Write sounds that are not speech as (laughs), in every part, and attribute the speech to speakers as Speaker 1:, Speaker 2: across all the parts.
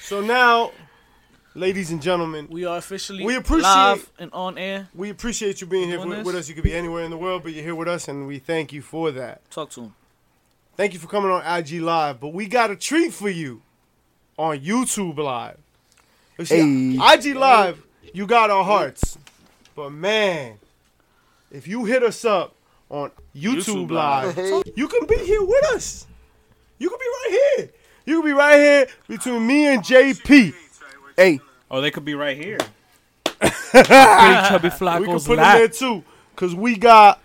Speaker 1: So now, ladies and gentlemen,
Speaker 2: We are officially
Speaker 1: We appreciate-
Speaker 2: live and on air.
Speaker 1: we appreciate you being here
Speaker 2: Doing
Speaker 1: with,
Speaker 2: this?
Speaker 1: with us. You could be anywhere in the world, but you're here with us, and we thank you for that.
Speaker 2: Talk to him.
Speaker 1: Thank you for coming on IG Live, but we got a treat for you on YouTube Live. You see,
Speaker 3: Hey.
Speaker 1: IG Live, you got our hearts. But man, if you hit us up on YouTube,
Speaker 2: YouTube
Speaker 1: Live,
Speaker 2: Live.
Speaker 3: Hey.
Speaker 1: (laughs) you can be here with us. You can be right here. You can be right here between me and JP.
Speaker 3: Hey,
Speaker 4: Oh, they could be right here.
Speaker 3: (laughs)
Speaker 2: Big Chubby
Speaker 1: we can
Speaker 2: Flacco's
Speaker 1: put it there too, cause we got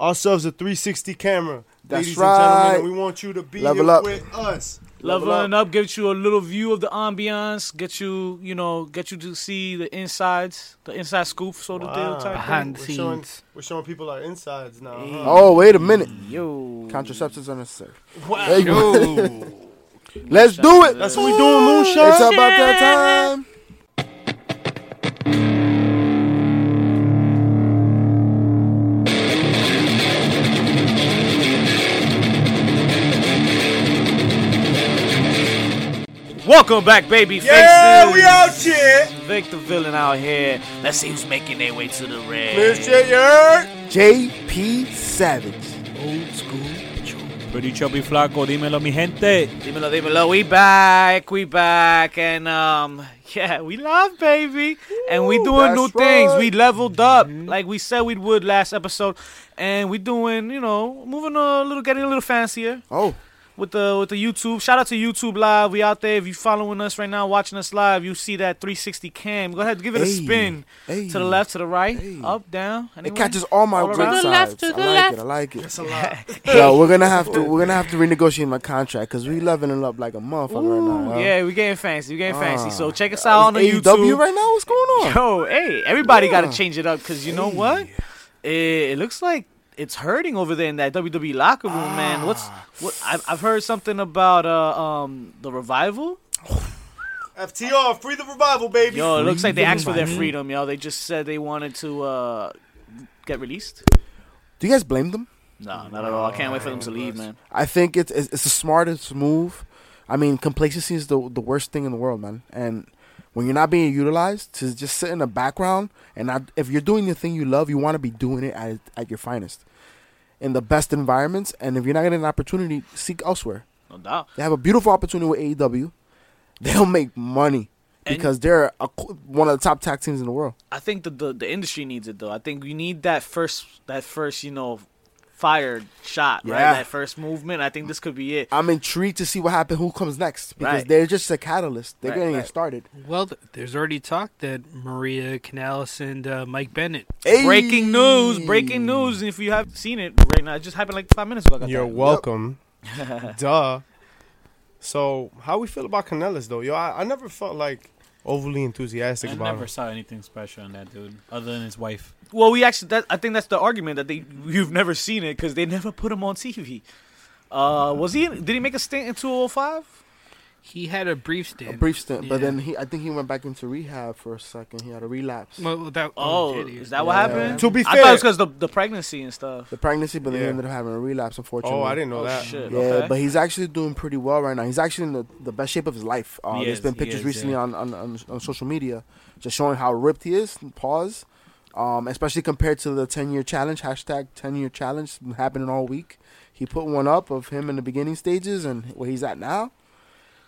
Speaker 1: ourselves a 360 camera.
Speaker 3: That's
Speaker 1: ladies And
Speaker 3: right.
Speaker 1: gentlemen, and we want you to be
Speaker 3: Level
Speaker 1: here
Speaker 3: up.
Speaker 1: with us.
Speaker 2: Leveling up, get you a little view of the ambiance, get you, you know, get you to see the insides, the inside scoop, so to deal type
Speaker 4: Behind
Speaker 1: We're
Speaker 4: the
Speaker 1: showing,
Speaker 4: scenes.
Speaker 1: we're showing people our insides now. huh?
Speaker 3: oh wait a minute.
Speaker 2: Yo.
Speaker 3: Contraceptives unnecessary.
Speaker 1: Wow.
Speaker 3: There you go.
Speaker 4: Yo.
Speaker 3: (laughs) Let's do it.
Speaker 1: That's what we doing, Moonshine.
Speaker 3: It's about that time.
Speaker 2: Welcome back, baby
Speaker 1: yeah,
Speaker 2: faces.
Speaker 1: we out here.
Speaker 2: Vic the villain out here. Let's see who's making their way to the red.
Speaker 1: Miss J, you heard?
Speaker 3: JP Savage.
Speaker 2: Old school. Joe.
Speaker 4: Pretty chubby flaco, dímelo mi gente.
Speaker 2: Dímelo, dímelo. We back, we back, and um, yeah, we live, baby, and we doing
Speaker 3: that's
Speaker 2: new things.
Speaker 3: right. Mm-hmm.
Speaker 2: We leveled up, like we said we would last episode, and we doing, you know, moving a little, getting a little fancier.
Speaker 3: Oh,
Speaker 2: with the with the YouTube. Shout out to YouTube Live. We out there. If you following us right now, watching us live, you see that 360 cam. Go ahead, give it a
Speaker 3: Hey,
Speaker 2: spin
Speaker 3: hey,
Speaker 2: to the left, to the right,
Speaker 3: hey.
Speaker 2: up, down.
Speaker 3: it
Speaker 2: anywhere.
Speaker 3: catches all my
Speaker 2: All
Speaker 3: good
Speaker 2: around.
Speaker 3: sides.
Speaker 2: To the
Speaker 3: left, to the I like it. I like it.
Speaker 1: That's a lot.
Speaker 2: (laughs)
Speaker 3: Yo, we're gonna have to we're gonna have to renegotiate my contract because we leveling up like a motherfucker right now. Ah. yo.
Speaker 2: Yeah, we getting fancy. We getting fancy. So check us
Speaker 3: Is
Speaker 2: out on the
Speaker 3: AEW
Speaker 2: YouTube.
Speaker 3: right now. What's going on?
Speaker 2: Yo, hey, everybody
Speaker 3: Yeah.
Speaker 2: got to change it up because you know what? It, it looks like it's hurting over there in that WWE locker room, man. What's what?
Speaker 3: Ah.
Speaker 2: I've, I've heard something about uh, um the revival.
Speaker 1: FTR, free the revival, baby.
Speaker 2: Yo, it looks like they asked for their freedom, yo. They just said they wanted to uh, get released.
Speaker 3: Do you guys blame them?
Speaker 2: No, not at all. I can't wait for them to leave, man.
Speaker 3: I think it's it's, it's the smartest move. I mean, complacency is the the worst thing in the world, man. And when you're not being utilized, to just sit in the background and not, if you're doing the thing you love, you want to be doing it at at your finest, in the best environments. And if you're not getting an opportunity, seek elsewhere.
Speaker 2: No doubt.
Speaker 3: They have a beautiful opportunity with AEW. They'll make money
Speaker 2: And-
Speaker 3: because they're a, one of the top tag teams in the world.
Speaker 2: I think the, the the industry needs it though. I think you need that first that first you know fired shot,
Speaker 3: Yeah.
Speaker 2: right? That first movement. I think this could be it.
Speaker 3: I'm intrigued to see what happens, who comes next, because
Speaker 2: Right.
Speaker 3: they're just a catalyst. They're
Speaker 2: Right,
Speaker 3: getting
Speaker 2: right.
Speaker 3: it started.
Speaker 5: Well, th- there's already talk that Maria Canales and uh, Mike Bennett.
Speaker 2: Breaking news!
Speaker 3: Hey.
Speaker 2: Breaking news! If you haven't seen it right now, it just happened like five minutes ago. I got
Speaker 1: You're
Speaker 2: that.
Speaker 1: welcome. Duh. So, how we feel about Canellas though? Yo, I, I never felt like overly enthusiastic
Speaker 4: I
Speaker 1: about
Speaker 4: never
Speaker 1: him.
Speaker 4: saw anything special in that dude, other than his wife.
Speaker 2: Well, we actually that I think that's the argument that they you've never seen it because they never put him on TV. Uh, was he? in- Did he make a stint in 205?
Speaker 5: He had a brief
Speaker 3: A
Speaker 5: stint.
Speaker 3: brief stint, but
Speaker 5: Yeah.
Speaker 3: then he, I think he went back into rehab for a second. He had a relapse,
Speaker 5: Well, that,
Speaker 2: Oh,
Speaker 5: shit, yeah.
Speaker 2: is that what
Speaker 3: Yeah.
Speaker 2: happened?
Speaker 1: To be
Speaker 2: I thought it was
Speaker 1: fair-
Speaker 2: because the the pregnancy and stuff.
Speaker 3: the pregnancy, but then
Speaker 1: Yeah.
Speaker 3: he ended up having a relapse. Unfortunately,
Speaker 1: Oh, I didn't know
Speaker 2: Oh,
Speaker 1: that.
Speaker 2: shit.
Speaker 3: Yeah,
Speaker 2: Okay.
Speaker 3: but he's actually doing pretty well right now. He's actually in the, the best shape of his life. Uh,
Speaker 4: He
Speaker 3: there's
Speaker 4: is,
Speaker 3: been
Speaker 4: he
Speaker 3: pictures
Speaker 4: is,
Speaker 3: recently
Speaker 4: yeah.
Speaker 3: on, on, on on social media, just showing how ripped he is. Pause. Um, especially compared to the ten year challenge hashtag ten year challenge happening all week. He put one up of him in the beginning stages and where he's at now.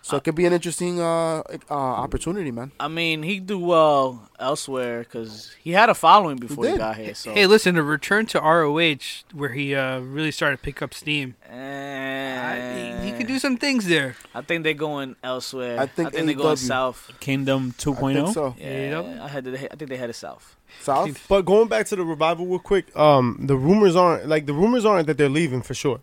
Speaker 3: So it could be an interesting uh, uh opportunity, man.
Speaker 2: I mean, he do well elsewhere because he had a following before he,
Speaker 3: did.
Speaker 2: got here. So
Speaker 5: Hey, listen, a return to ROH where he uh, really started to pick up steam. I,
Speaker 2: Eh,
Speaker 5: he could do some things there.
Speaker 2: I think they're going elsewhere. I
Speaker 3: I
Speaker 2: think,
Speaker 3: think
Speaker 2: they're going
Speaker 3: AEW.
Speaker 2: south.
Speaker 4: Kingdom
Speaker 3: I
Speaker 4: 2.0.
Speaker 2: oh?
Speaker 3: think so.
Speaker 2: Yeah,
Speaker 5: AEW?
Speaker 2: I had. To, I think they headed south.
Speaker 3: South.
Speaker 1: But going back to the revival real quick, um, the rumors aren't like the rumors aren't that they're leaving for sure.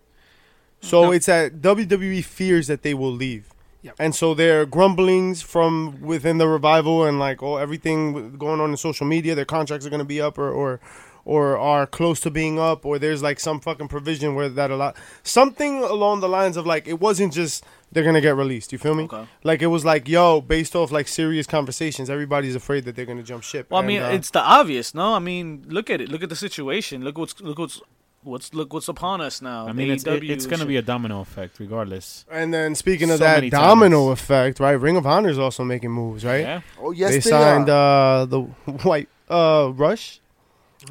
Speaker 1: So
Speaker 5: No.
Speaker 1: it's that WWE fears that they will leave,
Speaker 5: Yep.
Speaker 1: and so there are grumblings from within the revival and like oh everything w- going on in social media, their contracts are going to be up or or or are close to being up, or there's like some fucking provision where that a lot something along the lines of like it wasn't just they're gonna get released. You feel me?
Speaker 2: Okay.
Speaker 1: Like it was like yo, based off like serious conversations, everybody's afraid that they're gonna jump ship.
Speaker 2: Well, I
Speaker 1: And,
Speaker 2: mean,
Speaker 1: uh,
Speaker 2: it's the obvious. No, I mean, look at it. Look at the situation. Look what's look what's what's look what's upon us now.
Speaker 4: I mean, it's, it-
Speaker 2: AEW
Speaker 4: it's going to
Speaker 2: shit.
Speaker 4: be a domino effect, regardless.
Speaker 1: And then speaking of
Speaker 4: So
Speaker 1: that
Speaker 4: many
Speaker 1: domino
Speaker 4: tournaments.
Speaker 1: effect, right? Ring of Honor is also making moves, right?
Speaker 4: Yeah.
Speaker 3: Oh yes,
Speaker 1: they,
Speaker 3: they,
Speaker 1: signed
Speaker 3: are.
Speaker 1: uh the (laughs) white uh Rush,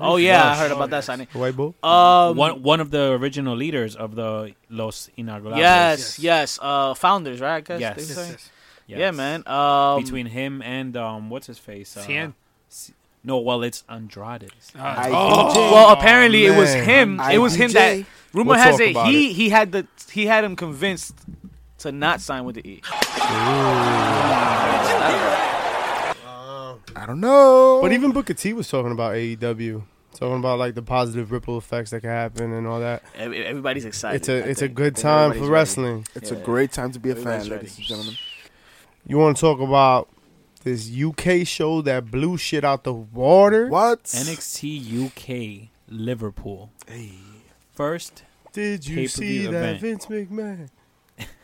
Speaker 2: Oh yeah, I heard
Speaker 5: Oh,
Speaker 2: about that
Speaker 5: yes.
Speaker 2: signing.
Speaker 1: the white bull.
Speaker 2: Um,
Speaker 4: one one of the original leaders of the Los Inaugurados.
Speaker 2: yes, yes, Uh, founders, right? I guess.
Speaker 4: Yes.
Speaker 2: they were
Speaker 5: Yes,
Speaker 2: saying?
Speaker 5: yes.
Speaker 4: Yes.
Speaker 2: Yeah, man. Um,
Speaker 4: Between him and um, what's his face? Uh,
Speaker 5: Cien.
Speaker 4: C- No, well, it's Andrade.
Speaker 5: Uh,
Speaker 3: I-
Speaker 5: oh,
Speaker 2: well, apparently it was
Speaker 1: man.
Speaker 2: him. It was him that
Speaker 3: IBJ.
Speaker 2: rumor
Speaker 1: We'll
Speaker 2: has
Speaker 1: talk
Speaker 2: it
Speaker 1: about
Speaker 2: he he had the he had him convinced to not sign with the E.
Speaker 3: I don't know.
Speaker 1: But even Booker T was talking about AEW, talking about like the positive ripple effects that can happen and all that.
Speaker 2: Every- Everybody's excited.
Speaker 1: It's a
Speaker 2: I
Speaker 1: it's a
Speaker 2: think.
Speaker 1: good
Speaker 2: I think
Speaker 1: time for
Speaker 2: everybody's
Speaker 1: wrestling.
Speaker 3: it's
Speaker 2: Yeah.
Speaker 3: a great time to be a fan,
Speaker 2: Everybody's
Speaker 3: ladies and
Speaker 2: ready.
Speaker 3: gentlemen.
Speaker 1: You want to talk about this UK show that blew shit out the water?
Speaker 3: What?
Speaker 4: NXT UK Liverpool.
Speaker 2: (laughs)
Speaker 4: First,
Speaker 1: Did you
Speaker 4: Pay-per-view
Speaker 1: see that
Speaker 4: event. Hmm?
Speaker 1: Vince McMahon?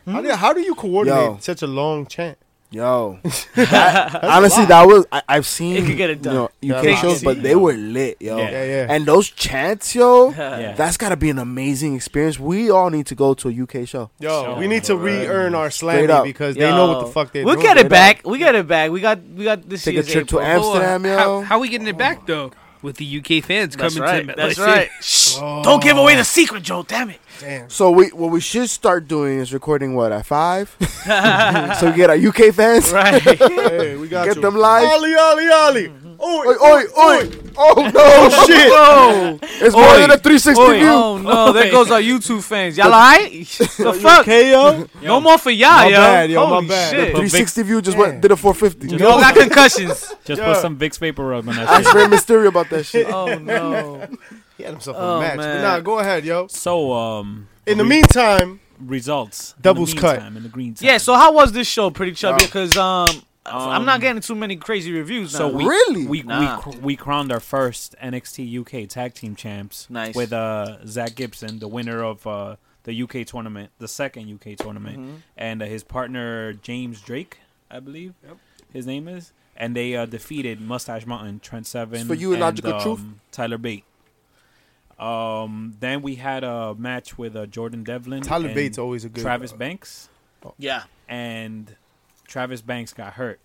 Speaker 1: How do, how do you coordinate
Speaker 3: Yo.
Speaker 1: such a long chant?
Speaker 2: (laughs)
Speaker 3: Yo, That- honestly, that was I, I've seen.
Speaker 2: It could get it done.
Speaker 3: You know, UK
Speaker 1: Yeah, I
Speaker 3: shows,
Speaker 1: see.
Speaker 3: but they were lit, yo.
Speaker 4: Yeah.
Speaker 1: Yeah, yeah.
Speaker 3: And those chants, yo,
Speaker 4: Yeah.
Speaker 3: that's gotta be an amazing experience. We all need to go to a UK show.
Speaker 1: Yo,
Speaker 4: So
Speaker 1: we need to
Speaker 4: good.
Speaker 1: re-earn our
Speaker 3: Straight
Speaker 1: slammy
Speaker 3: up.
Speaker 1: because they know what the
Speaker 2: Yo,
Speaker 1: fuck they're
Speaker 2: We'll
Speaker 1: doing.
Speaker 2: get it
Speaker 3: Straight
Speaker 2: back. We got it back. We got we got this
Speaker 3: Take a
Speaker 2: year's
Speaker 3: trip to
Speaker 2: April.
Speaker 3: Amsterdam,
Speaker 5: oh, how,
Speaker 3: yo.
Speaker 5: how we getting it back though? With the UK fans
Speaker 2: Oh, That's
Speaker 5: coming
Speaker 2: right.
Speaker 5: to (laughs)
Speaker 2: That's
Speaker 5: Melee City.
Speaker 2: right. Shh,
Speaker 3: Oh.
Speaker 2: Don't give away the secret, Joe. Damn it.
Speaker 1: Damn.
Speaker 3: so we what we should start doing is recording what at
Speaker 2: (laughs)
Speaker 3: five, (laughs) so we get our UK fans,
Speaker 2: Right.
Speaker 1: Hey, we got
Speaker 3: get
Speaker 1: you.
Speaker 3: them live.
Speaker 1: Ollie, Ollie, Ollie. Oh, Oi,
Speaker 3: Oi, oi, oi! Oh no, shit!
Speaker 2: Whoa.
Speaker 3: It's more
Speaker 2: Oi.
Speaker 3: than a 360
Speaker 2: Oi.
Speaker 3: view.
Speaker 2: Oh no, there goes our YouTube fans. Y'all alright? (laughs) The fuck?
Speaker 3: (laughs)
Speaker 1: KO.
Speaker 2: No more for y'all,
Speaker 1: My
Speaker 2: yo.
Speaker 1: bad, yo, my
Speaker 2: Holy
Speaker 1: bad.
Speaker 2: shit.
Speaker 4: The-
Speaker 3: 360 view just went did a 450.
Speaker 2: Y'all got concussions.
Speaker 1: (laughs)
Speaker 4: just
Speaker 1: Yeah.
Speaker 4: put some Vicks vapor rub on that.
Speaker 3: Ask
Speaker 4: shit.
Speaker 3: Rey Mysterio about that shit.
Speaker 2: Oh no.
Speaker 1: He had himself
Speaker 2: Oh,
Speaker 1: a match. But
Speaker 2: man.
Speaker 1: nah, go ahead, yo.
Speaker 4: So, um,
Speaker 1: In the
Speaker 4: re-
Speaker 1: meantime,
Speaker 4: results in the
Speaker 1: Doubles cut.
Speaker 4: meantime, in the green.
Speaker 2: Yeah,
Speaker 4: time.
Speaker 2: so how was this show, Pretty Chubby?
Speaker 3: Wow.
Speaker 2: Because um, I'm not
Speaker 4: Um,
Speaker 2: getting too many crazy reviews now.
Speaker 4: so we
Speaker 3: Really?
Speaker 4: we,
Speaker 2: Nah.
Speaker 4: we cr- we crowned our first NXT UK Tag Team Champs
Speaker 2: Nice.
Speaker 4: with uh, Zach Gibson, the winner of uh, the UK tournament, the second UK tournament,
Speaker 2: Mm-hmm.
Speaker 4: and uh, his partner James Drake, I believe, his name is, and they uh, defeated Mustache Mountain, Trent Seven,
Speaker 3: for you and Logical Truth?
Speaker 4: Tyler Bate. Um, then we had a match with uh, Jordan Devlin,
Speaker 1: Tyler
Speaker 4: and
Speaker 1: Bates always a good
Speaker 4: Travis Banks
Speaker 2: yeah,
Speaker 4: and Travis Banks got hurt,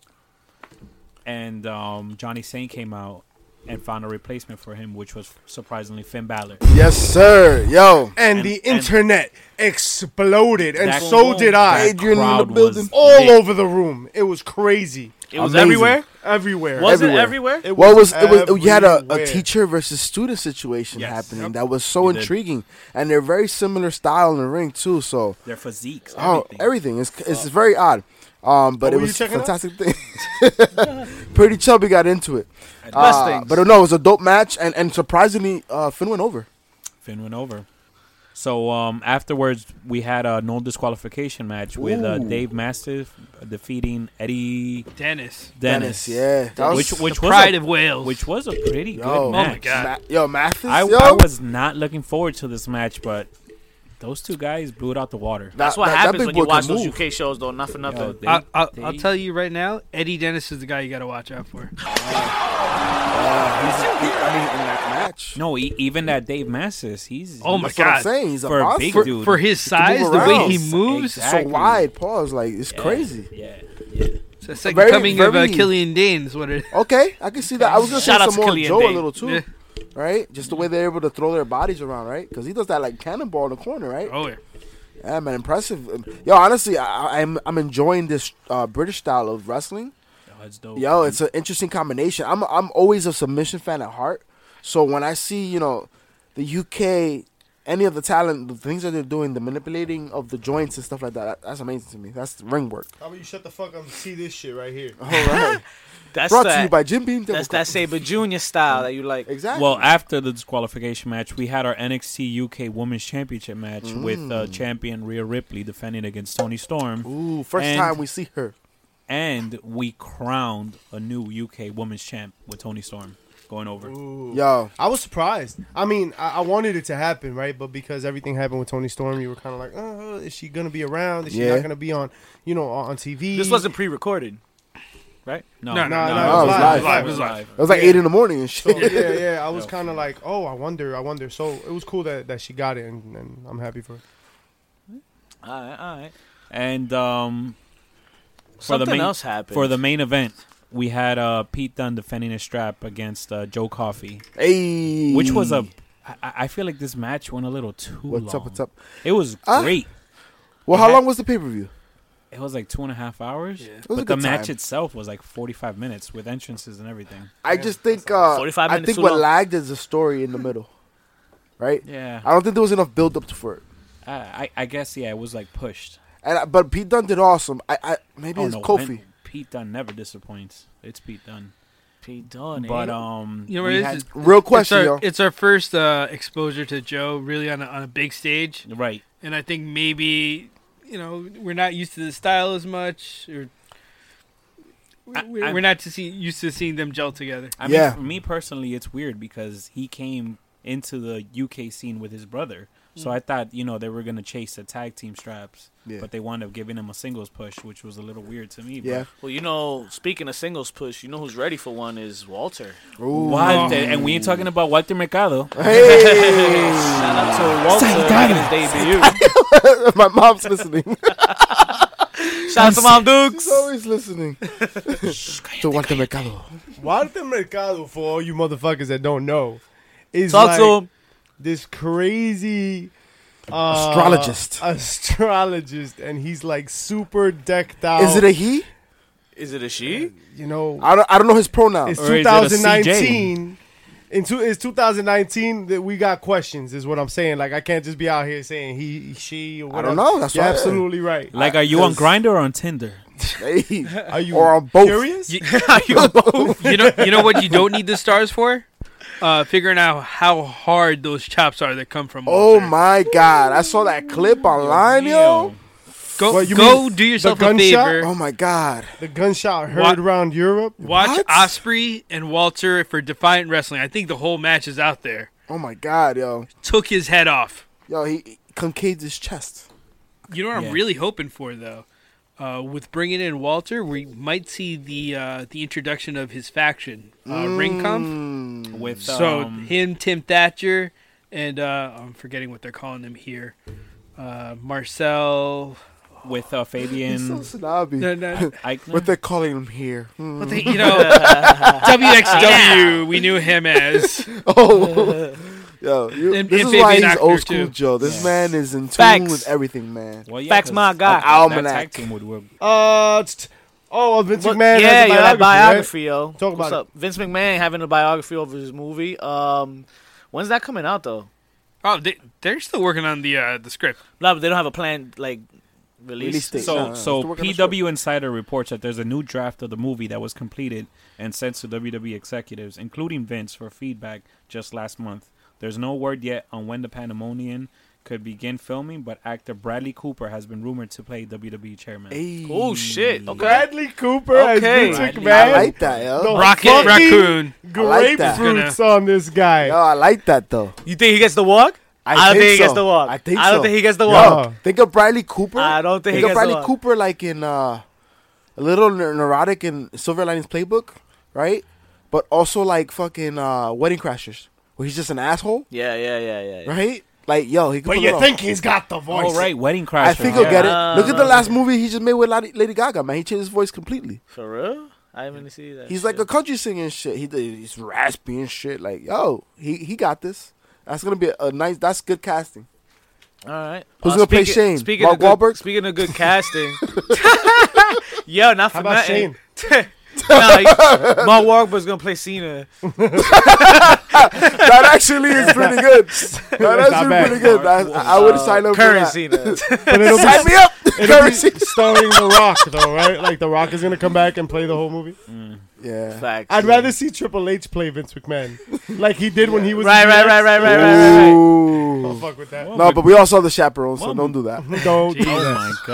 Speaker 4: and um, Johnny Saint came out and found a replacement for him, which was surprisingly Finn Balor.
Speaker 3: (laughs) Yes, sir. Yo.
Speaker 1: And,
Speaker 4: And-
Speaker 1: the
Speaker 4: and-
Speaker 1: internet exploded, and
Speaker 4: That-
Speaker 1: so did I.
Speaker 4: that
Speaker 3: Adrian in the
Speaker 4: crowd
Speaker 3: building.
Speaker 4: was
Speaker 1: all
Speaker 4: lit.
Speaker 1: over the room. It was crazy.
Speaker 2: it was
Speaker 3: Amazing.
Speaker 2: everywhere.
Speaker 1: Everywhere.
Speaker 2: Was
Speaker 3: Everywhere.
Speaker 2: it everywhere?
Speaker 1: It
Speaker 3: What was it was you had a, a
Speaker 1: everywhere.
Speaker 3: teacher versus student situation
Speaker 4: Yes.
Speaker 3: happening
Speaker 4: Yep.
Speaker 3: that was so
Speaker 4: You did.
Speaker 3: intriguing, and they're very similar style in the ring too. So
Speaker 4: Their physiques,
Speaker 3: oh,
Speaker 4: everything.
Speaker 3: everything is it's very odd, um, but
Speaker 1: Oh, were you
Speaker 3: it was a
Speaker 1: checking out?
Speaker 3: fantastic thing. (laughs) Pretty chubby got into it,
Speaker 2: Best
Speaker 3: Uh,
Speaker 2: things.
Speaker 3: but no, it was a dope match, and and surprisingly, uh, Finn went over.
Speaker 4: Finn went over. So um, afterwards, we had a no disqualification match with uh,
Speaker 3: Ooh.
Speaker 4: Dave Mastiff defeating Eddie
Speaker 5: Dennis,
Speaker 4: Dennis,
Speaker 3: yeah, that was
Speaker 4: which which
Speaker 5: the
Speaker 4: was
Speaker 5: pride
Speaker 4: a,
Speaker 5: of Wales.
Speaker 4: which was a pretty
Speaker 3: yo,
Speaker 4: good match.
Speaker 5: my God.
Speaker 3: Ma- yo, Mathis,
Speaker 4: I,
Speaker 3: yo,
Speaker 4: I was not looking forward to this match, but those two guys blew it out the water.
Speaker 2: That's
Speaker 3: that-
Speaker 2: what
Speaker 3: that- that
Speaker 2: happens
Speaker 3: big
Speaker 2: when
Speaker 3: boy
Speaker 2: you
Speaker 3: can
Speaker 2: watch those
Speaker 3: move.
Speaker 2: UK shows, though. Not for nothing.
Speaker 4: Yo, they-
Speaker 5: I, I, I'll
Speaker 4: they-
Speaker 5: tell you right now, Eddie Dennis is the guy you got to watch out for.
Speaker 3: I mean, in that match.
Speaker 4: No, e- even that Dave Massis, he's
Speaker 5: Oh my
Speaker 3: That's what I'm
Speaker 5: God.
Speaker 3: saying. He's a
Speaker 4: For a
Speaker 3: monster.
Speaker 4: big
Speaker 5: For,
Speaker 4: dude.
Speaker 5: for his size, the way
Speaker 3: around.
Speaker 5: he moves,
Speaker 4: Exact-
Speaker 3: so
Speaker 4: Exactly.
Speaker 3: wide. Pause. Like it's
Speaker 4: Yeah,
Speaker 3: crazy.
Speaker 4: Yeah,
Speaker 5: it's the second
Speaker 3: very-
Speaker 5: coming of uh,
Speaker 3: very-
Speaker 5: Killian Dane is what it
Speaker 3: Okay, I can see that. I was gonna
Speaker 2: Shout
Speaker 3: say
Speaker 2: out to
Speaker 3: Samoa
Speaker 2: Killian
Speaker 3: Joe a
Speaker 2: Dane.
Speaker 3: little too,
Speaker 5: Yeah.
Speaker 3: right? Just the way they're able to throw their bodies around, right? Because he does that like cannonball in the corner, right?
Speaker 5: Oh, yeah.
Speaker 3: Yeah, man, impressive. Um, Yo, honestly, I, I- I'm I'm enjoying this uh, British style of wrestling.
Speaker 4: Oh, it's dope.
Speaker 3: Yo, it's an interesting combination. I'm I'm always a submission fan at heart. So when I see you know the UK, any of the talent, the things that they're doing, the manipulating of the joints and stuff like that, that's amazing to me. That's ring work.
Speaker 1: How about you shut the fuck up and see this shit right here?
Speaker 3: All right.
Speaker 2: That's
Speaker 3: Brought to you
Speaker 2: that.
Speaker 3: by Jim Beam. Devil
Speaker 2: that's
Speaker 3: Co-
Speaker 2: that Saber Junior style that you like.
Speaker 3: Exactly.
Speaker 4: Well, after the disqualification match, we had our NXT UK Women's Championship match with uh, champion Rhea Ripley defending against Tony Storm,
Speaker 3: Mm. Ooh, first
Speaker 4: and-
Speaker 3: time we see her.
Speaker 4: and we crowned a new UK Women's Champ with Tony Storm going over.
Speaker 3: Yo,
Speaker 1: I was surprised. I mean, I, I wanted it to happen, right? But because everything happened with Tony Storm, you were kind of like, oh, is she gonna be around? Is she
Speaker 3: Yeah.
Speaker 1: not gonna be on, you know, on on TV?
Speaker 2: This wasn't pre-recorded, right?
Speaker 4: No,
Speaker 5: No,
Speaker 1: no,
Speaker 3: no, it was live.
Speaker 4: It was live.
Speaker 3: It was like
Speaker 1: Yeah.
Speaker 3: eight in the morning and
Speaker 1: (laughs) So (laughs)
Speaker 3: shit.
Speaker 1: yeah, yeah. I was
Speaker 4: No.
Speaker 1: kind of like, oh, I wonder, I wonder. So it was cool that, that she got it, and, and I'm happy for her.
Speaker 2: All right, all right.
Speaker 4: And um, For the
Speaker 2: Something
Speaker 4: main-
Speaker 2: else happened
Speaker 4: for the main event, we had uh, Pete Dunne defending his strap against uh, Joe Coffey,
Speaker 3: Hey,
Speaker 4: which was a. I, I feel like this match went a little too long.
Speaker 3: What's up? What's up?
Speaker 4: It was
Speaker 3: Ah.
Speaker 4: great.
Speaker 3: Well,
Speaker 4: It
Speaker 3: how
Speaker 4: had-
Speaker 3: long was the pay per view?
Speaker 4: It was like two and a half hours.
Speaker 5: Yeah. It was
Speaker 3: a
Speaker 4: But the
Speaker 3: good
Speaker 4: match
Speaker 3: time.
Speaker 4: itself was like 45 minutes with entrances and everything.
Speaker 3: I just think uh,
Speaker 2: 45
Speaker 3: I
Speaker 2: minutes
Speaker 3: think
Speaker 2: too
Speaker 3: what
Speaker 2: long.
Speaker 3: lagged is the story in the middle, right?
Speaker 4: Yeah.
Speaker 3: I don't think there was enough build up for it.
Speaker 4: I, I, I guess, yeah, it was like pushed.
Speaker 3: And I, but Pete Dunne did awesome. I, I maybe
Speaker 4: Oh,
Speaker 3: it's
Speaker 4: no,
Speaker 3: Kofi.
Speaker 4: when- Pete Dunne never disappoints. It's Pete Dunne.
Speaker 2: Pete Dunne.
Speaker 4: But
Speaker 2: eh?
Speaker 4: um,
Speaker 5: You know what
Speaker 4: we
Speaker 5: it is?
Speaker 4: had-
Speaker 5: It's-
Speaker 3: Real question,
Speaker 5: it's
Speaker 3: yo.
Speaker 5: our, it's our first uh, exposure to Joe really on a, on a big stage,
Speaker 4: right.
Speaker 5: and I think maybe you know we're not used to the style as much, or
Speaker 4: I-
Speaker 5: we're,
Speaker 4: I'm-
Speaker 5: we're not to see, used to seeing them gel together.
Speaker 4: I
Speaker 3: Yeah.
Speaker 4: mean, for me personally, it's weird because he came into the UK scene with his brother.
Speaker 2: Mm.
Speaker 4: So I thought, you know, they were going to chase the tag team straps,
Speaker 3: Yeah.
Speaker 4: but they wound up giving him a singles push, which was a little weird to me.
Speaker 3: yeah.
Speaker 2: well, you know, speaking of singles push, you know who's ready for one is Walter.
Speaker 4: But
Speaker 3: Ooh.
Speaker 4: Walter, and we ain't talking about
Speaker 3: (laughs)
Speaker 4: Walter Mercado.
Speaker 5: (laughs)
Speaker 3: Hey,
Speaker 2: Shout out to Walter making his debut.
Speaker 3: my mom's
Speaker 4: (laughs)
Speaker 3: listening.
Speaker 2: Shout out to Mom Dukes.
Speaker 3: She's always
Speaker 5: (laughs)
Speaker 3: listening. to Walter Mercado.
Speaker 1: Walter Mercado, for all you motherfuckers that don't know, is
Speaker 2: Talk
Speaker 1: like
Speaker 2: to him.
Speaker 1: this crazy uh,
Speaker 3: Astrologist.
Speaker 1: (laughs) astrologist, and he's like super decked out.
Speaker 3: Is it a he?
Speaker 2: Is it a she?
Speaker 1: you know?
Speaker 3: I don't. I don't know his pronoun.
Speaker 1: It's
Speaker 4: Or is it a
Speaker 1: 2019. In two, it's 2019 that we got questions. Is what I'm saying. Like I can't just be out here saying he, she, or
Speaker 3: I
Speaker 1: whatever.
Speaker 3: don't know. That's
Speaker 1: You're
Speaker 3: why-
Speaker 1: absolutely right.
Speaker 4: Like, are you on
Speaker 3: 'cause-
Speaker 4: Grinder or on Tinder? (laughs)
Speaker 3: Hey.
Speaker 1: Are you
Speaker 3: Or on both.
Speaker 1: curious?
Speaker 5: You, (laughs) Oh. you know, you know what you don't need the stars for? Uh, figuring out how hard those chops are that come from.
Speaker 3: Oh
Speaker 5: Walter.
Speaker 3: my God! I saw that clip online, yo.
Speaker 5: Go,
Speaker 1: What, you
Speaker 5: go,
Speaker 1: mean
Speaker 5: do yourself a
Speaker 1: gunshot?
Speaker 5: favor.
Speaker 3: Oh my God!
Speaker 1: The gunshot heard
Speaker 5: What?
Speaker 1: around Europe.
Speaker 5: Watch
Speaker 3: What?
Speaker 5: Osprey and Walter for Defiant Wrestling. I think the whole match is out there.
Speaker 3: Oh my God, yo.
Speaker 5: Took his head off.
Speaker 3: Yo, he, he concaved his chest.
Speaker 5: You know what
Speaker 4: Yeah.
Speaker 5: I'm really hoping for though, uh, with bringing in Walter, we might see the uh, the introduction of his faction, uh, Ring Comp.
Speaker 3: Mm.
Speaker 4: With
Speaker 5: So
Speaker 4: um,
Speaker 5: him, Tim Thatcher, and uh, I'm forgetting what they're calling them here. Uh, Marcel.
Speaker 4: with uh,
Speaker 3: He's so (laughs)
Speaker 4: Fabian
Speaker 3: snobby.
Speaker 5: No, no,
Speaker 4: Eichner.
Speaker 3: What they're calling him here? Hmm.
Speaker 5: but they- you know, (laughs) WXW. We knew him as.
Speaker 3: Oh, yo, you,
Speaker 5: And-
Speaker 3: this
Speaker 5: and
Speaker 3: is why
Speaker 5: Fabian
Speaker 3: he's old
Speaker 5: Eichner,
Speaker 3: school
Speaker 5: too.
Speaker 3: Joe. This
Speaker 4: Yeah.
Speaker 3: man is in tune
Speaker 2: Facts.
Speaker 3: with everything, man.
Speaker 4: well, yeah,
Speaker 2: Facts
Speaker 4: 'cause
Speaker 2: my guy.
Speaker 3: An almanac.
Speaker 4: That tag team would work.
Speaker 1: Uh, t- oh, Vince
Speaker 2: Well,
Speaker 1: McMahon.
Speaker 2: yeah,
Speaker 1: has a
Speaker 2: yo,
Speaker 1: biography,
Speaker 2: that biography, yo.
Speaker 1: Talk
Speaker 2: What's
Speaker 1: about it.
Speaker 2: up? Vince McMahon having a biography of his movie. Um, when's that coming out though?
Speaker 5: (laughs) Oh, they, they're still working on the uh, the script.
Speaker 2: No, but they don't have a planned like release.
Speaker 3: Release date.
Speaker 4: So,
Speaker 3: Nah,
Speaker 4: so
Speaker 3: it's the work on the
Speaker 4: PW Insider reports that there's a new draft of the movie that was completed and sent to WWE executives, including Vince, for feedback just last month. There's no word yet on when the Pandemonium could begin filming, but actor Bradley Cooper has been rumored to play WWE chairman.
Speaker 3: Hey.
Speaker 2: Oh shit!
Speaker 1: right?
Speaker 2: Okay.
Speaker 1: Bradley Cooper
Speaker 2: Okay.
Speaker 1: as Vince
Speaker 4: Bradley-
Speaker 1: McMahon.
Speaker 3: I like that, yo.
Speaker 1: No.
Speaker 5: Rocket
Speaker 1: fucking-
Speaker 5: Raccoon.
Speaker 3: I like that.
Speaker 1: Grapefruits on this guy.
Speaker 3: Yo, I like that though.
Speaker 2: You think he gets the walk?
Speaker 3: I,
Speaker 2: don't
Speaker 3: think,
Speaker 2: think he
Speaker 3: so.
Speaker 2: gets the walk.
Speaker 3: I think
Speaker 2: I don't
Speaker 3: so.
Speaker 2: think he gets the
Speaker 3: Yo,
Speaker 2: walk.
Speaker 1: walk.
Speaker 3: think of Bradley Cooper.
Speaker 2: I don't think he
Speaker 3: think of
Speaker 2: gets the
Speaker 3: Bradley
Speaker 2: walk.
Speaker 3: Cooper like in uh, a little neu- neurotic in Silver Linings Playbook, right? But also like fucking uh, Wedding Crashers, where he's just an asshole,
Speaker 2: Yeah, yeah, yeah, yeah. yeah.
Speaker 3: right? Like yo, he. Could
Speaker 1: But
Speaker 3: pull it
Speaker 1: you
Speaker 3: off.
Speaker 1: think he's got the
Speaker 5: Oh,
Speaker 1: voice?
Speaker 4: All right, Wedding Crashers.
Speaker 3: I think he'll
Speaker 4: yeah.
Speaker 3: get it. Look at the
Speaker 2: Ah.
Speaker 3: last movie he just made with Lady Lady Gaga, man. He changed his voice completely.
Speaker 2: For real? I haven't even seen that.
Speaker 3: He's like a country singer and shit. He did- he's raspy and shit. Like yo, he he got this. That's gonna be a, a nice. That's good casting.
Speaker 2: All right. Uh,
Speaker 3: Who's gonna play
Speaker 2: speaking-
Speaker 3: Shane?
Speaker 2: Speaking
Speaker 3: Mark
Speaker 2: of good,
Speaker 3: Wahlberg?
Speaker 2: Speaking of
Speaker 3: (laughs)
Speaker 2: good casting. Yo, not for
Speaker 1: How about
Speaker 3: (laughs)
Speaker 2: nothing. Nah, he- Mark Wahlberg's gonna play Cena.
Speaker 3: That actually is pretty good. That
Speaker 1: That's not
Speaker 3: actually
Speaker 1: bad.
Speaker 3: pretty good. I, I would sign up.
Speaker 2: Uh, Current
Speaker 3: For (laughs)
Speaker 2: Cena.
Speaker 1: But it'll
Speaker 3: that.
Speaker 1: be,
Speaker 3: Sign me up.
Speaker 1: it'll be
Speaker 3: Currency.
Speaker 1: starring The Rock, though, right? Like The Rock is gonna come back and play the whole movie.
Speaker 3: Yeah.
Speaker 2: Facts.
Speaker 1: I'd rather see Triple H play Vince McMahon, like he did when he was
Speaker 2: Right,
Speaker 1: in
Speaker 2: right,
Speaker 1: DX.
Speaker 2: right, right, right, right, right, right.
Speaker 3: Ooh.
Speaker 1: Don't fuck with that.
Speaker 4: Well,
Speaker 3: No, but we all saw the chaperone, so
Speaker 4: Well,
Speaker 3: don't do that.
Speaker 1: (laughs) Don't do
Speaker 4: Oh
Speaker 1: that.
Speaker 4: my
Speaker 3: (laughs)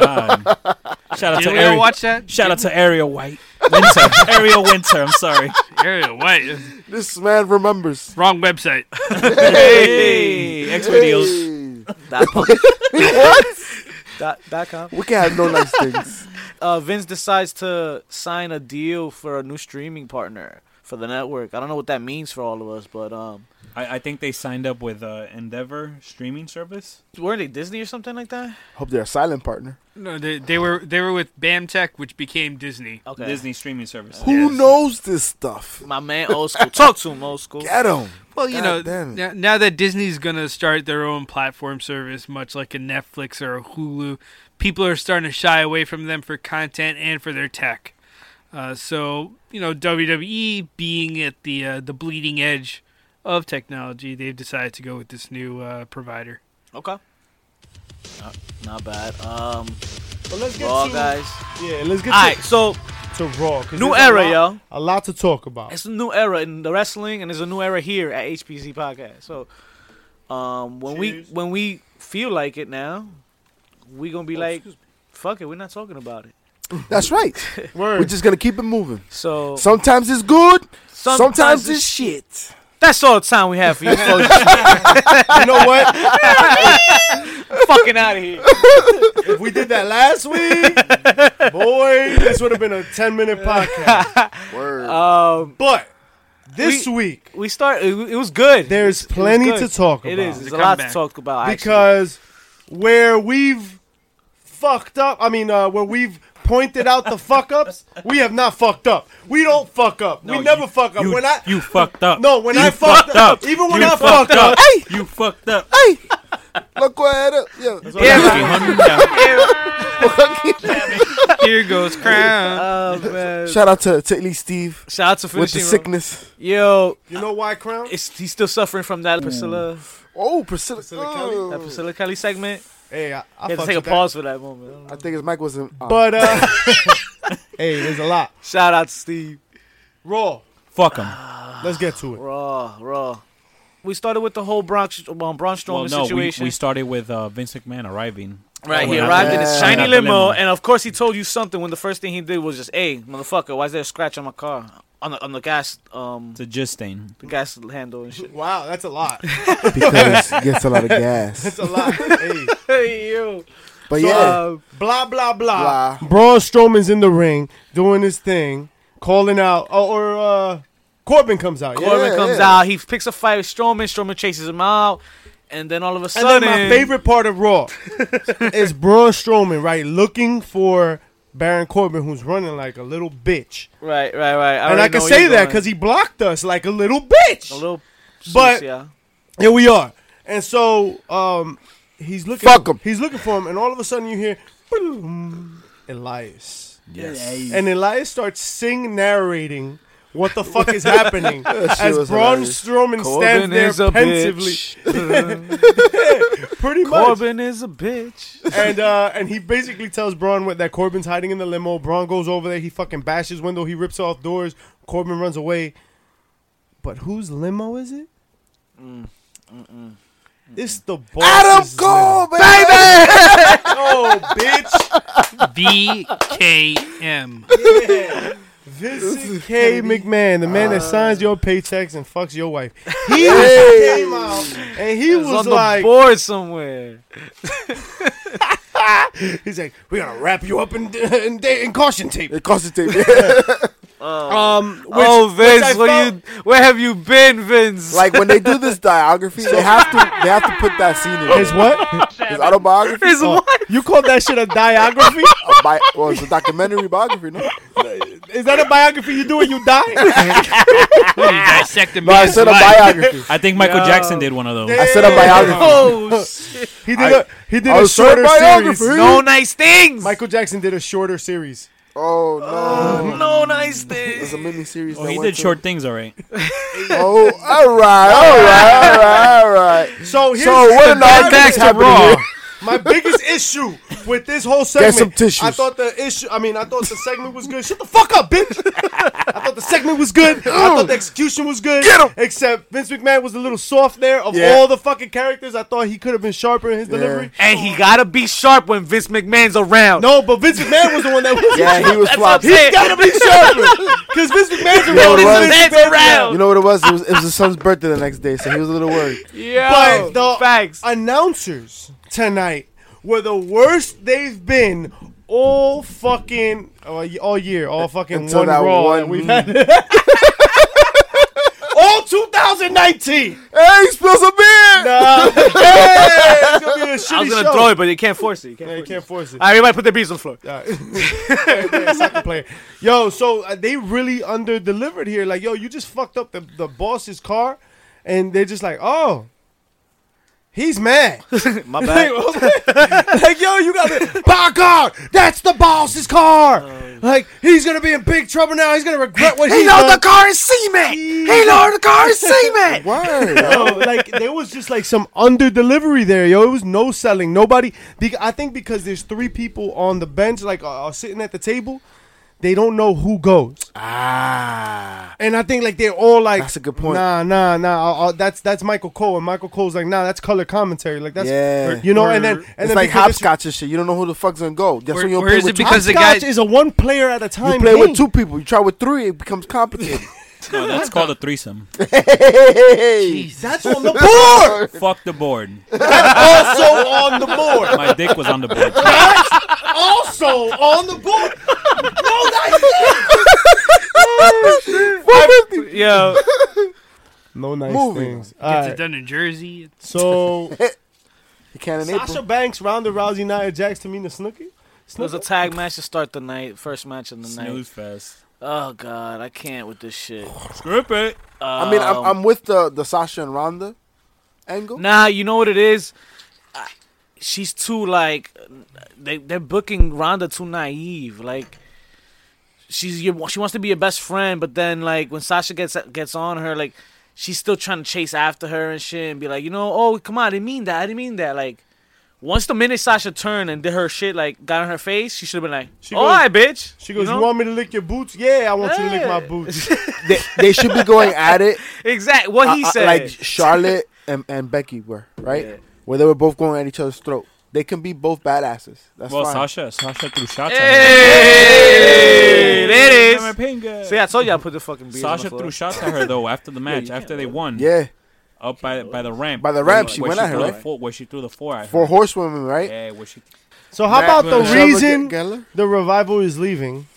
Speaker 4: god! Shout out
Speaker 5: Did
Speaker 4: to
Speaker 5: we all
Speaker 4: Ariel.
Speaker 5: watch that?
Speaker 4: Shout out to Ariel White
Speaker 5: (laughs)
Speaker 4: Winter. Ariel Winter. I'm sorry.
Speaker 5: Ariel White.
Speaker 3: This man remembers.
Speaker 5: (laughs) Wrong website.
Speaker 2: (laughs)
Speaker 4: Hey, X videos.
Speaker 3: Hey.
Speaker 2: That- dot, dot com.
Speaker 3: We can have no nice things.
Speaker 2: Uh, Vince decides to sign a deal for a new streaming partner for the network. I don't know what that means for all of us, but um,
Speaker 4: I, I think they signed up with uh, Endeavor streaming service.
Speaker 2: weren't they Disney or something like that?
Speaker 3: Hope they're a silent partner.
Speaker 5: No, they, they were they were with BAMTech, which became Disney.
Speaker 2: Okay.
Speaker 4: Disney streaming service.
Speaker 3: Who
Speaker 5: Yes.
Speaker 3: knows this stuff?
Speaker 2: My man, old school. Talk to him, old school.
Speaker 3: Get him.
Speaker 5: Well, you
Speaker 3: God
Speaker 5: know,
Speaker 3: damn it.
Speaker 5: now, now that Disney's gonna start their own platform service, much like a Netflix or a Hulu, people are starting to shy away from them for content and for their tech. Uh, so you know, WWE being at the uh, the bleeding edge of technology, they've decided to go with this new
Speaker 3: (laughs)
Speaker 5: uh, provider.
Speaker 2: Okay. Not, not bad. Um,
Speaker 1: But let's get
Speaker 2: Raw
Speaker 1: to
Speaker 2: guys.
Speaker 1: yeah, let's get
Speaker 2: All right, so
Speaker 1: to, to Raw. 'cause
Speaker 2: new
Speaker 1: there's a
Speaker 2: era,
Speaker 1: lot-
Speaker 2: yo.
Speaker 1: A lot to talk about.
Speaker 2: It's a new era in the wrestling, and it's a new era here at HPC Podcast. So, um, when
Speaker 1: Cheers.
Speaker 2: we when we feel like it now, we gonna be like, fuck it, we're not talking about it.
Speaker 3: That's right.
Speaker 1: Word.
Speaker 3: We're just gonna keep it moving.
Speaker 2: So
Speaker 3: Sometimes it's good. Sometimes, it's
Speaker 2: it's-
Speaker 3: shit.
Speaker 2: that's all the time we have for you folks.
Speaker 1: you know
Speaker 2: (laughs)
Speaker 1: what?
Speaker 2: fucking out of here.
Speaker 1: If we did that last
Speaker 2: (laughs)
Speaker 1: week, boy, this would have been a ten minute podcast.
Speaker 3: Word.
Speaker 2: Um,
Speaker 1: But this week
Speaker 2: we start. It, it was good.
Speaker 1: There's
Speaker 2: It was
Speaker 1: plenty to
Speaker 2: good.
Speaker 1: talk
Speaker 2: It
Speaker 1: about.
Speaker 2: is.
Speaker 5: It's
Speaker 2: There's a
Speaker 5: a
Speaker 2: lot to
Speaker 5: comeback.
Speaker 2: talk about. actually.
Speaker 1: because where we've fucked up, I mean, uh, where we've pointed out the fuck ups, we have not fucked up. We don't fuck up.
Speaker 4: No,
Speaker 1: we never
Speaker 4: you-
Speaker 1: fuck up.
Speaker 4: You,
Speaker 1: when I
Speaker 4: you fucked up.
Speaker 1: no, when
Speaker 4: you
Speaker 1: I fucked, up, even when
Speaker 4: you
Speaker 1: I fucked, up,
Speaker 3: Hey,
Speaker 4: You
Speaker 1: (laughs)
Speaker 4: fucked up.
Speaker 3: hey. Look what I had. Yeah.
Speaker 5: Here goes crown.
Speaker 2: Oh, man.
Speaker 3: Shout out to, to Illy Steve
Speaker 2: Shout out to
Speaker 3: with the
Speaker 2: finishing. Row.
Speaker 3: sickness.
Speaker 2: Yo,
Speaker 1: you know why, Crown?
Speaker 2: it's, he's still suffering from that Priscilla,
Speaker 3: Oh, Priscilla.
Speaker 1: Priscilla
Speaker 3: oh.
Speaker 2: that Priscilla Kelly segment.
Speaker 1: Hey, I, I
Speaker 2: I had to
Speaker 1: fucked
Speaker 2: take a
Speaker 1: with that.
Speaker 2: pause for that moment.
Speaker 3: I think his mic wasn't. on.
Speaker 1: But uh, (laughs) hey, there's a lot.
Speaker 2: Shout out to Steve.
Speaker 1: Raw.
Speaker 4: Fuck him.
Speaker 1: Let's get to it.
Speaker 2: Raw, raw. We started with the whole Braun, um, Braun Strowman
Speaker 4: Well, no, we,
Speaker 2: situation.
Speaker 4: we started with uh, Vince McMahon arriving.
Speaker 2: right, he
Speaker 4: Yeah.
Speaker 2: arrived in
Speaker 3: Yeah.
Speaker 2: his shiny
Speaker 4: Yeah.
Speaker 2: limo,
Speaker 4: Limo.
Speaker 2: and of course he told you something when the first thing he did was just, "Hey, motherfucker, why is there a scratch on my car on the on the gas um
Speaker 4: It's a just stain.
Speaker 2: the gas handle and shit?" (laughs)
Speaker 1: Wow, that's a lot.
Speaker 3: (laughs) because he gets a lot of gas.
Speaker 1: That's a lot. hey.
Speaker 2: hey yo,
Speaker 3: But
Speaker 1: So,
Speaker 3: yeah,
Speaker 2: Um,
Speaker 1: Blah blah blah.
Speaker 3: Blah.
Speaker 1: Braun Strowman's in the ring doing his thing, calling out, or, or uh, Corbin comes out. yeah?
Speaker 2: Corbin
Speaker 3: Yeah,
Speaker 2: comes
Speaker 3: yeah.
Speaker 2: out. He picks a fight with Strowman. Strowman chases him out, and then all of a
Speaker 1: And
Speaker 2: sudden,
Speaker 1: then my favorite part of
Speaker 2: (laughs)
Speaker 1: Raw is Braun Strowman, right, looking for Baron Corbin, who's running like a little bitch.
Speaker 2: Right, right, right.
Speaker 1: and I
Speaker 2: already
Speaker 1: can
Speaker 2: know where
Speaker 1: say
Speaker 2: you're
Speaker 1: that
Speaker 2: going.
Speaker 1: because he blocked us like a little bitch.
Speaker 2: a little,
Speaker 1: But-
Speaker 2: but yeah,
Speaker 1: Here we are. And so um, he's looking.
Speaker 3: Fuck 'em.
Speaker 1: He's looking for him, and all of a sudden you hear, "Boom," Elias.
Speaker 4: Yes.
Speaker 1: and Elias starts sing narrating what the fuck is happening
Speaker 3: (laughs) That shit
Speaker 1: as
Speaker 3: was
Speaker 1: Braun
Speaker 3: hilarious.
Speaker 1: Strowman
Speaker 2: Corbin
Speaker 1: stands
Speaker 2: is
Speaker 1: there
Speaker 2: a
Speaker 1: pensively,
Speaker 2: bitch.
Speaker 1: pretty much.
Speaker 2: Corbin is a bitch.
Speaker 1: (laughs) And uh, and he basically tells Braun what, that Corbin's hiding in the limo. Braun goes over there, he fucking bashes window, he rips off doors. Corbin runs away. But whose limo is it? It's the boss.
Speaker 3: Adam Cole, baby.
Speaker 1: Oh, (laughs) bitch.
Speaker 5: BKM.
Speaker 1: Vincent K. McMahon, the man that signs your paychecks and fucks your (laughs) wife. He
Speaker 3: Hey.
Speaker 1: came out and he
Speaker 2: It's
Speaker 1: was
Speaker 2: on
Speaker 1: like,
Speaker 2: the board somewhere.
Speaker 1: He's like, we gotta wrap you up in in, in caution tape.
Speaker 3: It costs a tape.
Speaker 1: Um, which,
Speaker 2: oh,
Speaker 1: which I
Speaker 2: Vince, what
Speaker 1: felt-
Speaker 2: you? Where have you been, Vince?
Speaker 3: like when they do (laughs) this biography, they have to they have to put that scene in.
Speaker 1: His what?
Speaker 3: His autobiography.
Speaker 2: His
Speaker 1: Oh,
Speaker 2: wife.
Speaker 1: you called that shit a biography?
Speaker 3: A bi- well, it's a documentary biography, no?
Speaker 1: Is that a biography you do when you die?
Speaker 5: Dissect a
Speaker 3: No, I
Speaker 5: man's
Speaker 3: said a
Speaker 5: life.
Speaker 3: biography.
Speaker 4: I think Michael
Speaker 2: Yo.
Speaker 4: Jackson did one of those.
Speaker 3: I said a biography.
Speaker 1: (laughs)
Speaker 2: Oh, shit.
Speaker 1: He
Speaker 3: I-
Speaker 1: did a he did
Speaker 3: I
Speaker 1: a
Speaker 3: was short
Speaker 1: shorter
Speaker 3: biography.
Speaker 1: series.
Speaker 2: no nice things.
Speaker 1: Michael Jackson did a shorter series.
Speaker 3: Oh no.
Speaker 2: no nice
Speaker 3: It's
Speaker 2: things.
Speaker 3: a mini series.
Speaker 4: Oh, he
Speaker 3: (laughs)
Speaker 4: did short things, all right.
Speaker 3: Oh, all right, all right, all right, all right.
Speaker 1: So here's
Speaker 3: So what an
Speaker 1: the
Speaker 3: back
Speaker 1: biggest-
Speaker 3: to Raw.
Speaker 5: (laughs)
Speaker 1: My biggest issue with this whole segment.
Speaker 3: some tissues.
Speaker 1: I thought the issue. I mean, I thought the segment was good. Shut the fuck up, bitch. I thought the segment was good. I thought the execution was good.
Speaker 3: Get 'em.
Speaker 1: Except Vince McMahon was a little soft there. Of
Speaker 3: Yeah.
Speaker 1: all the fucking characters, I thought he could have been sharper in his delivery.
Speaker 2: And he gotta be sharp when Vince McMahon's around.
Speaker 1: No, but Vince McMahon was the one that was. (laughs)
Speaker 3: Yeah, he was flopping.
Speaker 2: He's
Speaker 1: gotta
Speaker 2: (laughs)
Speaker 1: be sharper because Vince McMahon's around.
Speaker 3: it
Speaker 1: is
Speaker 3: was-
Speaker 1: Vince
Speaker 2: Vince
Speaker 1: McMahon's
Speaker 2: around.
Speaker 3: You know what it was? It was, it was his son's birthday the next day, so he was a little worried.
Speaker 2: Yo,
Speaker 1: But the-
Speaker 2: facts.
Speaker 1: announcers tonight were the worst they've been all fucking all y- all year, all fucking
Speaker 3: Until
Speaker 1: one
Speaker 3: that
Speaker 1: raw
Speaker 3: one-
Speaker 1: that we've had.
Speaker 2: (laughs)
Speaker 1: all 2019.
Speaker 3: Hey, he spills a beer.
Speaker 1: Nah. Hey, it's gonna be a shitty
Speaker 2: I was gonna
Speaker 1: show.
Speaker 2: throw it, but you can't force it. You can't
Speaker 1: Yeah, you
Speaker 2: force it.
Speaker 1: can't force it.
Speaker 2: All right, everybody, put their beats on the floor.
Speaker 1: (laughs) All right. Yeah, soccer player. Yo, so uh, they really under delivered here. Like, yo, you just fucked up the, the boss's car, and they're just like, oh, he's mad.
Speaker 2: My (laughs) bad.
Speaker 1: (laughs) like, yo, you got to By God, that's the boss's car. like, he's gonna be in big trouble now. He's gonna regret what Um, he, done.
Speaker 2: car is cement.
Speaker 1: He
Speaker 2: know the car is cement.
Speaker 3: Word.
Speaker 1: (laughs) yo, like there was just like some under delivery there, yo. It was no selling. Nobody. Be- I think because there's three people on the bench, like uh, sitting at the table, they don't know who goes,
Speaker 3: ah.
Speaker 1: and I think like they're all like,
Speaker 3: That's a good point.
Speaker 1: Nah, nah, nah. I'll, I'll- that's that's Michael Cole, and Michael Cole's like, nah, that's color commentary. Like that's
Speaker 3: Yeah.
Speaker 1: you know. And then and
Speaker 3: It's
Speaker 1: then
Speaker 3: like
Speaker 1: because it's-
Speaker 3: hopscotch and shit. You don't know who the fuck's gonna go. That's
Speaker 5: Where-
Speaker 3: when you'll
Speaker 5: where
Speaker 3: play
Speaker 5: is
Speaker 3: with
Speaker 5: it
Speaker 3: two.
Speaker 5: because the
Speaker 1: Hopscotch
Speaker 5: guy-
Speaker 1: is a one player at a time.
Speaker 3: You play with
Speaker 1: game.
Speaker 3: two people. You try with three, it becomes complicated.
Speaker 1: (laughs)
Speaker 4: No, that's called a threesome.
Speaker 3: hey,
Speaker 1: That's (laughs) on the board.
Speaker 4: Fuck the board.
Speaker 1: also on the board.
Speaker 4: My dick was on
Speaker 2: (laughs)
Speaker 4: the board.
Speaker 1: (laughs) Also on the board. No, that's
Speaker 2: (laughs) Yo,
Speaker 1: No nice
Speaker 3: Moving.
Speaker 1: things. All
Speaker 5: Gets
Speaker 1: right.
Speaker 5: it done in Jersey. It's
Speaker 1: (laughs) So
Speaker 3: you can in
Speaker 1: Sasha
Speaker 3: April.
Speaker 1: Banks, Ronda Rousey, Nia Jax, Tamina Snooki.
Speaker 2: it was a tag match to start the night. First match of the night.
Speaker 4: Snooze fest.
Speaker 2: Oh God, I can't with this shit.
Speaker 4: Strip it.
Speaker 3: I mean, I'm,
Speaker 2: Um,
Speaker 3: I'm with the the Sasha and Ronda angle.
Speaker 2: Nah, you know what it is? I- She's too like they they're booking Rhonda too naive. Like she's your, she wants to be your best friend, but then like when Sasha gets gets on her, like she's still trying to chase after her and shit, and be like, you know, oh come on, I didn't mean that, I didn't mean that. Like once the minute Sasha turned and did her shit, like got on her face, she should have been like,
Speaker 1: She
Speaker 2: all
Speaker 1: goes-
Speaker 2: right, bitch.
Speaker 1: She goes, you,
Speaker 2: know?
Speaker 1: want me to lick your boots? Yeah, I want you to lick my
Speaker 2: Yeah.
Speaker 1: boots."
Speaker 3: They, they should be going at it
Speaker 2: exactly what he
Speaker 3: uh, uh,
Speaker 2: said.
Speaker 3: like Charlotte and, and Becky were right,
Speaker 2: Yeah.
Speaker 3: where they were both going at each other's throat. They can be both badasses. That's
Speaker 4: Well,
Speaker 3: fine.
Speaker 4: Sasha, Sasha threw shots
Speaker 2: Hey,
Speaker 4: at her.
Speaker 2: there it
Speaker 4: Remember
Speaker 2: is.
Speaker 4: Pinga?
Speaker 2: See, I told you I put the fucking beers on the
Speaker 4: Sasha
Speaker 2: floor.
Speaker 4: threw shots at her though
Speaker 2: (laughs)
Speaker 4: after the match, after they won.
Speaker 3: Yeah,
Speaker 4: Up by by the ramp.
Speaker 3: By the
Speaker 4: where-
Speaker 3: ramp, she
Speaker 4: where
Speaker 3: went at her,
Speaker 4: threw the
Speaker 3: right?
Speaker 4: Four, where she threw the four at
Speaker 3: for
Speaker 4: her.
Speaker 3: horsewomen, right?
Speaker 4: Yeah, where she.
Speaker 1: So how
Speaker 5: Back
Speaker 1: about
Speaker 5: when
Speaker 1: the
Speaker 5: Michelle
Speaker 1: reason
Speaker 3: Geller?
Speaker 1: the revival is leaving?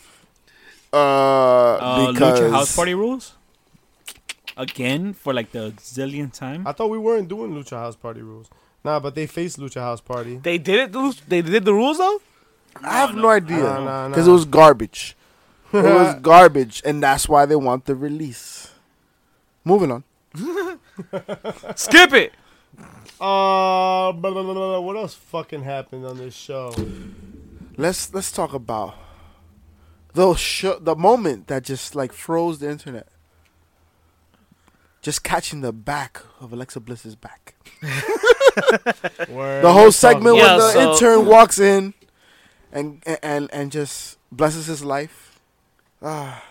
Speaker 3: Uh,
Speaker 4: Uh,
Speaker 3: because
Speaker 4: Lucha House Party rules. Again for like the zillionth time.
Speaker 1: I thought we weren't doing Lucha House Party rules. Nah, but they faced Lucha House Party.
Speaker 2: They did it. the- They did the rules though.
Speaker 3: I have no idea
Speaker 1: No, no,
Speaker 3: because
Speaker 1: no.
Speaker 3: it was garbage.
Speaker 4: (laughs)
Speaker 3: it was garbage, and that's why they want the release. Moving on.
Speaker 2: Skip it.
Speaker 1: Uh, blah, blah, blah, blah. what else fucking happened on this show?
Speaker 3: Let's let's talk about the sho the moment that just like froze the internet. Just catching the back of Alexa Bliss's back.
Speaker 1: Word.
Speaker 3: The whole
Speaker 1: Let's talk
Speaker 3: segment
Speaker 2: Yeah,
Speaker 3: when the
Speaker 2: so- (laughs)
Speaker 3: intern walks in, and and and just blesses his life. Ah,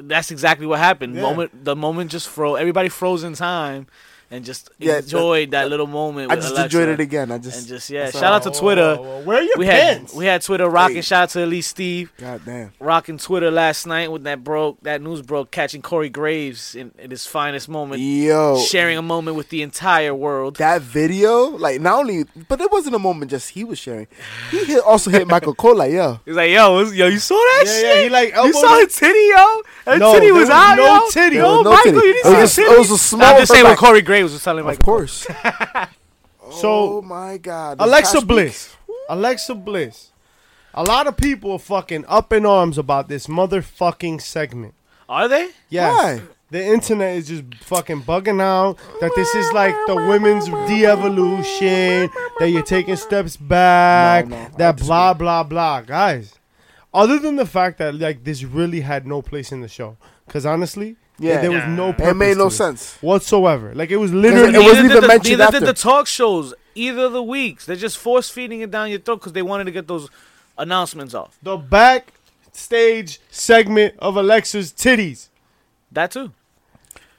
Speaker 2: That's exactly what happened.
Speaker 1: Yeah.
Speaker 2: Moment. The moment just froze. Everybody froze in time, and just
Speaker 3: Yeah, that-
Speaker 2: enjoyed that, little moment.
Speaker 3: I
Speaker 2: with
Speaker 3: just
Speaker 2: Alexa.
Speaker 3: enjoyed it again. I
Speaker 2: And
Speaker 3: just,
Speaker 2: just yeah.
Speaker 3: that's
Speaker 2: Shout out to
Speaker 1: Whoa, whoa,
Speaker 2: Twitter.
Speaker 1: whoa, whoa. Where are your
Speaker 2: We had
Speaker 1: pins?
Speaker 2: we had Twitter rocking.
Speaker 3: Hey.
Speaker 2: Shout out to Elise Steve
Speaker 3: god damn.
Speaker 2: rocking Twitter last night when that broke that news broke catching Corey Graves in, in his finest moment,
Speaker 3: Yo,
Speaker 2: sharing a moment with the entire world.
Speaker 3: that video, like not only, but it wasn't a moment just he was sharing. He hit, also hit
Speaker 2: (laughs)
Speaker 3: Michael Cole, like yo,
Speaker 2: He's like, yo, what's- yo, you saw that
Speaker 1: yeah,
Speaker 2: shit?
Speaker 1: yeah, he like
Speaker 2: You saw her
Speaker 1: elbowed
Speaker 2: titty, yo. Her
Speaker 1: No,
Speaker 2: titty
Speaker 1: there
Speaker 2: was,
Speaker 1: was
Speaker 2: out,
Speaker 1: no
Speaker 2: yo.
Speaker 1: titty.
Speaker 3: There
Speaker 2: Yo,
Speaker 3: was no
Speaker 2: Michael,
Speaker 3: titty.
Speaker 2: you didn't
Speaker 3: It
Speaker 2: see
Speaker 3: was
Speaker 2: the
Speaker 3: a-
Speaker 2: titty.
Speaker 3: it was a small
Speaker 2: I'm just saying what
Speaker 3: back.
Speaker 2: Corey Graves was telling
Speaker 3: of
Speaker 2: Michael.
Speaker 3: course.
Speaker 2: (laughs)
Speaker 1: So-
Speaker 3: oh my god, This
Speaker 1: Alexa
Speaker 3: past
Speaker 1: Bliss. Alexa Bliss. A lot of people are fucking up in arms about this motherfucking segment.
Speaker 2: Are they?
Speaker 1: Yes.
Speaker 3: Why?
Speaker 1: The internet is just fucking bugging out that this is like the women's de-evolution, that you're taking steps back,
Speaker 3: No, no, I
Speaker 1: that
Speaker 3: disagree.
Speaker 1: blah blah blah, guys. Other than the fact that like this really had no place in the show, because honestly,
Speaker 3: Yeah.
Speaker 1: there was
Speaker 5: Yeah.
Speaker 1: no.
Speaker 5: It
Speaker 3: Week. It
Speaker 1: purpose
Speaker 3: made
Speaker 1: to
Speaker 3: no
Speaker 1: it
Speaker 3: sense.
Speaker 1: whatsoever. Like it was
Speaker 3: It
Speaker 1: literally.
Speaker 3: wasn't
Speaker 2: Neither
Speaker 3: even
Speaker 2: did the,
Speaker 3: mentioned
Speaker 2: neither
Speaker 3: after.
Speaker 2: did the talk shows, either of the weeks. They're just force feeding it down your throat because they wanted to get those announcements off.
Speaker 1: the backstage segment of Alexa's titties.
Speaker 2: That too.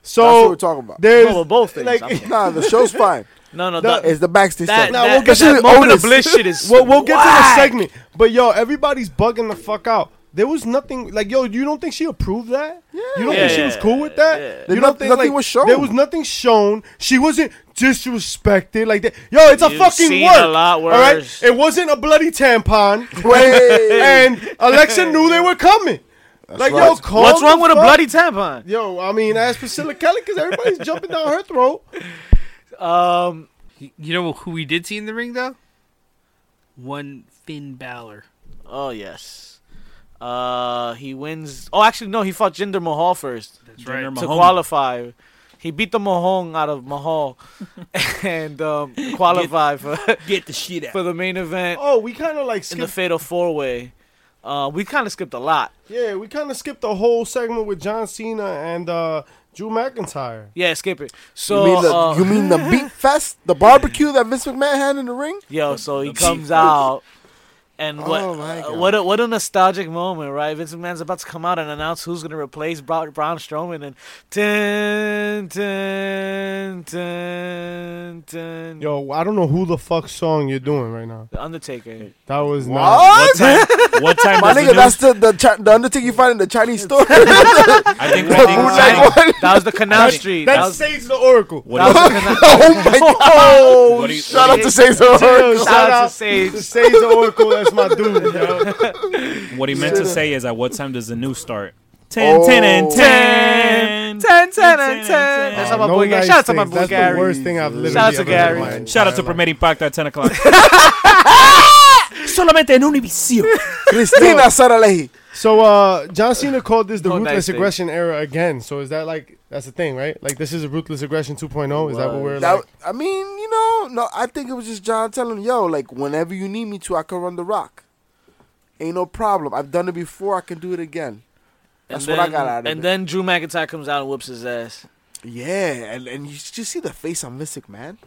Speaker 1: So
Speaker 3: That's what we're talking about.
Speaker 1: There's
Speaker 2: No, but both
Speaker 1: (laughs)
Speaker 2: things.
Speaker 1: Like,
Speaker 2: I'm-
Speaker 3: Nah, the show's
Speaker 2: (laughs)
Speaker 3: fine.
Speaker 2: No, no,
Speaker 1: No,
Speaker 2: that,
Speaker 3: It's the backstage.
Speaker 2: that,
Speaker 3: segment.
Speaker 1: Nah,
Speaker 2: that,
Speaker 1: we'll get
Speaker 2: that
Speaker 1: to
Speaker 2: moment
Speaker 3: Otis.
Speaker 2: of bliss shit is.
Speaker 1: we'll, we'll get to the
Speaker 2: whack.
Speaker 1: segment, but yo, everybody's bugging the fuck out. There was nothing like yo. You don't think she approved that? Yeah. You don't
Speaker 2: Yeah,
Speaker 1: think she was
Speaker 2: yeah,
Speaker 1: cool with that?
Speaker 2: yeah.
Speaker 1: You
Speaker 3: There's
Speaker 1: don't
Speaker 3: noth-
Speaker 1: think
Speaker 3: nothing
Speaker 1: like,
Speaker 3: was shown.
Speaker 1: There was nothing shown. She wasn't disrespected like that. Yo, it's a
Speaker 2: You've
Speaker 1: fucking
Speaker 2: seen
Speaker 1: work.
Speaker 2: a lot
Speaker 1: All right.
Speaker 2: worse.
Speaker 1: It wasn't a bloody
Speaker 3: (laughs)
Speaker 1: tampon.
Speaker 3: Wait.
Speaker 1: and Alexa knew
Speaker 2: (laughs)
Speaker 1: they were coming. like yo,
Speaker 3: right.
Speaker 1: calm
Speaker 2: What's
Speaker 1: the
Speaker 2: wrong with a
Speaker 1: fuck-
Speaker 2: bloody tampon?
Speaker 1: Yo, I mean, ask Priscilla Kelly because everybody's
Speaker 2: (laughs)
Speaker 1: jumping down her throat.
Speaker 2: Um,
Speaker 5: You you know who we did see in the ring though? One Finn Balor.
Speaker 2: oh yes. Uh, he wins. Oh, actually, no, he fought Jinder Mahal first
Speaker 5: That's
Speaker 4: Jinder
Speaker 5: right.
Speaker 2: to
Speaker 4: Mahal.
Speaker 2: qualify. He beat the Mahong out of Mahal
Speaker 4: (laughs)
Speaker 2: and um, qualified for,
Speaker 4: Get the shit out.
Speaker 2: for the main event
Speaker 1: Oh, we kind of like
Speaker 2: in the
Speaker 1: skipped.
Speaker 2: Fatal Four Way. Uh, we kind of skipped a lot.
Speaker 1: yeah, we kind of skipped the whole segment with John Cena and uh, Drew McIntyre.
Speaker 2: Yeah, skip it.
Speaker 3: you
Speaker 2: So,
Speaker 3: mean the
Speaker 2: uh,
Speaker 3: you mean the
Speaker 2: (laughs)
Speaker 3: beat fest, the barbecue that Vince McMahon had in the ring?
Speaker 2: Yo, so he
Speaker 4: the
Speaker 2: comes
Speaker 4: beef.
Speaker 2: out, and what?
Speaker 3: Oh, my
Speaker 2: uh,
Speaker 3: God.
Speaker 2: what? A, what a nostalgic moment, right? Vince McMahon's about to come out and announce who's gonna replace Bra- Braun Strowman, and dun, dun, dun, dun.
Speaker 1: Yo, I don't know who the fuck song you're doing right now.
Speaker 2: the Undertaker.
Speaker 1: That was not.
Speaker 4: What
Speaker 3: What?
Speaker 4: time? What time?
Speaker 3: My
Speaker 4: does
Speaker 3: nigga,
Speaker 4: the
Speaker 3: that's
Speaker 4: news?
Speaker 3: the the, chi- the Undertaker you find in the Chinese
Speaker 4: (laughs)
Speaker 3: store.
Speaker 4: I
Speaker 3: (laughs)
Speaker 4: think.
Speaker 3: The
Speaker 4: I think-
Speaker 3: Moonlight one.
Speaker 2: That was the Canal Street. That
Speaker 1: That's
Speaker 2: was,
Speaker 1: Sage the Oracle.
Speaker 4: What
Speaker 2: that
Speaker 1: (laughs)
Speaker 2: was the Canal.
Speaker 3: (laughs) Oh
Speaker 4: (laughs)
Speaker 3: my god!
Speaker 4: What do you-
Speaker 3: Shout
Speaker 4: what
Speaker 3: out
Speaker 4: do
Speaker 3: to Saints
Speaker 4: (laughs)
Speaker 3: of
Speaker 1: Yo,
Speaker 3: Oracle.
Speaker 1: shout
Speaker 2: Shout out to
Speaker 1: out (laughs)
Speaker 2: Sage.
Speaker 1: to Sage the Oracle. That's my dude. Yo.
Speaker 3: (laughs)
Speaker 4: What he meant to say is, at what time does the news start?
Speaker 3: Oh.
Speaker 4: 10, 10, and 10.
Speaker 2: Ten, ten, ten, and ten. That's
Speaker 4: That's
Speaker 2: how my
Speaker 1: No
Speaker 2: boy. Gary-
Speaker 1: nice
Speaker 2: Shout out to my
Speaker 1: things.
Speaker 2: boy
Speaker 1: That's
Speaker 2: Gary.
Speaker 1: the worst thing I've literally
Speaker 2: Shout out to
Speaker 1: ever heard in
Speaker 2: Gary.
Speaker 1: my entire
Speaker 4: Shout out to
Speaker 1: life.
Speaker 4: Premier Impact at
Speaker 3: (laughs)
Speaker 4: 10 o'clock. (laughs) Solamente en Univision.
Speaker 3: Christina Saralehi.
Speaker 1: So uh, John Cena called this the
Speaker 2: No Oh, nice
Speaker 1: ruthless
Speaker 2: things.
Speaker 1: aggression era again. So is that like that's the thing, right? Like this is a ruthless aggression 2.0. Is that what we're
Speaker 3: That,
Speaker 1: like?
Speaker 3: I mean, you know, no, I think it was just John telling him, yo, like whenever you need me to, I can run the rock. Ain't no problem. I've done it before. I can do it again. That's
Speaker 2: And
Speaker 3: what I
Speaker 2: then-
Speaker 3: got out of
Speaker 2: And
Speaker 3: it.
Speaker 2: then Drew McIntyre comes out and whoops his ass.
Speaker 3: Yeah, and, and you just see the face on Mystic man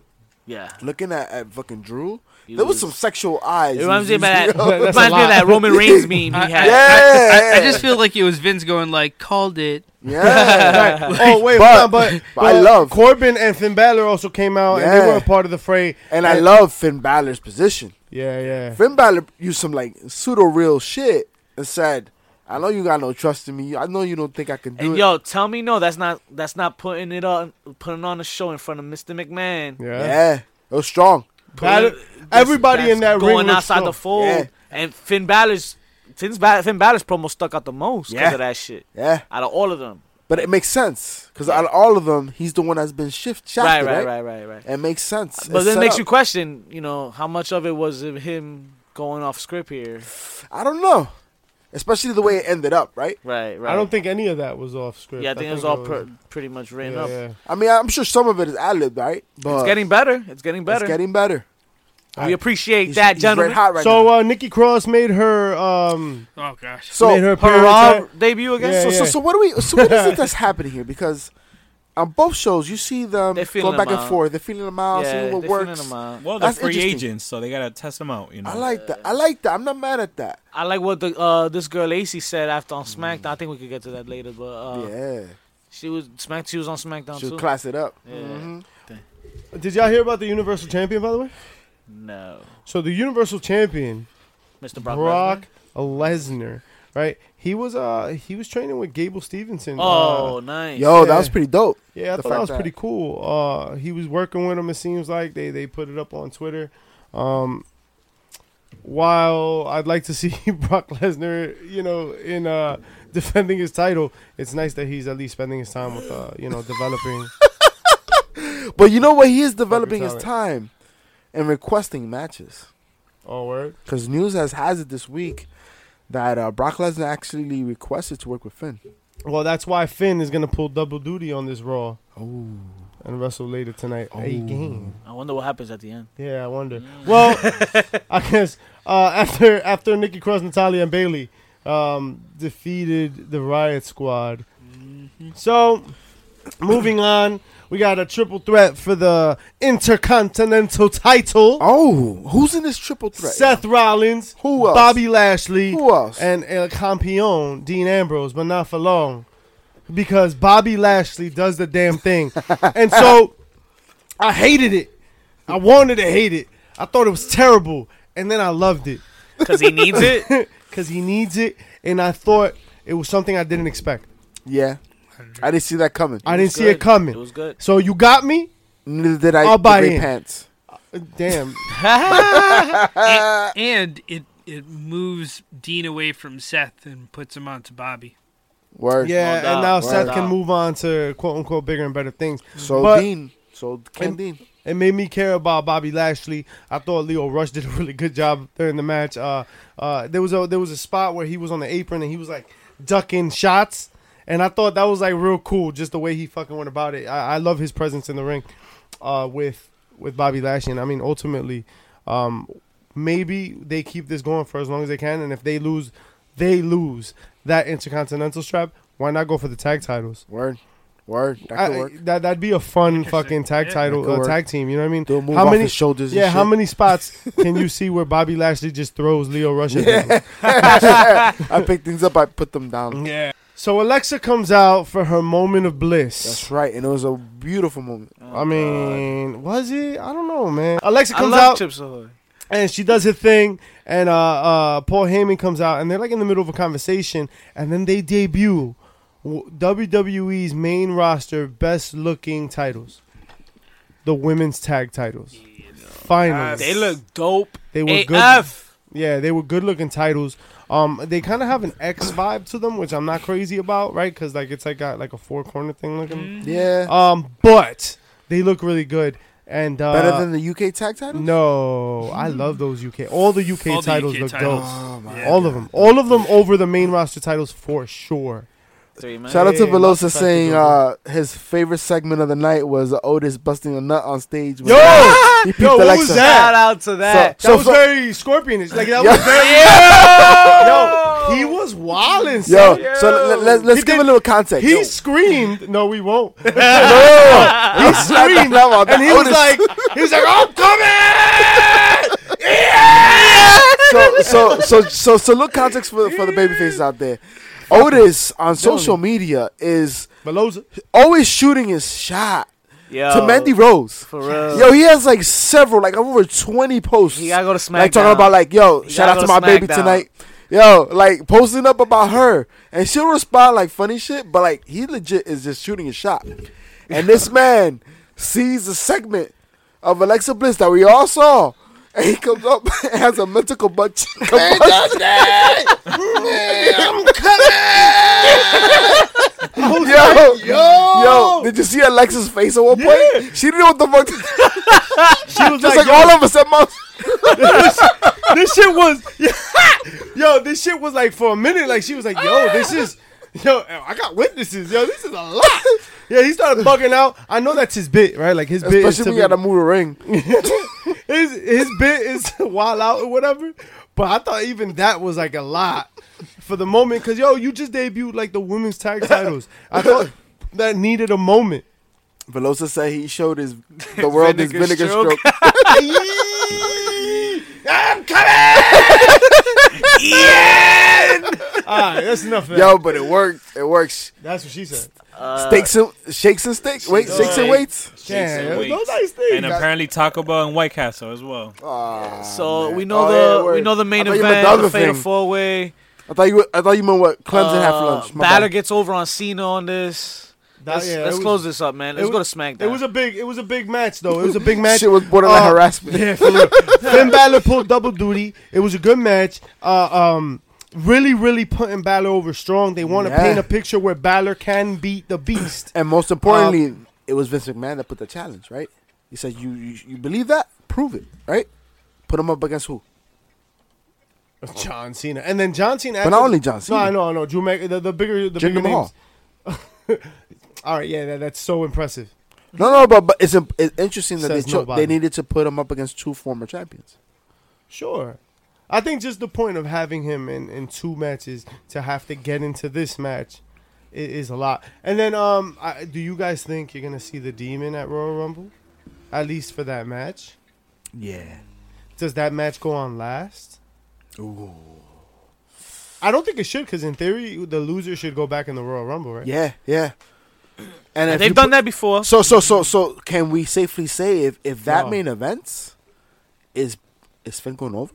Speaker 2: Yeah.
Speaker 3: looking at, at fucking Drew.
Speaker 2: He
Speaker 3: there was, some sexual eyes.
Speaker 2: It reminds me of
Speaker 1: That's
Speaker 2: that.
Speaker 1: a
Speaker 2: (laughs) reminds me of
Speaker 1: lot.
Speaker 2: that Roman Reigns meme he
Speaker 5: I, I-
Speaker 2: had.
Speaker 3: (laughs)
Speaker 5: I- I- I
Speaker 3: Yeah.
Speaker 5: just feel like it was Vince going like called it.
Speaker 3: Yeah.
Speaker 2: (laughs)
Speaker 3: (laughs)
Speaker 1: oh wait,
Speaker 3: But-
Speaker 1: but, but,
Speaker 3: but (laughs) I love-
Speaker 1: Corbin and Finn Balor also came out and they
Speaker 3: Yeah.
Speaker 1: were a part of the fray.
Speaker 3: and I love Finn Balor's position.
Speaker 1: Yeah, yeah.
Speaker 3: Finn Balor used some like pseudo real shit and said, I know you got no trust in me. I know you don't think I can do
Speaker 2: And
Speaker 3: it.
Speaker 2: yo, tell me no, that's not that's not putting it on putting on a show in front of Mr. McMahon.
Speaker 1: Yeah.
Speaker 3: yeah. It was strong.
Speaker 1: Balor-
Speaker 2: Putting-
Speaker 1: everybody
Speaker 2: that's
Speaker 1: in that
Speaker 2: going
Speaker 1: ring looks
Speaker 2: outside the
Speaker 1: strong.
Speaker 2: fold,
Speaker 3: Yeah.
Speaker 2: and Finn Balor's Finn's Balor, Finn Balor's promo stuck out the most because
Speaker 3: Yeah.
Speaker 2: of that shit.
Speaker 3: Yeah.
Speaker 2: Out of all of them,
Speaker 3: But it makes sense because out of all of them, he's the one that's been shift
Speaker 2: right,
Speaker 3: shafted, right,
Speaker 2: right, right, right, right.
Speaker 3: It makes sense.
Speaker 2: But then
Speaker 3: It's
Speaker 2: it
Speaker 3: set
Speaker 2: makes
Speaker 3: up.
Speaker 2: you question, you know, how much of it was of him going off script here?
Speaker 3: I don't know, especially the way it ended up, right?
Speaker 2: Right, right.
Speaker 1: I don't think any of that was off script.
Speaker 2: Yeah, I think it was all pr- pretty much written
Speaker 1: yeah,
Speaker 2: up.
Speaker 1: yeah.
Speaker 3: I mean, I'm sure some of it is ad lib, right? But
Speaker 2: It's getting better. It's getting better.
Speaker 3: It's getting better.
Speaker 2: we appreciate
Speaker 3: He's,
Speaker 2: that,
Speaker 3: he's
Speaker 2: gentlemen.
Speaker 3: red hot right
Speaker 1: so
Speaker 3: now.
Speaker 1: uh, Nikki Cross made her um
Speaker 5: Oh gosh.
Speaker 3: so
Speaker 1: made her
Speaker 2: Her
Speaker 1: appearance.
Speaker 2: Raw
Speaker 1: at-
Speaker 2: debut again.
Speaker 1: Yeah,
Speaker 3: so,
Speaker 2: so,
Speaker 3: so so what do we? So what
Speaker 1: (laughs)
Speaker 3: is it that's happening here? Because on both shows, you see them
Speaker 2: They're feeling
Speaker 3: going back
Speaker 2: them
Speaker 3: and
Speaker 2: out.
Speaker 3: forth. They're feeling them out,
Speaker 2: yeah,
Speaker 3: seeing
Speaker 2: they're
Speaker 3: what
Speaker 2: feeling
Speaker 3: works.
Speaker 2: them out.
Speaker 4: Well, they're
Speaker 3: That's
Speaker 4: free
Speaker 3: interesting.
Speaker 4: agents, so they gotta test them out. You know.
Speaker 3: I like that. I like that. I'm not mad at that.
Speaker 2: I like what the uh, this girl Lacey said after on SmackDown. I think we could get to that later, but uh,
Speaker 3: yeah,
Speaker 2: she was Smack. She was on SmackDown
Speaker 3: should
Speaker 2: too.
Speaker 3: class it up.
Speaker 2: Yeah.
Speaker 3: Mhm.
Speaker 1: Did y'all hear about the Universal Champion by the way?
Speaker 2: no,
Speaker 1: So the Universal Champion
Speaker 2: Mr. Brock.
Speaker 1: Brock,
Speaker 2: Lesnar?
Speaker 1: Lesnar, right? He was uh he was training with Gable Stevenson. uh,
Speaker 2: Oh, nice.
Speaker 3: Yo, that
Speaker 1: Yeah.
Speaker 3: was pretty dope.
Speaker 1: Yeah, I
Speaker 3: the
Speaker 1: thought that
Speaker 3: fact
Speaker 1: was
Speaker 3: that-
Speaker 1: pretty cool. Uh, he was working with him. It seems like they they put it up on Twitter. Um, while I'd like to (laughs) see Brock Lesnar, you know, in uh, defending his title, it's nice that he's at least spending his time with, uh, you know,
Speaker 3: (laughs)
Speaker 1: developing.
Speaker 3: But you know what? He is developing his
Speaker 1: talent.
Speaker 3: time and requesting matches.
Speaker 1: oh, word.
Speaker 3: Because news has has it this week that uh, Brock Lesnar actually requested to work with Finn.
Speaker 1: Well, that's why Finn is gonna pull double duty on this Raw
Speaker 3: Oh,
Speaker 1: and wrestle later tonight. A game.
Speaker 2: I wonder what happens at the end.
Speaker 1: Yeah, I wonder. Well, I guess uh, after after Nikki Cross, Natalia, and Bailey um, defeated the Riot Squad. So, moving on, we got a triple threat for the Intercontinental title.
Speaker 3: oh, who's in this triple threat?
Speaker 1: Seth Rollins,
Speaker 3: Who else?
Speaker 1: Bobby Lashley,
Speaker 3: Who else?
Speaker 1: and El Campeon, Dean Ambrose, but not for long. Because Bobby Lashley does the damn
Speaker 3: (laughs)
Speaker 1: thing. and so I hated it. I wanted to hate it. I thought it was terrible. And then I loved it.
Speaker 2: Because he needs it.
Speaker 1: Because he needs it. and I thought it was something I didn't expect.
Speaker 3: Yeah, I didn't see that coming.
Speaker 1: I
Speaker 2: It
Speaker 1: didn't
Speaker 2: was
Speaker 1: see it
Speaker 2: good. It
Speaker 1: coming.
Speaker 2: was good.
Speaker 1: So you got me.
Speaker 3: Neither did I.
Speaker 1: I'll
Speaker 3: the
Speaker 1: buy
Speaker 3: gray
Speaker 1: in.
Speaker 3: pants.
Speaker 1: Damn.
Speaker 5: and, and it it moves Dean away from Seth and puts him onto Bobby.
Speaker 3: Word.
Speaker 1: Yeah,
Speaker 2: (laughs) No doubt,
Speaker 1: and now
Speaker 2: no
Speaker 1: Seth can
Speaker 2: doubt.
Speaker 1: move on to quote unquote bigger and better things.
Speaker 3: So
Speaker 1: But-
Speaker 3: Dean. So Ken
Speaker 1: And-
Speaker 3: Dean.
Speaker 1: It made me care about Bobby Lashley. I thought Leo Rush did a really good job during the match. Uh, uh, there was a there was a spot where he was on the apron and he was like ducking shots, and I thought that was like real cool, just the way he fucking went about it. I, I love his presence in the ring, uh, with with Bobby Lashley. And I mean, ultimately, um, maybe they keep this going for as long as they can, and if they lose, they lose that Intercontinental strap. Why not go for the tag titles?
Speaker 3: Word. Word. That
Speaker 1: I-
Speaker 3: could work.
Speaker 1: that that'd be a fun
Speaker 5: Interesting.
Speaker 1: fucking tag
Speaker 5: Yeah.
Speaker 1: title,
Speaker 3: That could
Speaker 1: uh,
Speaker 3: work.
Speaker 1: tag team. You know what I mean?
Speaker 3: They'll move
Speaker 1: how
Speaker 3: off
Speaker 1: many-
Speaker 3: his shoulders.
Speaker 1: Yeah,
Speaker 3: and
Speaker 1: how
Speaker 3: shit.
Speaker 1: many
Speaker 3: (laughs)
Speaker 1: spots can you see where Bobby Lashley just throws Leo Rush? At people? (laughs)
Speaker 3: (laughs) I pick things up. I put them down.
Speaker 1: So Alexa comes out for her moment of bliss.
Speaker 3: That's right, and it was a beautiful moment.
Speaker 1: I mean, was it? I don't know, man. Alexa
Speaker 2: Oh, I
Speaker 1: comes
Speaker 2: love
Speaker 1: out
Speaker 2: Chips Ahoy.
Speaker 1: and she does her thing, and uh, uh, Paul Heyman comes out, and they're like in the middle of a conversation, and then they debut w- WWE's main roster best looking titles, the women's tag titles. Finally,
Speaker 2: They look dope.
Speaker 1: They were good.
Speaker 2: AF.
Speaker 1: Yeah, they were good looking titles. Um, they kind of have an X vibe to them, which I'm not crazy about, right? Because like it's like got like a four corner thing
Speaker 5: Mm-hmm.
Speaker 1: looking.
Speaker 3: Yeah,
Speaker 1: Um, but they look really good and uh,
Speaker 3: better than the UK tag title.
Speaker 1: no. I love those UK. All the UK
Speaker 5: All the
Speaker 1: titles
Speaker 5: UK
Speaker 1: look
Speaker 5: titles.
Speaker 1: dope.
Speaker 3: Oh my
Speaker 5: Yeah.
Speaker 1: All of them, all of them over the main roster titles for sure.
Speaker 2: Three, man.
Speaker 3: Shout out to
Speaker 1: Yeah, lots
Speaker 3: Velosa
Speaker 1: of
Speaker 3: saying uh,
Speaker 1: titles.
Speaker 3: his favorite segment of the night was Otis busting a nut on stage. with-
Speaker 1: Yo,
Speaker 3: he peeped
Speaker 1: yo, what
Speaker 3: Alexa.
Speaker 1: was
Speaker 2: Shout
Speaker 1: that?
Speaker 2: out to that.
Speaker 1: That
Speaker 3: So
Speaker 1: was
Speaker 3: fu-
Speaker 1: very scorpionish. Like that
Speaker 3: Yo.
Speaker 1: was very. Yo, he was wilding.
Speaker 3: Yo,
Speaker 1: son.
Speaker 3: so let, let, let's
Speaker 1: He
Speaker 3: give
Speaker 1: did-
Speaker 3: a little context.
Speaker 1: He
Speaker 3: Yo.
Speaker 1: screamed. No, we
Speaker 3: (laughs)
Speaker 1: won't.
Speaker 3: no,
Speaker 1: He screamed,
Speaker 3: level, on that
Speaker 1: and he was
Speaker 3: Otis.
Speaker 1: like, he was like, "I'm coming!"
Speaker 3: so so so so so look context for for the baby faces out there. Otis on social media is
Speaker 1: Melosa.
Speaker 3: always shooting his shot
Speaker 2: Yo,
Speaker 3: to Mandy Rose.
Speaker 2: For real.
Speaker 3: Yo, he has like several, like over twenty posts.
Speaker 2: he gotta go to SmackDown.
Speaker 3: like talking about like yo,
Speaker 2: You
Speaker 3: shout out
Speaker 2: gotta
Speaker 3: to
Speaker 2: go
Speaker 3: my baby
Speaker 2: SmackDown.
Speaker 3: tonight. Yo, like posting up about her, and she'll respond like funny shit, but like he legit is just shooting a shot. And this
Speaker 2: (laughs)
Speaker 3: man sees a segment of Alexa Bliss that we all saw, and he comes up (laughs) and has a
Speaker 2: (laughs)
Speaker 3: mythical bunch.
Speaker 2: (laughs)
Speaker 3: yo, yo, yo! Did you see Alexa's face at one point? She didn't know what the fuck.
Speaker 2: (laughs)
Speaker 3: To,
Speaker 1: She was
Speaker 3: just
Speaker 1: like,
Speaker 3: (laughs) like all of us at once.
Speaker 1: yo, "This shit was, (laughs) yo, this shit was like for a minute. Like she was like, yo, this is, yo, I got witnesses. Yo, this is a lot." Yeah, he started bugging out. I know that's his bit, right? Like his bit, is
Speaker 3: Especially
Speaker 1: to
Speaker 3: when
Speaker 1: be-
Speaker 3: you had to move a ring.
Speaker 1: his his bit is (laughs) wild out or whatever. But I thought even that was like a lot for the moment because yo, you just debuted like the women's tag titles. I thought that needed a moment.
Speaker 3: Velosa said he showed
Speaker 2: (laughs)
Speaker 3: his the world his
Speaker 2: Vinegar
Speaker 3: vinegar
Speaker 2: stroke.
Speaker 3: stroke.
Speaker 2: (laughs)
Speaker 1: I'm (laughs) coming. All right, that's enough. Of that.
Speaker 3: Yo, but it worked. It works.
Speaker 1: That's what she said.
Speaker 2: Uh,
Speaker 3: Steaks and shakes and steaks. Wait,
Speaker 2: and
Speaker 3: shakes and
Speaker 2: steak.
Speaker 3: weights.
Speaker 4: and
Speaker 1: Damn,
Speaker 4: weights.
Speaker 1: those nice (laughs) things.
Speaker 4: and apparently Taco Bell and White Castle as well.
Speaker 1: Oh.
Speaker 3: Aw,
Speaker 2: So
Speaker 3: man.
Speaker 2: we know
Speaker 3: Oh, yeah,
Speaker 2: the
Speaker 3: it
Speaker 2: we
Speaker 3: worked.
Speaker 2: know the main
Speaker 3: I thought you meant
Speaker 2: event,
Speaker 3: the
Speaker 2: the
Speaker 3: other
Speaker 2: fatal
Speaker 3: thing.
Speaker 2: four way.
Speaker 3: I thought you. I thought you meant what Clemson had for lunch. My
Speaker 2: Batter
Speaker 3: bad.
Speaker 2: Uh, gets over on Cena on this.
Speaker 1: That-
Speaker 2: let's
Speaker 1: yeah, it
Speaker 2: let's
Speaker 1: was-
Speaker 2: close this up, man. Let's
Speaker 1: it
Speaker 2: go to
Speaker 1: was-
Speaker 2: SmackDown.
Speaker 1: It was a big, it was a big match though. It was a big match.
Speaker 3: (laughs) Shit was borderline
Speaker 2: Oh.
Speaker 1: Uh,
Speaker 2: (laughs)
Speaker 3: harassment.
Speaker 1: Yeah, (laughs) for real. Finn Balor pulled double duty. It was a good match. Uh, um, really, really putting Balor over strong. They want to
Speaker 3: Yeah.
Speaker 1: paint a picture where Balor can beat the
Speaker 3: (laughs)
Speaker 1: Beast.
Speaker 3: And most importantly,
Speaker 2: Um,
Speaker 3: it was Vince McMahon that put the challenge. Right? He said, "You you, you believe that? Prove it." Right? Put him up against who?
Speaker 1: John Cena, and then John Cena.
Speaker 3: But
Speaker 1: after-
Speaker 3: not only John
Speaker 1: No, I
Speaker 3: Cena.
Speaker 1: know, I know. Drew Mac, the, the bigger, the
Speaker 3: Jinder
Speaker 1: bigger names.
Speaker 3: Mahal.
Speaker 1: (laughs) All right, yeah, that, that's so impressive.
Speaker 3: No, no, but but it's, imp- it's interesting that they
Speaker 1: Says
Speaker 3: cho-
Speaker 1: nobody.
Speaker 3: they needed to put him up against two former champions.
Speaker 1: Sure. I think just the point of having him in, in two matches to have to get into this match i- is, a lot. And then, um, I, do you guys think you're gonna see the Demon at Royal Rumble, at least for that match?
Speaker 3: Yeah.
Speaker 1: Does that match go on last?
Speaker 3: Ooh.
Speaker 1: I don't think it should, because in theory, the loser should go back in the Royal Rumble, right?
Speaker 3: Yeah, yeah. And if
Speaker 2: They've
Speaker 3: you
Speaker 2: done that before.
Speaker 3: So so so so can we safely say if if that
Speaker 1: No.
Speaker 3: main event is is Finn going over?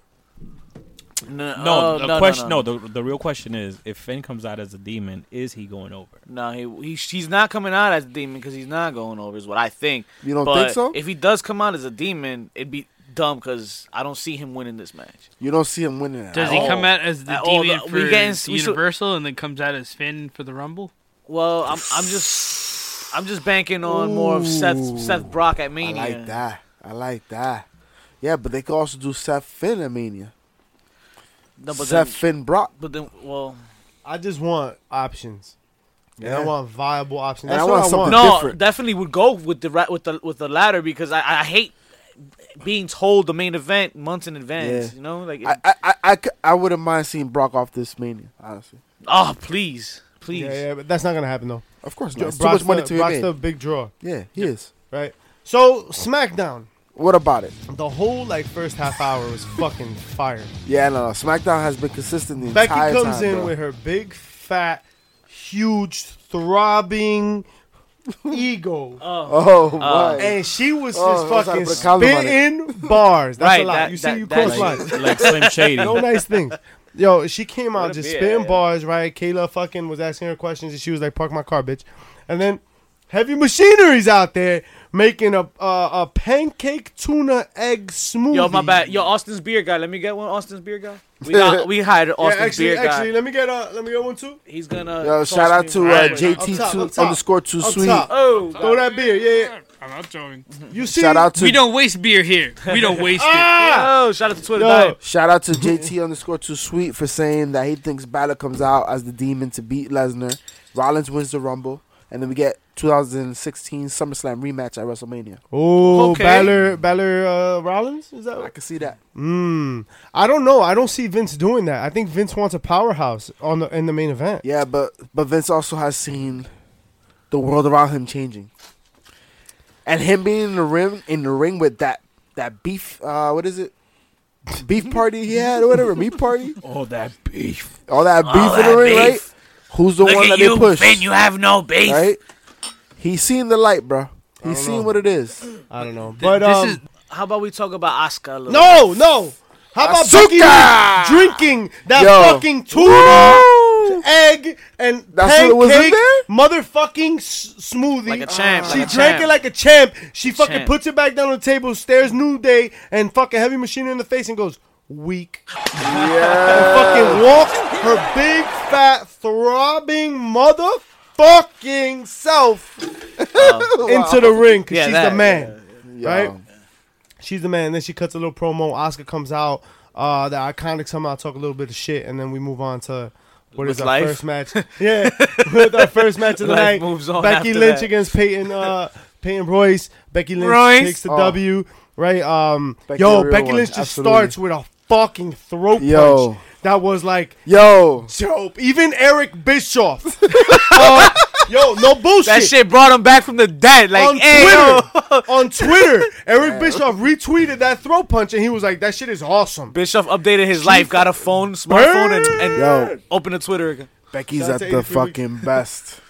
Speaker 2: No,
Speaker 4: No,
Speaker 2: oh,
Speaker 4: the
Speaker 2: no,
Speaker 4: question.
Speaker 2: No,
Speaker 4: No, the the real question is, if Finn comes out as a demon, is he going over?
Speaker 2: no. no he, he he's not coming out as a demon because he's not going over. Is what I think.
Speaker 3: You don't
Speaker 2: but
Speaker 3: think so?
Speaker 2: If he does come out as a demon, it'd be dumb because I don't see him winning this match.
Speaker 3: You don't see him winning. It
Speaker 5: Does
Speaker 3: at
Speaker 5: he
Speaker 3: all.
Speaker 5: come out as the
Speaker 2: At all,
Speaker 5: deviant
Speaker 2: the-
Speaker 5: for
Speaker 2: we getting- we should-
Speaker 5: Universal and then comes out as Finn for the Rumble?
Speaker 2: Well, I'm I'm just I'm just banking on more of Seth
Speaker 3: Ooh.
Speaker 2: Seth Brock at
Speaker 3: I
Speaker 2: Mania.
Speaker 3: like that. I like that. Yeah, but they could also do Seth Finn at Mania.
Speaker 2: No, but
Speaker 3: Seth
Speaker 2: then,
Speaker 3: Finn Brock.
Speaker 2: but then, well,
Speaker 1: I just want options. And
Speaker 3: Yeah.
Speaker 1: I want viable options.
Speaker 3: And
Speaker 1: That's
Speaker 3: I
Speaker 1: what
Speaker 3: want
Speaker 1: I want.
Speaker 3: something-
Speaker 2: no,
Speaker 3: different.
Speaker 2: definitely would go with the ra- with the with the latter because I I hate being told the main event months in advance.
Speaker 3: Yeah.
Speaker 2: You know, like
Speaker 3: I, I, I, I, cou- I wouldn't mind seeing Brock off this Mania, honestly.
Speaker 2: oh please, please.
Speaker 1: Yeah, yeah, but that's not gonna happen though.
Speaker 3: Of course not. It's too
Speaker 1: Brock's
Speaker 3: much money
Speaker 1: the-
Speaker 3: to be
Speaker 1: Brock's
Speaker 3: made.
Speaker 1: the big draw,
Speaker 3: Yeah, he is.
Speaker 1: right? So SmackDown,
Speaker 3: What about it?
Speaker 1: the whole like first half hour was fucking fire.
Speaker 3: Yeah, no, no. SmackDown has been consistent the
Speaker 1: Becky
Speaker 3: entire
Speaker 1: comes
Speaker 3: time,
Speaker 1: in
Speaker 3: bro.
Speaker 1: with her big, fat, huge,
Speaker 3: (laughs)
Speaker 1: throbbing ego.
Speaker 3: Oh, my.
Speaker 1: And she was just
Speaker 3: Oh, vamos a
Speaker 1: fucking
Speaker 3: buscarlo,
Speaker 1: spitting bars. That's a
Speaker 2: Right,
Speaker 1: lot.
Speaker 2: that-
Speaker 1: you
Speaker 2: that-
Speaker 1: see, you
Speaker 2: that-
Speaker 1: cross lines.
Speaker 4: Like, (laughs) like Slim Shady.
Speaker 2: (laughs)
Speaker 1: No nice things. Yo, she came
Speaker 2: Let
Speaker 1: out
Speaker 2: it
Speaker 1: just
Speaker 2: be, yeah,
Speaker 1: spitting
Speaker 2: yeah.
Speaker 1: bars, right? Kayla fucking was asking her questions, and she was like, "Park my car, bitch." And then heavy machinery's out there making a a, a pancake tuna egg smoothie.
Speaker 2: Yo, my bad. Yo, Austin's beer guy. Let me get one. Austin's beer guy. We got, we hired
Speaker 1: Yeah,
Speaker 2: Austin's
Speaker 1: actually,
Speaker 2: beer guy.
Speaker 1: actually, let me get a let me get one too.
Speaker 2: He's gonna.
Speaker 3: Yo,
Speaker 2: toss
Speaker 3: shout out
Speaker 2: me
Speaker 3: to
Speaker 2: one.
Speaker 3: uh,
Speaker 5: Right.
Speaker 3: JT
Speaker 1: Up top, up
Speaker 3: two
Speaker 1: top.
Speaker 3: underscore too
Speaker 1: Up
Speaker 3: sweet.
Speaker 1: top.
Speaker 2: Oh,
Speaker 1: Throw that beer, yeah.
Speaker 5: I'm not joking.
Speaker 2: Mm-hmm.
Speaker 1: yeah. You see,
Speaker 3: Shout out to
Speaker 5: We don't waste beer here. We don't waste (laughs) it.
Speaker 2: oh, shout out to Twitter.
Speaker 1: Yo.
Speaker 2: Dive.
Speaker 3: shout out to JT underscore too sweet for saying that he thinks Balor comes out as the demon to beat Lesnar. Rollins wins the Rumble, and then we get 2016 SummerSlam rematch at WrestleMania.
Speaker 1: Oh,
Speaker 2: Okay.
Speaker 1: Balor, Balor uh, Rollins is
Speaker 3: I
Speaker 1: that?
Speaker 3: can see that.
Speaker 1: Mm, I don't know. I don't see Vince doing that. I think Vince wants a powerhouse on the in the main event.
Speaker 3: Yeah, but but Vince also has seen the world around him changing, and him being in the ring in the ring with that that beef. Uh, what is it? Beef party he had or whatever meat party.
Speaker 4: All that beef.
Speaker 3: All that beef in
Speaker 2: that
Speaker 3: the ring,
Speaker 2: beef.
Speaker 3: right? Who's the one that they push?
Speaker 2: Finn, have no beef.
Speaker 3: right? He's seen the light, bro.
Speaker 1: don't
Speaker 3: He's seen
Speaker 1: know.
Speaker 3: what it is.
Speaker 1: I don't know, but
Speaker 5: this
Speaker 1: um,
Speaker 5: is-
Speaker 2: How about we talk about Oscar? A little
Speaker 1: No, no. How about
Speaker 3: Bazooka!
Speaker 1: Becky Lynch drinking that
Speaker 3: Yo.
Speaker 1: fucking tuna, egg, and
Speaker 3: That's what was in
Speaker 1: pancake
Speaker 3: there?
Speaker 1: motherfucking s- smoothie?
Speaker 2: Like a champ,
Speaker 1: She
Speaker 2: like a
Speaker 1: drank
Speaker 2: champ.
Speaker 1: it like a champ. She fucking
Speaker 2: Champ.
Speaker 1: puts it back down on the table, stares New Day and fucking Heavy Machine in the face and goes, weak. Fucking walks her big, fat, throbbing motherfucking self into the ring because
Speaker 2: Yeah,
Speaker 1: she's
Speaker 2: that,
Speaker 1: the man.
Speaker 3: Yo.
Speaker 1: Right? She's the man. Then she cuts a little promo. Oscar comes out. Uh, the iconics come out, talk a little bit of shit, and then we move on to what is
Speaker 2: With
Speaker 1: our
Speaker 2: life?
Speaker 1: first
Speaker 2: (laughs)
Speaker 1: match? yeah, with our first match of the
Speaker 2: Life
Speaker 1: night,
Speaker 2: moves on
Speaker 1: Becky
Speaker 2: after
Speaker 1: Lynch
Speaker 2: that.
Speaker 1: against Peyton uh, Peyton Royce. Becky Lynch
Speaker 2: Royce.
Speaker 1: takes the
Speaker 3: Oh.
Speaker 1: W. Right? Um,
Speaker 3: Becky
Speaker 1: yo,
Speaker 3: the real
Speaker 1: Becky
Speaker 3: one,
Speaker 1: Lynch just
Speaker 3: absolutely.
Speaker 1: starts with a fucking throat
Speaker 3: Yo.
Speaker 1: punch that was like
Speaker 3: Yo.
Speaker 1: dope. Even Eric
Speaker 3: (laughs)
Speaker 1: Bischoff. Uh, yo, no bullshit
Speaker 2: That shit brought him back from the dead. Like,
Speaker 1: on
Speaker 2: hey, yo.
Speaker 1: Twitter, on (laughs) Twitter, Eric Bischoff retweeted that throw punch, and he was like, "That shit is awesome."
Speaker 2: Bischoff updated his life, got a phone, smartphone, and, and
Speaker 3: Yo.
Speaker 2: opened a Twitter account.
Speaker 3: Becky's
Speaker 1: Shout out
Speaker 3: at
Speaker 1: to
Speaker 3: the
Speaker 1: 83
Speaker 3: fucking best.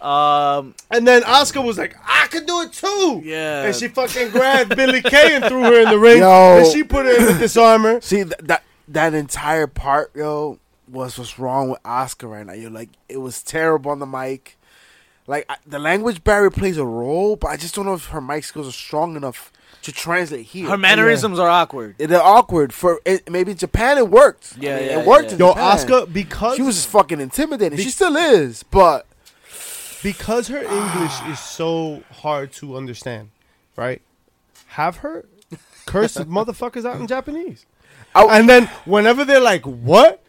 Speaker 2: Um,
Speaker 1: And then Oscar was like, "I could do it too."
Speaker 2: Yeah.
Speaker 1: And she fucking grabbed Billy Kay and threw her in the ring,
Speaker 3: Yo.
Speaker 1: and she put her in with this armor.
Speaker 3: (laughs) See th- that that entire part, yo, was what's wrong with Oscar right now. You're like, it was terrible on the mic. Like I, the language barrier plays a role, but I just don't know if her mic skills are strong enough to translate here.
Speaker 2: her mannerisms are awkward.
Speaker 3: They're awkward for it, maybe Japan. It worked.
Speaker 2: Yeah,
Speaker 3: I mean,
Speaker 2: yeah,
Speaker 3: it worked.
Speaker 2: yeah.
Speaker 3: in
Speaker 1: Yo,
Speaker 3: Japan.
Speaker 1: Oscar, because
Speaker 3: she was just fucking intimidating. She
Speaker 1: Be-
Speaker 3: still is, but
Speaker 1: because her English is so hard to understand, right? Have her curse the motherfuckers out in Japanese.
Speaker 3: Oh.
Speaker 1: And then whenever they're like, "What?"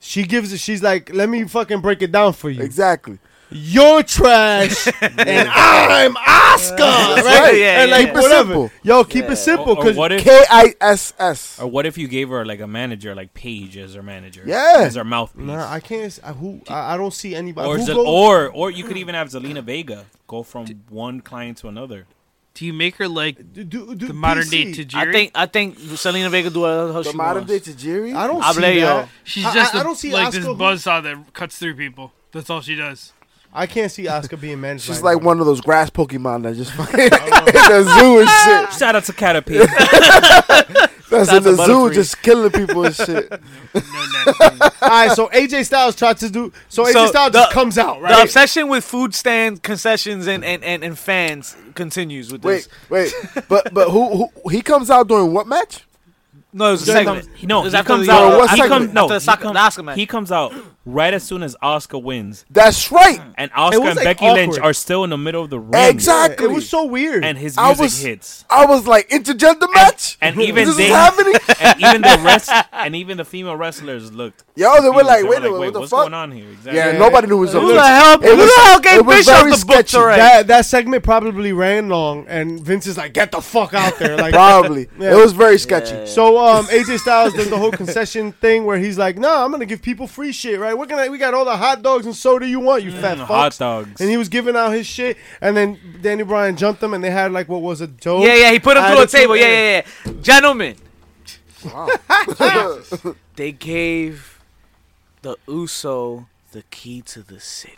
Speaker 1: She gives it. She's like, "Let me fucking break it down for you."
Speaker 3: exactly.
Speaker 1: you're (laughs) trash and I'm Oscar, right?
Speaker 2: (laughs)
Speaker 3: right.
Speaker 2: Yeah,
Speaker 1: and
Speaker 2: yeah,
Speaker 1: like
Speaker 2: yeah.
Speaker 1: whatever.
Speaker 3: Simple.
Speaker 1: Yo, keep it simple
Speaker 4: Or, or
Speaker 1: because
Speaker 4: what if?
Speaker 3: K I S S.
Speaker 4: Or what if you gave her like a manager, like Paige as her manager?
Speaker 3: Yeah.
Speaker 4: As her mouthpiece.
Speaker 1: nah, I can't. s- I, who I, I don't see anybody.
Speaker 4: or,
Speaker 1: who
Speaker 4: Ze-
Speaker 1: goes-
Speaker 4: or or you could even have Zelina Vega go from one client to another.
Speaker 5: Do you make her like
Speaker 1: do, do, do
Speaker 5: the modern day
Speaker 1: PC.
Speaker 5: Tajiri?
Speaker 2: I think I think Selena Vega do whatever the hell
Speaker 3: The
Speaker 2: she
Speaker 3: modern
Speaker 2: wants.
Speaker 3: day Tajiri.
Speaker 1: I don't
Speaker 2: I
Speaker 1: see
Speaker 2: blame
Speaker 1: that.
Speaker 2: y'all.
Speaker 5: she's
Speaker 1: I-
Speaker 5: just
Speaker 1: I,
Speaker 5: a-
Speaker 1: I don't see
Speaker 5: like
Speaker 1: Oscar
Speaker 5: this
Speaker 1: who-
Speaker 5: buzzsaw that cuts through people. That's all she does.
Speaker 1: I can't see Oscar being managed.
Speaker 3: She's
Speaker 1: by
Speaker 3: like
Speaker 1: anybody.
Speaker 3: one of those grass (laughs)
Speaker 4: (laughs)
Speaker 3: Pokemon that just fucking in the zoo and
Speaker 1: (laughs)
Speaker 3: shit.
Speaker 4: Shout out to Caterpie.
Speaker 3: That's
Speaker 2: That's
Speaker 3: in
Speaker 2: a
Speaker 3: the zoo
Speaker 2: Butterfree.
Speaker 3: just killing people and shit.
Speaker 5: No, no,
Speaker 1: All right, so AJ Styles tried to do. So AJ
Speaker 2: So
Speaker 1: Styles
Speaker 2: the-
Speaker 1: just comes out,
Speaker 2: The
Speaker 1: right?
Speaker 2: obsession with food stand concessions and, and, and, and fans continues with
Speaker 3: Wait,
Speaker 2: this.
Speaker 3: wait, but but who, who he comes out during what match?
Speaker 2: No, it was a
Speaker 1: During
Speaker 2: segment.
Speaker 4: He- No,
Speaker 2: Because
Speaker 4: he
Speaker 2: that comes
Speaker 4: comes
Speaker 2: out-
Speaker 4: out.
Speaker 3: what
Speaker 4: he
Speaker 3: segment?
Speaker 4: comes, no,
Speaker 2: After the
Speaker 4: he
Speaker 2: Saka-
Speaker 4: comes-
Speaker 2: the Oscar match.
Speaker 4: He comes out right as soon as Oscar wins,
Speaker 3: That's right.
Speaker 4: and Oscar
Speaker 1: was,
Speaker 4: and
Speaker 1: like,
Speaker 4: Becky Lynch
Speaker 1: awkward.
Speaker 4: are still in the middle of the ring.
Speaker 3: Exactly.
Speaker 1: It was so weird.
Speaker 4: And his
Speaker 3: I
Speaker 4: music
Speaker 3: was-
Speaker 4: hits,
Speaker 3: I was like, interject the match.
Speaker 4: and even
Speaker 3: this
Speaker 4: they-
Speaker 3: is happening.
Speaker 4: and even the rest, and even the female wrestlers looked.
Speaker 3: Yo, they were
Speaker 4: confused.
Speaker 3: like,
Speaker 4: They
Speaker 3: wait, a minute, what the
Speaker 4: what's
Speaker 3: fuck?
Speaker 4: going on here? Exactly.
Speaker 3: Yeah, nobody knew it was up.
Speaker 2: Who the hell?
Speaker 3: It
Speaker 2: Who
Speaker 3: was-
Speaker 2: the hell
Speaker 3: it
Speaker 2: Oh, gave
Speaker 3: was
Speaker 2: Bishop
Speaker 3: very
Speaker 2: the book
Speaker 3: sketchy.
Speaker 2: to write?
Speaker 1: that that segment probably ran long, and Vince is like, "Get the fuck out there!" Like,
Speaker 3: Probably.
Speaker 1: Yeah.
Speaker 3: It was very sketchy.
Speaker 1: So um, AJ Styles does the whole concession thing where he's like, "No, I'm gonna give people free shit, right? We're gonna we got all the hot dogs and soda you want, you fat
Speaker 4: Mm, hot
Speaker 1: fucks."
Speaker 4: dogs.
Speaker 1: And he was giving out his shit, and then Danny Bryan jumped him, and they had like what was it, dope?
Speaker 2: Yeah, yeah, he put him through a
Speaker 1: Attitude
Speaker 2: table. Yeah,
Speaker 1: Era.
Speaker 2: yeah, yeah. Gentlemen, (laughs) they gave the Uso the key to the city,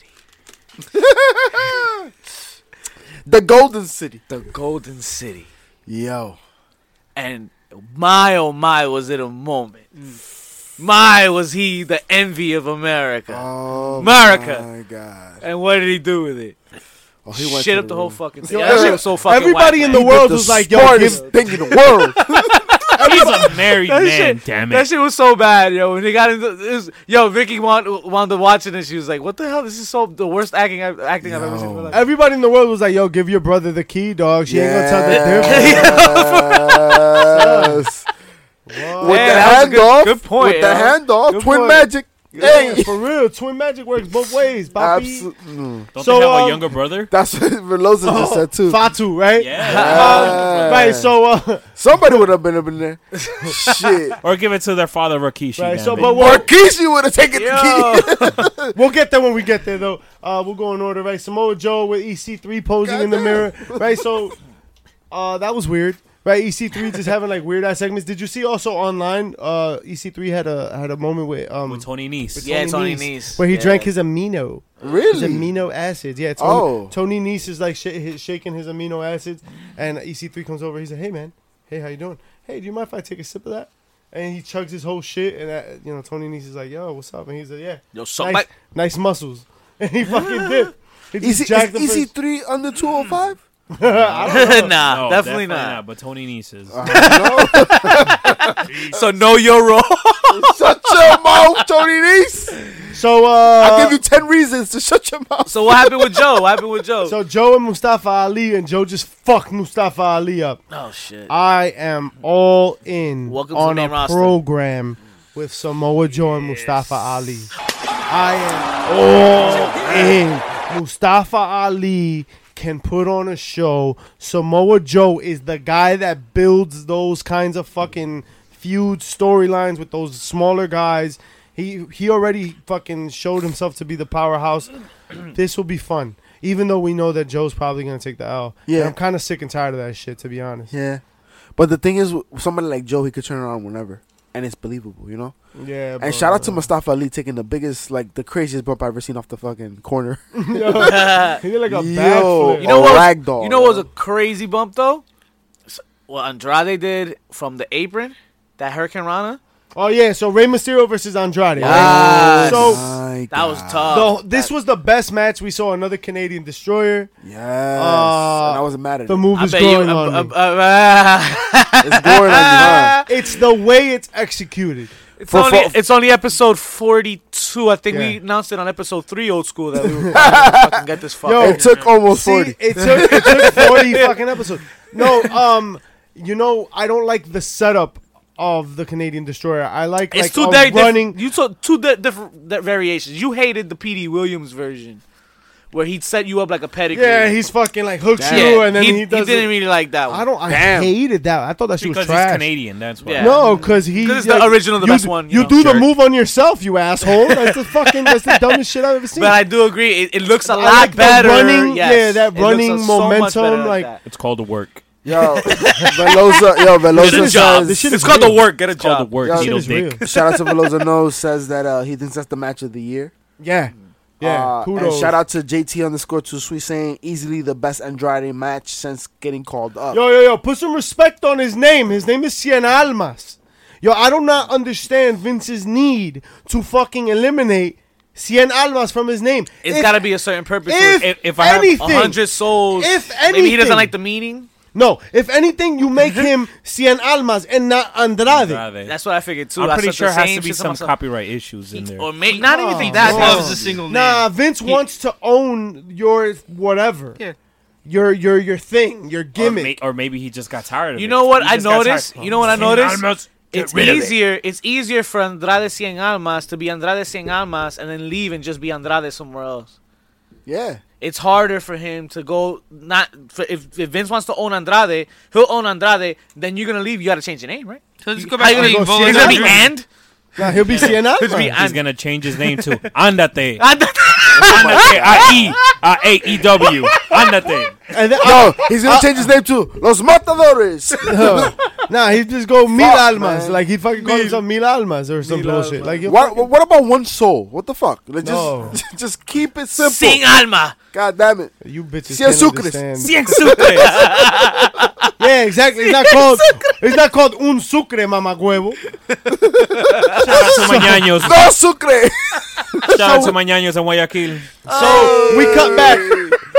Speaker 3: the Golden City.
Speaker 2: the Golden City,
Speaker 3: Yo.
Speaker 2: and my oh my, was it a moment? My was he the envy of America?
Speaker 3: Oh
Speaker 2: America.
Speaker 3: my god.
Speaker 2: and what did he do with it?
Speaker 3: Oh, he went
Speaker 2: Shit
Speaker 3: to
Speaker 2: up the whole fucking
Speaker 1: Yo,
Speaker 2: thing. That shit
Speaker 1: every-
Speaker 2: was so fucking
Speaker 1: everybody
Speaker 2: whack,
Speaker 1: in
Speaker 2: man.
Speaker 1: the world was like, yo,
Speaker 3: smartest
Speaker 1: give,
Speaker 3: thing in the world.
Speaker 4: He's a married
Speaker 2: That
Speaker 4: man.
Speaker 2: shit-
Speaker 4: Damn
Speaker 2: That
Speaker 4: it.
Speaker 2: shit was so bad, yo. When they got into this, yo, Vicky want, wanted to watch it and she was like, "What the hell? This is so the worst acting I've, acting I've ever seen in my
Speaker 3: Yo.
Speaker 2: life."
Speaker 1: everybody in the world was like, yo, give your brother the key, dog. (laughs) She ain't gonna tell the difference.
Speaker 3: (laughs) Yes. With
Speaker 2: Yeah,
Speaker 3: the
Speaker 2: that was a good-
Speaker 3: handoff.
Speaker 2: good point,
Speaker 3: With the
Speaker 2: yo.
Speaker 3: handoff.
Speaker 1: Good
Speaker 3: Twin
Speaker 1: point.
Speaker 3: magic.
Speaker 1: Yeah,
Speaker 3: Hey.
Speaker 1: for real, twin magic works both ways. Bobby,
Speaker 3: Absolutely. Mm.
Speaker 4: Don't
Speaker 1: So,
Speaker 4: they have
Speaker 1: um,
Speaker 4: a younger brother?
Speaker 3: That's what Velosa just said too.
Speaker 1: Fatu, right?
Speaker 4: Yeah.
Speaker 1: Um, right. So, uh,
Speaker 3: Somebody would have been up in there.
Speaker 4: (laughs)
Speaker 3: Shit.
Speaker 4: or give it to their father, Rikishi.
Speaker 1: right.
Speaker 4: damn
Speaker 1: So,
Speaker 4: it.
Speaker 1: but
Speaker 3: Or
Speaker 1: we'll,
Speaker 3: Kishi would have taken the key.
Speaker 2: Yo,
Speaker 1: we'll get there when we get there, though. Uh, we'll go in order, right? Samoa Joe with EC3 posing in the mirror, right? So, uh, that was weird, right? EC3 just having like weird ass segments. Did you see also online? Uh, EC3 had a had a moment with um
Speaker 4: with Tony Nese.
Speaker 2: Yeah, Tony Nese.
Speaker 1: where he
Speaker 2: Yeah.
Speaker 1: drank his amino. His
Speaker 3: Really?
Speaker 1: amino acids. Yeah, Tony,
Speaker 3: Oh.
Speaker 1: Tony Nese is like sh- shaking his amino acids, and EC3 comes over. He's like, "Hey man, hey how you doing? Hey, do you mind if I take a sip of that?" And he chugs his whole shit, and uh you know Tony Nese is like, "Yo, what's up?" And he's like, "Yeah,
Speaker 2: yo, so
Speaker 1: nice,
Speaker 2: like,
Speaker 1: nice muscles." And he fucking did. He
Speaker 3: Is
Speaker 1: just
Speaker 3: he-
Speaker 1: jacked the
Speaker 3: is
Speaker 1: first-
Speaker 3: EC3 under 205?
Speaker 1: (laughs) I
Speaker 2: (laughs) nah,
Speaker 1: don't know.
Speaker 4: No,
Speaker 2: definitely, not.
Speaker 4: But Tony Nese is.
Speaker 2: So know your role.
Speaker 3: Shut your mouth, Tony Nese.
Speaker 1: So uh,
Speaker 3: I'll give you 10 reasons to shut your mouth.
Speaker 2: so what happened with Joe? What happened with Joe?
Speaker 1: so Joe and Mustafa Ali, and Joe just fucked Mustafa Ali up.
Speaker 2: oh shit.
Speaker 1: I am all in
Speaker 2: Welcome to
Speaker 1: on
Speaker 2: the
Speaker 1: a
Speaker 2: main roster.
Speaker 1: program with Samoa Joe and Mustafa Ali. I am all in. Mustafa Ali can put on a show. Samoa Joe is the guy that builds those kinds of fucking feud storylines with those smaller guys. He he already fucking showed himself to be the powerhouse. (clears throat) this will be fun. Even though we know that Joe's probably gonna take the L. And
Speaker 3: Yeah.
Speaker 1: I'm kind of sick and tired of that shit, to be honest.
Speaker 3: Yeah. But the thing is, with somebody like Joe, he could turn around whenever. And it's believable, you know?
Speaker 1: Yeah.
Speaker 3: And shout out to Mustafa Ali taking the biggest, like, the craziest bump I've ever seen off the fucking corner.
Speaker 1: He did like a
Speaker 3: Yo,
Speaker 1: backflip.
Speaker 2: You know
Speaker 3: a
Speaker 2: what was-
Speaker 3: ragdoll.
Speaker 1: Oh,
Speaker 2: you know what was a crazy bump though? S- What Andrade did from the apron, that Hurricane Rana.
Speaker 1: oh yeah, so Rey Mysterio versus Andrade.
Speaker 2: Yes.
Speaker 1: Right? So
Speaker 3: Oh My
Speaker 2: That was
Speaker 3: God.
Speaker 2: tough.
Speaker 1: the, this was the best match we saw. Another Canadian destroyer.
Speaker 3: Yes.
Speaker 1: Uh,
Speaker 3: and I wasn't mad at
Speaker 1: The
Speaker 3: it.
Speaker 1: move
Speaker 2: I
Speaker 1: is
Speaker 2: bet you.
Speaker 1: growing
Speaker 2: uh,
Speaker 1: on
Speaker 2: uh,
Speaker 1: me.
Speaker 2: uh, (laughs) uh,
Speaker 3: It's going on you,
Speaker 1: (laughs)
Speaker 3: huh?
Speaker 1: It's the way it's executed.
Speaker 2: It's
Speaker 3: For-
Speaker 2: only
Speaker 3: for-
Speaker 2: it's only episode forty two. I think we
Speaker 1: Yeah.
Speaker 2: announced it on episode three, old school, that we
Speaker 1: (laughs)
Speaker 2: were gonna fucking get this fucking.
Speaker 1: Yo,
Speaker 3: It took almost
Speaker 1: See, (laughs)
Speaker 3: 40.
Speaker 1: it took it took forty fucking episodes. No, um, you know I don't like the setup of the Canadian destroyer. I like
Speaker 2: it's
Speaker 1: like
Speaker 2: two
Speaker 1: a
Speaker 2: very
Speaker 1: running.
Speaker 2: running. you saw two di- different di- variations. You hated the PD Williams version, where he'd set you up like a pedigree.
Speaker 1: yeah, he's fucking like hooks
Speaker 2: Yeah,
Speaker 1: you, and then
Speaker 2: he,
Speaker 1: he, does.
Speaker 2: didn't
Speaker 1: it.
Speaker 2: really like that one.
Speaker 1: I don't. I
Speaker 3: Damn.
Speaker 1: hated that. I thought that she was
Speaker 4: because
Speaker 1: trash.
Speaker 4: he's Canadian, that's why.
Speaker 2: Yeah.
Speaker 1: No, because he
Speaker 2: 'Cause it's the original, the
Speaker 1: you,
Speaker 2: best one, you
Speaker 1: You,
Speaker 2: know.
Speaker 1: do the
Speaker 4: Jerk.
Speaker 1: move on yourself, you asshole. That's the fucking that's the dumbest shit I've ever seen.
Speaker 2: (laughs) But I do agree. It, it looks a
Speaker 1: I
Speaker 2: lot
Speaker 1: like the
Speaker 2: better.
Speaker 1: running-
Speaker 2: yes.
Speaker 1: yeah, that
Speaker 2: It looks
Speaker 1: running
Speaker 2: so much
Speaker 1: momentum,
Speaker 2: better
Speaker 1: like-
Speaker 2: that.
Speaker 4: It's called the work.
Speaker 3: Yo, Velosa, yo,
Speaker 4: Get a
Speaker 3: Velosa
Speaker 4: job.
Speaker 3: says,
Speaker 1: shit
Speaker 2: it's
Speaker 1: is
Speaker 2: called
Speaker 1: real.
Speaker 2: the work. Get a
Speaker 4: It's called
Speaker 2: job.
Speaker 4: the work.
Speaker 3: Yo,
Speaker 1: Shit
Speaker 3: (laughs)
Speaker 4: Needle
Speaker 1: is real.
Speaker 4: dick.
Speaker 3: shout out to Velosa Knows, says that uh, he thinks that's the match of the year.
Speaker 1: Yeah. Yeah,
Speaker 3: Uh, and
Speaker 1: kudos.
Speaker 3: shout out to JT underscore two sweet saying easily the best Andrade match since getting called up.
Speaker 1: Yo, yo, yo, put some respect on his name. His name is Cien Almas. Yo, I do not understand Vince's need to fucking eliminate Cien Almas from his name.
Speaker 2: It's
Speaker 1: If-
Speaker 2: got to be a certain purpose.
Speaker 1: if
Speaker 2: for it.
Speaker 4: if- if I have
Speaker 2: a
Speaker 1: anything,
Speaker 2: hundred souls.
Speaker 1: if
Speaker 2: maybe he
Speaker 1: anything.
Speaker 2: doesn't like the meaning.
Speaker 1: No, if anything, you make him Cien Almas and not Andrade.
Speaker 2: That's what I figured too.
Speaker 4: I'm
Speaker 2: I
Speaker 4: pretty
Speaker 2: said the
Speaker 4: sure it has
Speaker 2: same
Speaker 4: to be
Speaker 2: shit to
Speaker 4: some
Speaker 2: myself.
Speaker 4: copyright issues in there.
Speaker 2: or may, not even
Speaker 1: Oh,
Speaker 2: think that.
Speaker 1: no.
Speaker 5: loves a single name.
Speaker 1: Nah, Vince wants to own your whatever.
Speaker 5: Yeah.
Speaker 1: Your your your thing, your
Speaker 4: Or,
Speaker 1: gimmick.
Speaker 4: may- or maybe he just got tired of it.
Speaker 2: You know what
Speaker 4: He
Speaker 2: I
Speaker 4: just got
Speaker 2: noticed?
Speaker 4: tired.
Speaker 2: You know what I
Speaker 4: Cien
Speaker 2: noticed?
Speaker 4: Almas, get
Speaker 2: It's
Speaker 4: rid of it.
Speaker 2: easier. It's easier for Andrade Cien Almas to be Andrade Cien Almas and then leave and just be Andrade somewhere else.
Speaker 3: Yeah.
Speaker 2: It's harder for him to go not for, if, if Vince wants to own Andrade, he'll own Andrade. Then you're gonna leave. You gotta change your name, right?
Speaker 5: So let's go
Speaker 2: How
Speaker 5: back
Speaker 2: you
Speaker 5: to
Speaker 2: gonna,
Speaker 5: being
Speaker 1: go see
Speaker 2: it's gonna be
Speaker 5: Volodymyr.
Speaker 2: and.
Speaker 1: Nah, he'll be Cien
Speaker 2: It's gonna be Ah.
Speaker 1: Almas.
Speaker 4: He's
Speaker 2: and.
Speaker 4: gonna change his name to
Speaker 2: (laughs)
Speaker 4: Andate.
Speaker 3: my
Speaker 4: I E I A E W. Andate.
Speaker 1: And then- (laughs)
Speaker 3: No, he's gonna change his name to Los (laughs) Matadores.
Speaker 1: No. nah, he just go Mil
Speaker 3: Fuck,
Speaker 1: Almas.
Speaker 3: man.
Speaker 1: Like he fucking called himself Mil Almas or some
Speaker 2: Mil
Speaker 1: bullshit.
Speaker 2: Almas.
Speaker 1: Like you
Speaker 3: what, what about one soul? What the fuck? Like, just,
Speaker 1: No.
Speaker 3: (laughs) just keep it simple.
Speaker 2: Cien Alma.
Speaker 3: God damn it.
Speaker 1: you bitches
Speaker 3: Cien
Speaker 1: can't
Speaker 3: Sucres.
Speaker 1: understand.
Speaker 4: Cien Sucres.
Speaker 1: Yeah, exactly.
Speaker 3: (laughs)
Speaker 1: It's not called it's not called un sucre, mama huevo.
Speaker 4: Shout out to my
Speaker 2: (laughs)
Speaker 4: ñaños.
Speaker 3: No Sucre.
Speaker 4: Shout out to my ñaños in Guayaquil.
Speaker 1: So we cut back.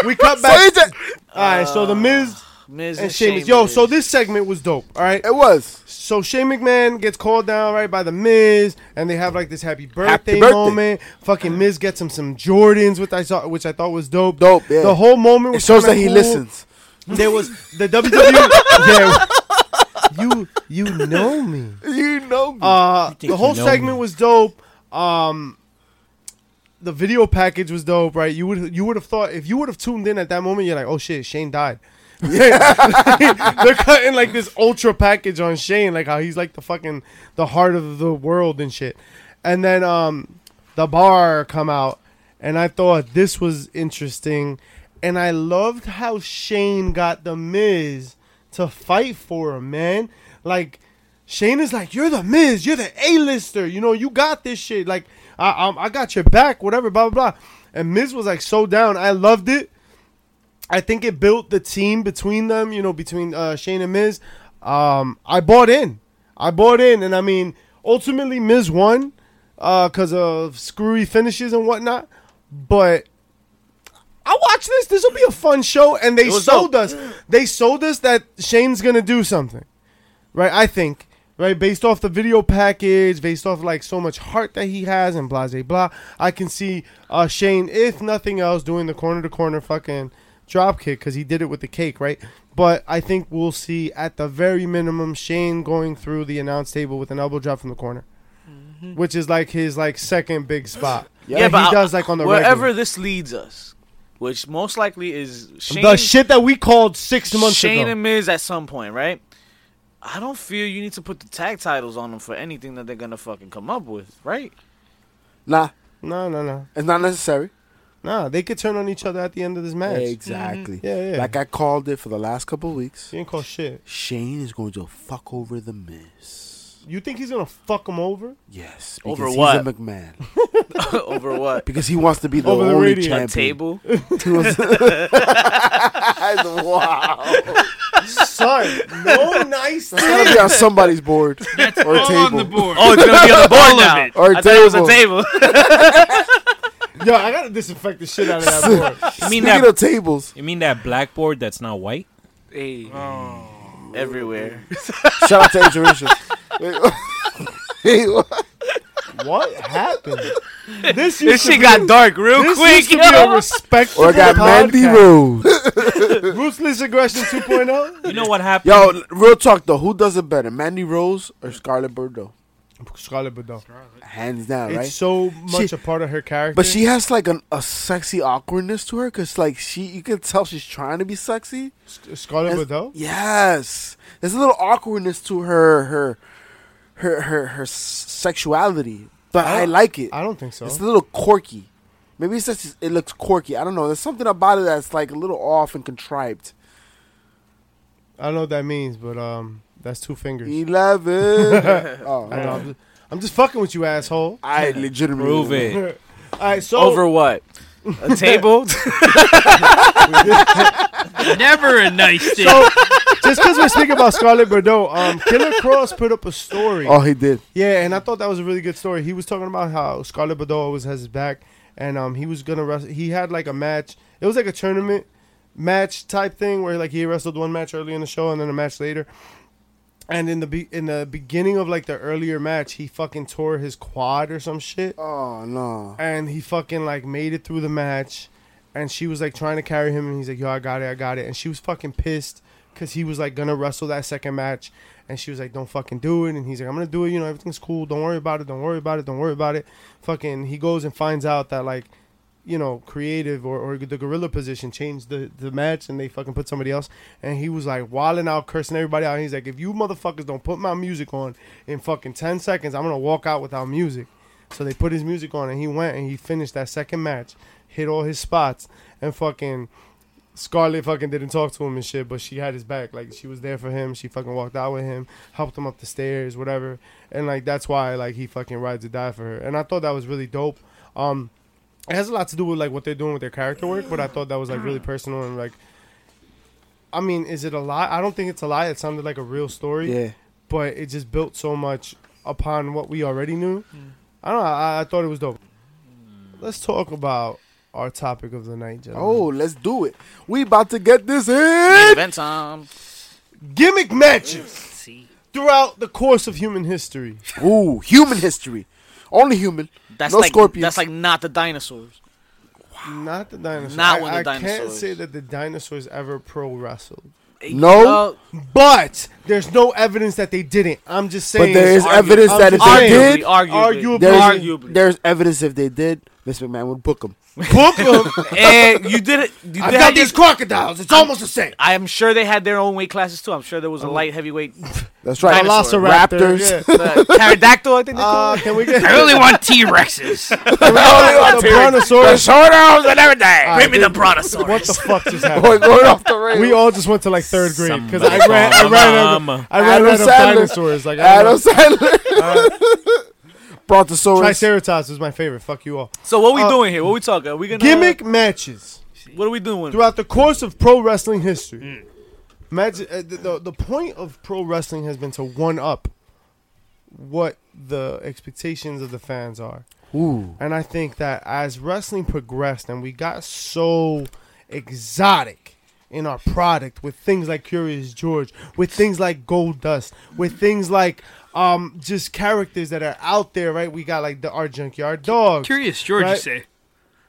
Speaker 1: We cut
Speaker 3: (laughs) so
Speaker 1: back.
Speaker 3: it's a-
Speaker 1: All right. So the Miz
Speaker 2: Miz
Speaker 1: and Sheamus. Yo. So
Speaker 2: this
Speaker 1: this segment was dope. All right.
Speaker 3: it was.
Speaker 1: So Shane McMahon gets called down right by the Miz, and they have like this happy birthday,
Speaker 3: birthday.
Speaker 1: moment. Fucking Miz gets him some Jordans, which I saw, which I thought was dope.
Speaker 3: Dope, yeah.
Speaker 1: The whole moment
Speaker 3: It
Speaker 1: was
Speaker 3: shows that
Speaker 1: kinda
Speaker 3: he
Speaker 1: cool.
Speaker 3: listens.
Speaker 1: There was the WWE.
Speaker 3: (laughs)
Speaker 1: yeah, you you know me.
Speaker 3: You know me.
Speaker 1: Uh,
Speaker 4: think
Speaker 1: the whole
Speaker 4: you know
Speaker 1: segment
Speaker 4: me.
Speaker 1: was dope. Um, the video package was dope, right? You would you would have thought if you would have tuned in at that moment, you're like, oh shit, Shane died. (laughs) They're cutting like this ultra package on Shane, like how he's like the fucking the heart of the world and shit. And then um, the bar come out, and I thought this was interesting, and I loved how Shane got the Miz to fight for him, man. Like Shane is like, you're the Miz, you're the A-lister, you know, you got this shit. Like, I, I, I got your back, whatever, blah blah blah. And Miz was like so down. I loved it. I think it built the team between them, you know, between uh, Shane and Miz. Um, I bought in. I bought in, and I mean, ultimately, Miz won because of screwy finishes and whatnot. But I watched this. This will be a fun show, and they
Speaker 2: It was
Speaker 1: sold us. They sold us that Shane's gonna do something, right? I think. Right, based off the video package, based off like so much heart that he has, and blah blah blah, I can see uh, Shane, if nothing else, doing the corner to corner fucking drop kick because he did it with the cake, right? But I think we'll see at the very minimum Shane going through the announce table with an elbow drop from the corner, which is like his like second big spot.
Speaker 2: yeah,
Speaker 1: that
Speaker 2: but
Speaker 1: he does like on the
Speaker 2: wherever
Speaker 1: regular.
Speaker 2: this leads us, which most likely is Shane,
Speaker 1: the shit that we called six months
Speaker 2: Shane
Speaker 1: ago.
Speaker 2: and Miz at some point, right? I don't feel you need to put the tag titles on them for anything that they're gonna fucking come up with, right? (laughs)
Speaker 3: nah,
Speaker 1: no, no, no,
Speaker 3: it's not necessary.
Speaker 1: no. They could turn on each other at the end of this match.
Speaker 3: Exactly.
Speaker 1: Yeah, yeah.
Speaker 3: Like I called it for the last couple of weeks.
Speaker 1: you didn't call shit.
Speaker 3: Shane is going to fuck over the Miz.
Speaker 1: You think he's gonna fuck him over?
Speaker 3: Yes. Because
Speaker 2: Over
Speaker 3: he's
Speaker 2: what?
Speaker 3: a McMahon.
Speaker 2: Over
Speaker 1: (laughs)
Speaker 2: what?
Speaker 3: Because he wants to be the
Speaker 1: Over the
Speaker 3: only
Speaker 1: radio.
Speaker 2: A
Speaker 3: champion.
Speaker 2: table?
Speaker 1: (laughs)
Speaker 3: He wants- (laughs) wow.
Speaker 1: Son, (laughs) no nice.
Speaker 3: It's gotta be on somebody's board or a
Speaker 5: All on the
Speaker 3: table.
Speaker 5: board.
Speaker 2: Oh, it's gonna be on the board
Speaker 5: All of
Speaker 2: now.
Speaker 5: it.
Speaker 3: Or
Speaker 2: I
Speaker 3: a
Speaker 2: thought it was a
Speaker 3: table.
Speaker 2: table. (laughs)
Speaker 1: Yo, I gotta disinfect the shit out of that board.
Speaker 4: You
Speaker 3: Speaking
Speaker 4: mean that?
Speaker 3: of tables,
Speaker 4: You mean that blackboard that's not white?
Speaker 2: hey, everywhere.
Speaker 3: shout out to
Speaker 1: (laughs)
Speaker 3: Adrian Richards. Wait, Hey, what?
Speaker 1: What happened? This used
Speaker 2: This
Speaker 1: to
Speaker 2: shit
Speaker 1: be
Speaker 2: got dark real
Speaker 1: this
Speaker 2: quick.
Speaker 1: used to be a
Speaker 2: Yo.
Speaker 1: respectable
Speaker 3: or I got Mandy
Speaker 1: podcast.
Speaker 3: Rose.
Speaker 1: Ruthless aggression oh? 2.0.
Speaker 4: You know what happened?
Speaker 3: Yo, l- real talk though, who does it better, Mandy Rose or Scarlett Bordeaux?
Speaker 1: Scarlet Bordeaux.
Speaker 3: Hands down,
Speaker 1: It's
Speaker 3: right?
Speaker 1: so much
Speaker 3: She-
Speaker 1: a part of her character.
Speaker 3: But she has like an, a sexy awkwardness to her, cause like she, you can tell she's trying to be sexy.
Speaker 1: Scarlet
Speaker 3: That's-
Speaker 1: Bordeaux.
Speaker 3: Yes, there's a little awkwardness to her, her, her, her, her s- sexuality. But I,
Speaker 1: I-
Speaker 3: like it.
Speaker 1: I don't think so.
Speaker 3: It's a little quirky. Maybe it's just it looks quirky. I don't know. There's something about it that's like a little off and contrived.
Speaker 1: I don't know what that means, but um, that's two fingers.
Speaker 3: Eleven. oh,
Speaker 1: I
Speaker 3: (laughs)
Speaker 1: don't know, I'm,
Speaker 3: okay.
Speaker 1: just, I'm just fucking with you, asshole.
Speaker 3: I legitimately
Speaker 4: Prove it.
Speaker 1: All All right, (laughs) so
Speaker 2: Over what?
Speaker 1: (laughs)
Speaker 2: A table? (laughs)
Speaker 5: Never a nice day.
Speaker 1: so (laughs) just because we're speaking about Scarlett Bordeaux, um, Killer Cross put up a story.
Speaker 3: Oh, he did.
Speaker 1: Yeah, and I thought that was a really good story. He was talking about how Scarlett Bordeaux always has his back, and um, he was gonna wrestle. He had like a match. It was like a tournament match type thing where like he wrestled one match early in the show and then a match later. And in the be- in the beginning of like the earlier match, he fucking tore his quad or some shit,
Speaker 3: Oh no.
Speaker 1: and he fucking like made it through the match, and she was like trying to carry him, and he's like, "Yo, I got it, I got it," and she was fucking pissed because he was like gonna wrestle that second match, and she was like, "Don't fucking do it," and he's like, "I'm gonna do it, you know, everything's cool, don't worry about it, don't worry about it, don't worry about it." Fucking, he goes and finds out that like, you know, creative or, or the gorilla position changed the the match, and they fucking put somebody else, and he was like wilding out, cursing everybody out. He's like, "If you motherfuckers don't put my music on in fucking ten seconds, I'm gonna walk out without music." So they put his music on, and he went and he finished that second match, hit all his spots, and fucking Scarlett fucking didn't talk to him and shit, but she had his back. Like she was there for him. She fucking walked out with him, helped him up the stairs, whatever. And like that's why like he fucking rides or die for her. And I thought that was really dope. Um, it has a lot to do with like what they're doing with their character work, but I thought that was like really personal and like. I mean, is it a lie? I don't think it's a lie. It sounded like a real story
Speaker 3: Yeah.
Speaker 1: but it just built so much upon what we already knew.
Speaker 2: Hmm.
Speaker 1: I don't know. I, I thought it was dope. Let's talk about our topic of the night, gentlemen.
Speaker 3: Oh, let's do it. We about to get this in.
Speaker 2: Event time.
Speaker 1: gimmick matches throughout the course of human history.
Speaker 3: Ooh, human history. Only human.
Speaker 2: That's
Speaker 3: No
Speaker 2: like
Speaker 3: scorpions.
Speaker 2: that's like not the dinosaurs.
Speaker 1: Not the dinosaurs.
Speaker 2: Not
Speaker 1: I,
Speaker 2: with the
Speaker 1: I can't
Speaker 2: dinosaurs.
Speaker 1: say that the dinosaurs ever pro wrestled,
Speaker 3: No.
Speaker 2: Yo,
Speaker 1: but there's no evidence that they didn't. I'm just saying.
Speaker 3: But there is
Speaker 2: argu-
Speaker 3: evidence
Speaker 1: I'm
Speaker 3: that if
Speaker 1: just
Speaker 3: they
Speaker 1: saying.
Speaker 3: did,
Speaker 2: arguably,
Speaker 1: Arguably.
Speaker 3: there's,
Speaker 2: arguably,
Speaker 3: there's evidence if they did, Vince McMahon would book them.
Speaker 1: Book
Speaker 3: (laughs)
Speaker 1: 'em.
Speaker 2: and you did it. You did
Speaker 1: I've
Speaker 2: have
Speaker 1: got these crocodiles. It's almost the same.
Speaker 2: I am sure they had their own weight classes too. I'm sure there was a light heavyweight
Speaker 3: That's right.
Speaker 2: Dinosaur.
Speaker 3: Raptors.
Speaker 1: yeah.
Speaker 2: uh, pterodactyl. (laughs) I think they
Speaker 1: Uh,
Speaker 2: call
Speaker 1: can we get
Speaker 5: I
Speaker 1: (laughs)
Speaker 5: only want T Rexes.
Speaker 1: can we get the brontosaurus?
Speaker 3: showdowns and everything. (laughs)
Speaker 1: All right,
Speaker 2: Give me the
Speaker 1: What
Speaker 2: brontosaurus.
Speaker 1: the fuck just happened?
Speaker 3: Going going off the rails.
Speaker 1: Uh, We all just went to like third grade because I
Speaker 4: Somebody
Speaker 1: ran, I
Speaker 4: call
Speaker 1: ran,
Speaker 4: my
Speaker 1: out of,
Speaker 4: mama.
Speaker 1: I ran
Speaker 3: Adam
Speaker 1: out of
Speaker 3: Sandler.
Speaker 1: dinosaurs. Like I
Speaker 3: (laughs) Adam
Speaker 1: don't know.
Speaker 3: Sandler. Brontosaurus.
Speaker 1: Triceratops was my favorite. Fuck you all.
Speaker 2: So what we
Speaker 1: Uh,
Speaker 2: doing here? What we talking? Are we gonna
Speaker 1: Gimmick matches
Speaker 2: What are we doing?
Speaker 1: throughout the course of pro wrestling
Speaker 2: Mm.
Speaker 1: history. Match, uh, the, the the point of pro wrestling has been to one up what the expectations of the fans are.
Speaker 3: Ooh.
Speaker 1: And I think that as wrestling progressed and we got so exotic in our product with things like Curious George, with things like Gold Dust, with things like um just characters that are out there, right? We got like the our junkyard dog.
Speaker 5: (laughs) Curious George,
Speaker 1: Right.
Speaker 5: you say.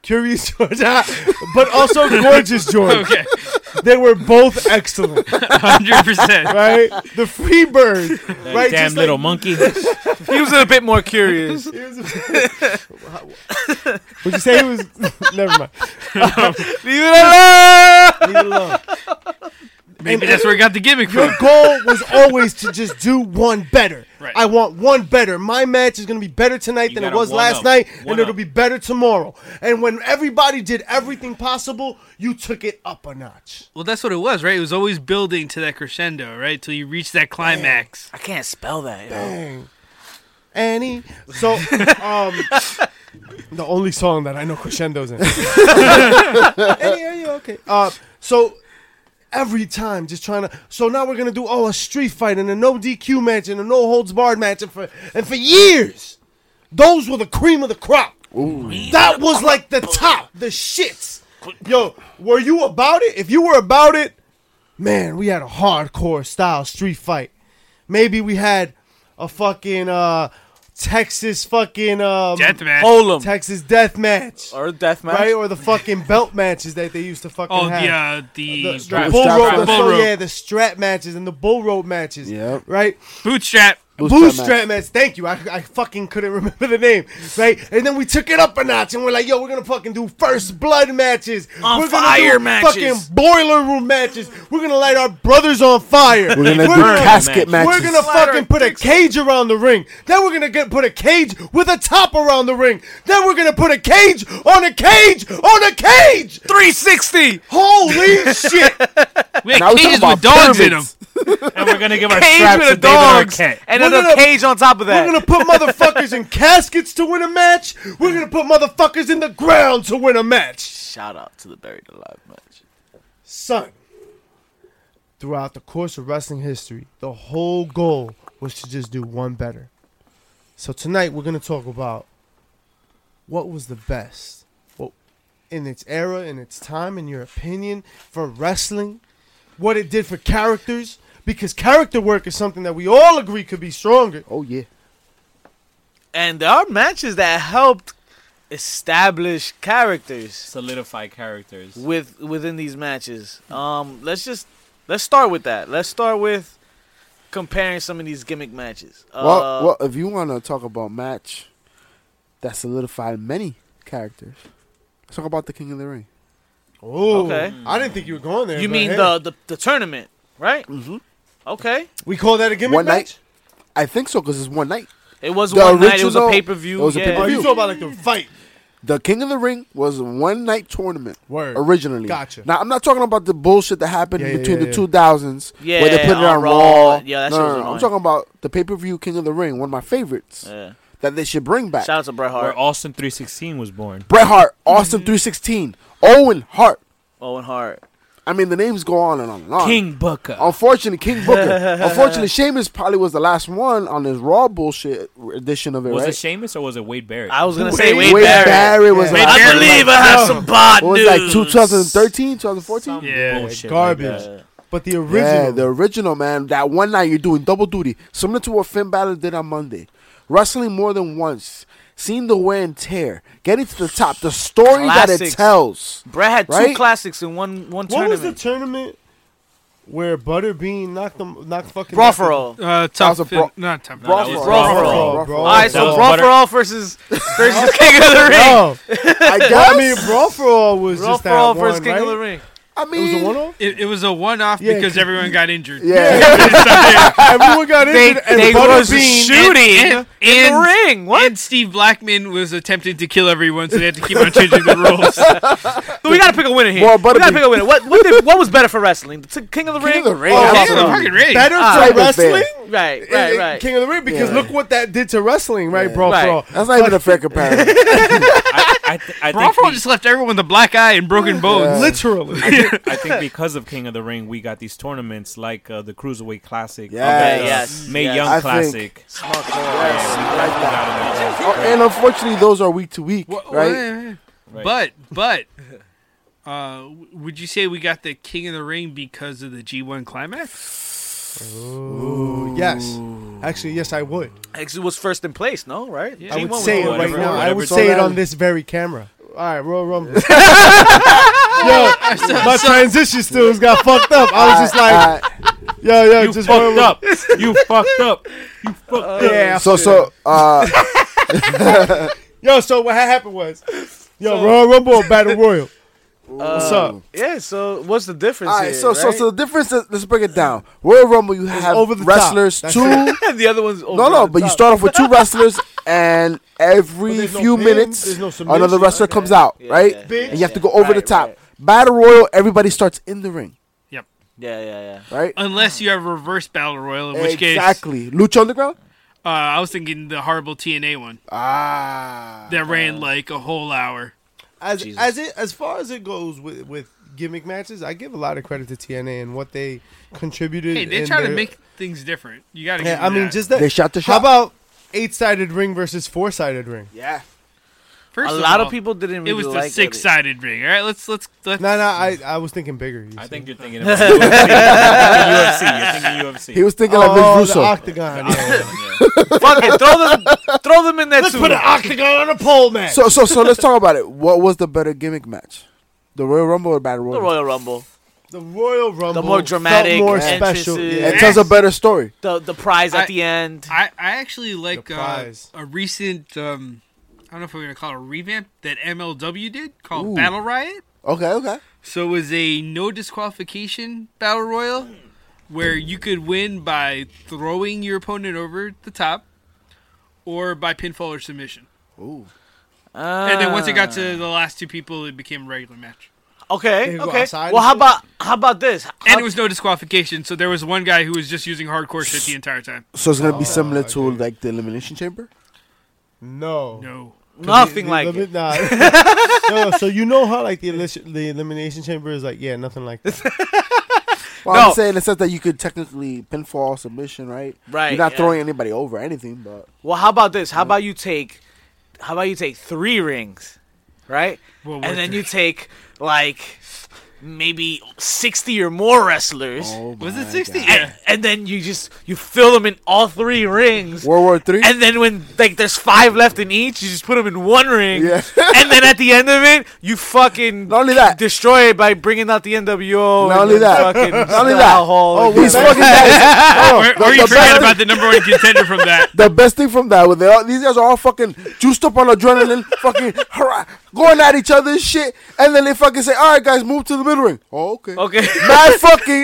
Speaker 1: Curious George, (laughs) ah, but also Gorgeous George.
Speaker 5: Okay,
Speaker 1: They were both excellent,
Speaker 5: 100%.
Speaker 1: right? The Freebird, right?
Speaker 4: Damn
Speaker 1: Just
Speaker 4: little
Speaker 1: like,
Speaker 3: (laughs)
Speaker 4: monkey.
Speaker 2: He was a bit more curious.
Speaker 1: would you say he was? (laughs) Never mind.
Speaker 2: Leave it alone.
Speaker 1: Leave it alone.
Speaker 5: Maybe that's where I got the gimmick
Speaker 1: Your
Speaker 5: from.
Speaker 1: goal was always to just do one better.
Speaker 5: Right.
Speaker 1: I want one better. My match is going to be better tonight
Speaker 4: You
Speaker 1: than it
Speaker 4: gotta
Speaker 1: was
Speaker 4: one
Speaker 1: last
Speaker 4: up.
Speaker 1: night,
Speaker 4: One
Speaker 1: and it'll
Speaker 4: up.
Speaker 1: be better tomorrow. And when everybody did everything possible, you took it up a notch.
Speaker 5: Well, that's what it was, right? It was always building to that crescendo, right? Till you reach that climax.
Speaker 2: I can't spell that. Yo.
Speaker 1: Dang. Annie. So,
Speaker 4: (laughs)
Speaker 1: um, (laughs) the only song that I know crescendos (laughs) in. Annie, are you okay? Uh, so every time, just trying to. So now we're gonna do oh a street fight and a no DQ match and a no holds barred match and for and for years, those were the cream of the crop. That was like the top, the shits. Yo, were you about it? If you were about it, man, we had a hardcore style street fight. Maybe we had a fucking uh Texas fucking um
Speaker 5: Deathmatch.
Speaker 2: Hold him
Speaker 1: Texas death match.
Speaker 2: or death match.
Speaker 1: Right or the fucking belt matches that they used to fucking
Speaker 5: Oh,
Speaker 1: have.
Speaker 5: the, uh, the,
Speaker 1: The, the
Speaker 5: strap-
Speaker 1: bull
Speaker 3: strap
Speaker 1: rope,
Speaker 3: match.
Speaker 1: the,
Speaker 5: Bull
Speaker 1: so,
Speaker 5: rope.
Speaker 1: yeah, the strap matches and the bull rope matches.
Speaker 3: Yep.
Speaker 1: Right,
Speaker 5: bootstrap.
Speaker 1: bootstrap match. Thank you. I, I fucking couldn't (laughs) remember the name. Right, and then we took it up a notch and we're like, yo, we're gonna fucking do first blood matches.
Speaker 2: On
Speaker 1: we're
Speaker 2: fire
Speaker 1: gonna do
Speaker 2: matches.
Speaker 1: Fucking boiler room matches. We're gonna light our brothers on fire.
Speaker 3: We're gonna do
Speaker 4: Burn
Speaker 3: casket
Speaker 4: match.
Speaker 3: matches.
Speaker 1: We're gonna
Speaker 2: Slide our
Speaker 1: fucking put a cage around the ring. Then we're gonna get put a cage with a top around the ring. Then we're gonna put a cage on a cage on a cage.
Speaker 2: 360.
Speaker 1: Holy shit!
Speaker 5: We had
Speaker 3: Now we
Speaker 2: (laughs)
Speaker 3: talking
Speaker 5: cages with
Speaker 3: about
Speaker 5: dogs in them.
Speaker 3: pyramids.
Speaker 4: and we're gonna give our
Speaker 2: Cage
Speaker 4: straps
Speaker 2: with
Speaker 4: to
Speaker 2: the
Speaker 4: David
Speaker 2: dogs,
Speaker 4: Arquette.
Speaker 2: and then
Speaker 1: We're
Speaker 2: a
Speaker 1: gonna-
Speaker 2: cage on top of that.
Speaker 1: We're gonna put motherfuckers in caskets to win a match. We're gonna put motherfuckers in the ground to win a match.
Speaker 2: Shout out to the buried alive match.
Speaker 1: Son, throughout the course of wrestling history, the whole goal was to just do one better. So tonight we're gonna talk about what was the best, what in its era, in its time, in your opinion, for wrestling, what it did for characters. Because character work is something that we all agree could be stronger.
Speaker 3: Oh yeah.
Speaker 2: And there are matches that helped establish characters.
Speaker 4: Solidify characters.
Speaker 2: with within these matches. Um, let's just let's start with that. Let's start with comparing some of these gimmick matches. Uh,
Speaker 3: well, well, if you want to talk about match that solidified many characters, let's talk about the King of the Ring.
Speaker 1: Oh,
Speaker 2: Okay.
Speaker 1: I didn't think you were going there.
Speaker 2: you
Speaker 1: but
Speaker 2: mean
Speaker 1: hey.
Speaker 2: the, the the tournament, right?
Speaker 3: Mhm.
Speaker 2: Okay,
Speaker 1: we call that a gimmick
Speaker 3: One
Speaker 1: match?
Speaker 3: I think so because it's one night.
Speaker 2: it was
Speaker 3: The
Speaker 2: one night. It was a
Speaker 3: original-
Speaker 2: pay per view.
Speaker 3: it was a
Speaker 1: Oh,
Speaker 2: Yeah.
Speaker 3: pay-per-view.
Speaker 1: you talking about like the fight?
Speaker 3: The King of the Ring was a one night tournament
Speaker 1: Word.
Speaker 3: originally.
Speaker 1: Gotcha.
Speaker 3: Now I'm not talking about the bullshit that happened
Speaker 1: Yeah, yeah,
Speaker 3: between
Speaker 1: yeah,
Speaker 3: the
Speaker 1: yeah.
Speaker 3: 2000s where they
Speaker 2: Yeah,
Speaker 3: put it
Speaker 2: on
Speaker 3: on
Speaker 2: Raw.
Speaker 3: Raw.
Speaker 2: Yeah, that
Speaker 3: no,
Speaker 2: shit was
Speaker 3: no, no,
Speaker 2: annoying.
Speaker 3: I'm talking about the pay per view King of the Ring, one of my favorites
Speaker 2: Yeah.
Speaker 3: that they should bring back.
Speaker 2: Shout out to Bret
Speaker 4: Where
Speaker 2: Hart,
Speaker 4: Austin 316 was born.
Speaker 3: Bret Hart,
Speaker 1: Mm-hmm.
Speaker 3: Austin 316, Owen Hart.
Speaker 2: Owen Hart.
Speaker 3: I mean the names go on and on and on.
Speaker 4: King Booker.
Speaker 3: Unfortunately,
Speaker 2: (laughs)
Speaker 3: King Booker. Unfortunately, Sheamus probably was the last one on this Raw bullshit edition of it.
Speaker 4: was
Speaker 3: right?
Speaker 4: it Sheamus or was it Wade Barrett?
Speaker 2: I was gonna
Speaker 1: Wade-
Speaker 2: say Wade,
Speaker 1: Wade
Speaker 2: Barrett.
Speaker 3: Barrett was
Speaker 1: Yeah.
Speaker 3: like,
Speaker 2: I believe I have some bad
Speaker 3: what was
Speaker 2: news.
Speaker 3: it, like 2013, 2014.
Speaker 4: Some
Speaker 5: Yeah.
Speaker 4: bullshit
Speaker 1: Garbage.
Speaker 4: like that.
Speaker 2: Yeah.
Speaker 1: But the original.
Speaker 3: Yeah, the original man. That one night you're doing double duty, similar to what Finn Balor did on Monday, wrestling more than once, seeing the wear and tear, getting to the top, the story that
Speaker 2: Classics.
Speaker 3: it tells.
Speaker 2: Bret had two
Speaker 3: Right?
Speaker 2: classics in one one
Speaker 1: what was the
Speaker 2: tournament.
Speaker 1: tournament where Butterbean knocked them, knocked fucking.
Speaker 2: Brawl for
Speaker 1: Oh,
Speaker 2: all.
Speaker 5: Uh,
Speaker 3: was
Speaker 5: top
Speaker 3: a
Speaker 5: fif-
Speaker 3: bro-
Speaker 5: not top.
Speaker 4: Bro-
Speaker 5: fif-
Speaker 4: that was
Speaker 3: for
Speaker 2: Raw
Speaker 3: all,
Speaker 2: for
Speaker 1: all,
Speaker 3: Raw for
Speaker 1: bro.
Speaker 2: All right,
Speaker 4: That
Speaker 2: so
Speaker 4: was
Speaker 2: Brawl
Speaker 4: butter-
Speaker 2: for all versus
Speaker 1: (laughs)
Speaker 2: versus King of the Ring.
Speaker 1: No,
Speaker 3: I
Speaker 1: I
Speaker 3: guess.
Speaker 1: mean Brawl for all was
Speaker 2: Brawl
Speaker 1: just
Speaker 2: for
Speaker 1: that
Speaker 2: all
Speaker 1: one,
Speaker 2: versus King
Speaker 1: right?
Speaker 2: of the Ring.
Speaker 3: I
Speaker 1: It was
Speaker 3: mean,
Speaker 1: a one-off.
Speaker 5: It, it was a one-off
Speaker 1: Yeah,
Speaker 5: because
Speaker 1: c-
Speaker 5: everyone got injured.
Speaker 3: yeah.
Speaker 1: Everyone got
Speaker 2: they,
Speaker 1: injured, and
Speaker 2: they was
Speaker 1: Butterbean.
Speaker 2: shooting
Speaker 5: and-
Speaker 2: in the
Speaker 5: and-
Speaker 2: ring. What?
Speaker 5: And Steve Blackman was attempting to kill everyone, so they had to keep on changing the rules.
Speaker 2: we gotta pick a winner here.
Speaker 3: Well,
Speaker 2: we gotta
Speaker 3: Butterbean-
Speaker 2: pick a winner. What what, did, what was better for wrestling? The t- King of the Ring.
Speaker 3: King of the Ring.
Speaker 1: Oh,
Speaker 3: I
Speaker 5: King of
Speaker 3: don't
Speaker 5: the
Speaker 3: know.
Speaker 5: fucking ring.
Speaker 1: Better
Speaker 2: Ah,
Speaker 1: for
Speaker 3: type of
Speaker 1: wrestling.
Speaker 2: Right,
Speaker 1: It-
Speaker 2: right,
Speaker 1: it-
Speaker 2: right.
Speaker 1: King of the Ring, because
Speaker 3: Yeah.
Speaker 1: look what that did to wrestling, right?
Speaker 3: Yeah.
Speaker 1: Brawl
Speaker 2: Right.
Speaker 1: for all.
Speaker 3: That's not even a fair comparison.
Speaker 4: I, I, th-
Speaker 2: (laughs)
Speaker 4: I, think
Speaker 5: Brawford
Speaker 4: be-
Speaker 5: just left everyone with a black eye and broken bones.
Speaker 1: Literally.
Speaker 4: I think because of King of the Ring, we got these tournaments like uh, the Cruiserweight Classic,
Speaker 3: Yes.
Speaker 4: uh,
Speaker 2: Yes,
Speaker 4: May
Speaker 2: yes.
Speaker 4: Young
Speaker 3: I
Speaker 4: Classic. Yeah, we definitely got them
Speaker 3: Oh, and unfortunately, those are week to week,
Speaker 5: Wha- wha-
Speaker 3: right?
Speaker 4: Right.
Speaker 5: But but uh, w- would you say we got the King of the Ring because of the G1 climax?
Speaker 1: Ooh, yes. Actually, yes, I would.
Speaker 2: Actually, was first in place. No, right?
Speaker 5: Yeah.
Speaker 1: I
Speaker 2: G1
Speaker 1: would
Speaker 2: was
Speaker 1: say it
Speaker 2: always
Speaker 1: right
Speaker 4: whatever-
Speaker 1: now. I
Speaker 4: whatever
Speaker 1: would
Speaker 4: it's all
Speaker 1: say it
Speaker 3: that
Speaker 1: on
Speaker 3: is.
Speaker 1: this very camera. All right, Royal (laughs) Rumble. Yo, my transition still got fucked up. I was just like,
Speaker 3: Uh,
Speaker 1: yo, yo,
Speaker 4: You
Speaker 1: just
Speaker 4: fucked
Speaker 1: Royal Rumble.
Speaker 4: up. You fucked up. You fucked up.
Speaker 1: Yeah.
Speaker 3: (laughs) so, so, uh,
Speaker 1: Yo, so what ha- happened was, yo, Royal Rumble or Battle Royal? What's up?
Speaker 2: Yeah. So what's the difference?
Speaker 3: all right,
Speaker 2: here,
Speaker 3: so, so,
Speaker 2: right? (laughs)
Speaker 3: so the difference is, let's break it down. Royal Rumble, you have
Speaker 1: over the top.
Speaker 3: wrestlers,
Speaker 1: That's
Speaker 3: two.
Speaker 2: the other one's over
Speaker 3: No, no,
Speaker 2: the
Speaker 3: but you
Speaker 2: top.
Speaker 3: start off with two
Speaker 2: (laughs)
Speaker 3: wrestlers, and every
Speaker 1: But there's no
Speaker 3: few
Speaker 1: pin,
Speaker 3: minutes,
Speaker 1: there's no submission.
Speaker 3: another wrestler comes out,
Speaker 2: Yeah,
Speaker 3: right?
Speaker 2: yeah,
Speaker 1: Big.
Speaker 3: And you have to
Speaker 2: yeah.
Speaker 3: go over the
Speaker 2: Right,
Speaker 3: top.
Speaker 2: right.
Speaker 3: Battle Royal, everybody starts in the ring,
Speaker 2: Yeah, yeah, yeah.
Speaker 3: right?
Speaker 5: Unless you have reverse battle royal, in which case
Speaker 3: exactly. Lucha Underground?
Speaker 5: uh, I was thinking the horrible TNA one
Speaker 3: Uh, Ah.
Speaker 5: that ran like a whole hour.
Speaker 1: As
Speaker 2: Jesus.
Speaker 1: as it as far as it goes with with gimmick matches, I give a lot of credit to TNA and what they contributed.
Speaker 5: Hey, they
Speaker 1: in
Speaker 5: try to
Speaker 1: their-
Speaker 5: make things different. You got to.
Speaker 1: (laughs) Yeah, I mean, just that.
Speaker 3: They shot the
Speaker 1: How
Speaker 3: shot.
Speaker 1: about eight sided ring versus four sided ring?
Speaker 3: Yeah.
Speaker 5: First
Speaker 2: a
Speaker 5: of
Speaker 2: lot
Speaker 5: all,
Speaker 2: of people didn't. Really
Speaker 5: It was the
Speaker 2: like
Speaker 5: six sided ring. All right, let's let's let's.
Speaker 1: No, no, I I was thinking bigger. you
Speaker 4: I
Speaker 1: see.
Speaker 4: think you're thinking about UFC. (laughs) You're thinking UFC.
Speaker 3: He
Speaker 4: You're
Speaker 3: was thinking
Speaker 1: oh,
Speaker 3: like Vince
Speaker 1: the
Speaker 3: Russo.
Speaker 1: octagon.
Speaker 4: thinking
Speaker 1: yeah.
Speaker 4: UFC. Yeah.
Speaker 2: Fuck it, throw them, throw them in there
Speaker 1: Let's
Speaker 2: too.
Speaker 1: put an octagon on a pole match.
Speaker 3: So, so,
Speaker 1: (laughs)
Speaker 3: so let's talk about it. What was the better gimmick match? The Royal Rumble or Battle Royal?
Speaker 2: the Royal Rumble,
Speaker 1: the Royal Rumble,
Speaker 2: more
Speaker 1: felt
Speaker 2: dramatic
Speaker 1: more
Speaker 2: entrances.
Speaker 1: special.
Speaker 3: It
Speaker 1: Yeah.
Speaker 3: tells a better story.
Speaker 2: the the prize at
Speaker 5: I-
Speaker 2: the end.
Speaker 5: I, I actually like
Speaker 1: The
Speaker 5: uh,
Speaker 1: prize.
Speaker 5: a recent um, I don't know if we're gonna call it a revamp that MLW did called
Speaker 3: Ooh.
Speaker 5: Battle Riot.
Speaker 3: Okay, okay.
Speaker 5: So it was a no disqualification battle royal where you could win by throwing your opponent over the top or by pinfall or submission.
Speaker 3: Ooh.
Speaker 2: Ah,
Speaker 5: And then once it got to the last two people, it became a regular match.
Speaker 1: They
Speaker 2: Okay.
Speaker 1: go
Speaker 2: Okay.
Speaker 1: outside
Speaker 2: Well,
Speaker 1: and
Speaker 2: how
Speaker 1: shit?
Speaker 2: about how about this?
Speaker 5: And
Speaker 2: How-
Speaker 5: it was no disqualification, so there was one guy who was just using hardcore shit the entire time.
Speaker 3: So it's gonna be
Speaker 1: Oh,
Speaker 3: similar to
Speaker 1: okay.
Speaker 3: like the elimination chamber.
Speaker 1: No.
Speaker 5: No.
Speaker 2: nothing like
Speaker 1: Elimi-
Speaker 2: it.
Speaker 1: nah. no,
Speaker 3: (laughs)
Speaker 1: so you know (laughs) how like the elish- the elimination chamber is like yeah nothing like
Speaker 3: (laughs)
Speaker 1: that.
Speaker 3: Well,
Speaker 2: No.
Speaker 3: I'm saying it says that you could technically pinfall submission, right?
Speaker 2: Right.
Speaker 3: You're not
Speaker 2: yeah.
Speaker 3: throwing anybody over anything, but
Speaker 2: Well, how about this? How
Speaker 3: Mm.
Speaker 2: about you take, how about you take three rings, right?
Speaker 5: Well,
Speaker 2: and then you take like maybe sixty or more wrestlers,
Speaker 3: oh
Speaker 5: was it
Speaker 3: my
Speaker 5: 60?
Speaker 3: God.
Speaker 5: Yeah.
Speaker 2: and, and then you just you fill them in all three rings.
Speaker 3: World War Three.
Speaker 2: And then when like there's five left in each, you just put them in one ring.
Speaker 3: Yeah.
Speaker 2: (laughs)
Speaker 3: (laughs)
Speaker 2: and then at the end of it, you fucking
Speaker 3: Not only that.
Speaker 2: destroy it by bringing out the NWO.
Speaker 3: Not
Speaker 2: and
Speaker 3: only
Speaker 2: the
Speaker 3: that.
Speaker 2: fucking
Speaker 3: (laughs) Not only
Speaker 2: the
Speaker 3: that.
Speaker 2: alcohol
Speaker 3: Oh,
Speaker 2: and
Speaker 3: (laughs) these
Speaker 2: everything. (laughs)
Speaker 3: fucking guys. No,
Speaker 5: Or,
Speaker 3: the-
Speaker 5: or you
Speaker 3: the
Speaker 5: forget
Speaker 3: best-
Speaker 5: about the number one contender from that.
Speaker 3: The best thing from that was they all, these guys are all fucking juiced up on adrenaline, (laughs) fucking hurrah, going at each other and shit, and then they fucking say, "All right, guys, move to the middle ring." Oh, okay.
Speaker 2: Okay.
Speaker 3: Mad fucking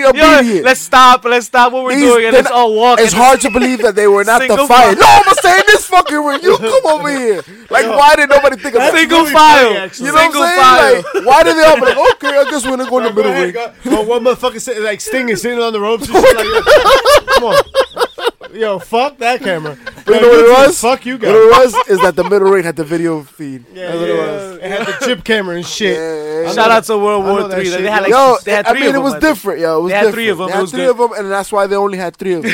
Speaker 2: (laughs) Yo,
Speaker 3: obedient.
Speaker 2: let's stop. Let's stop what we're
Speaker 3: These-
Speaker 2: doing and
Speaker 3: they're
Speaker 2: let's
Speaker 3: not-
Speaker 2: all walk.
Speaker 3: it's
Speaker 2: and
Speaker 3: hard to believe that they were not the
Speaker 2: Single
Speaker 3: fire.
Speaker 2: file.
Speaker 3: No, I'm gonna stay in this fucking ring. You come over here. Like, why did nobody think of that?
Speaker 2: Single
Speaker 1: really
Speaker 2: file.
Speaker 1: funny, actually.
Speaker 3: You know what
Speaker 2: single
Speaker 3: I'm saying? Like, why did they all be like, okay, I guess we're gonna go in
Speaker 1: (laughs)
Speaker 3: the uh?
Speaker 1: Go
Speaker 3: middle ring.
Speaker 1: ahead, go- Well, one motherfucker sit, like Sting is sitting on the ropes.
Speaker 3: (laughs)
Speaker 1: And shit, like, yo, come on, yo, fuck that
Speaker 3: (laughs)
Speaker 1: camera.
Speaker 3: But you know what it was?
Speaker 1: Fuck you
Speaker 3: What it
Speaker 1: guys.
Speaker 3: was is that the middle ring had the video feed.
Speaker 1: Yeah,
Speaker 3: That's what it was.
Speaker 1: yeah. It had (laughs) the chip camera and shit.
Speaker 3: Yeah, yeah,
Speaker 2: Shout out to World
Speaker 1: I know
Speaker 2: War
Speaker 1: that
Speaker 2: Three. They
Speaker 1: shit,
Speaker 2: had like
Speaker 1: yo.
Speaker 3: Yo,
Speaker 2: they had
Speaker 3: I
Speaker 2: three
Speaker 3: mean,
Speaker 2: of
Speaker 3: it
Speaker 2: them,
Speaker 3: was
Speaker 2: I think.
Speaker 3: different. Yo, it was
Speaker 2: They had three
Speaker 3: different.
Speaker 2: of them,
Speaker 3: They
Speaker 2: it
Speaker 3: had
Speaker 2: was
Speaker 3: three
Speaker 2: good.
Speaker 3: of them, and that's why they only had three of them.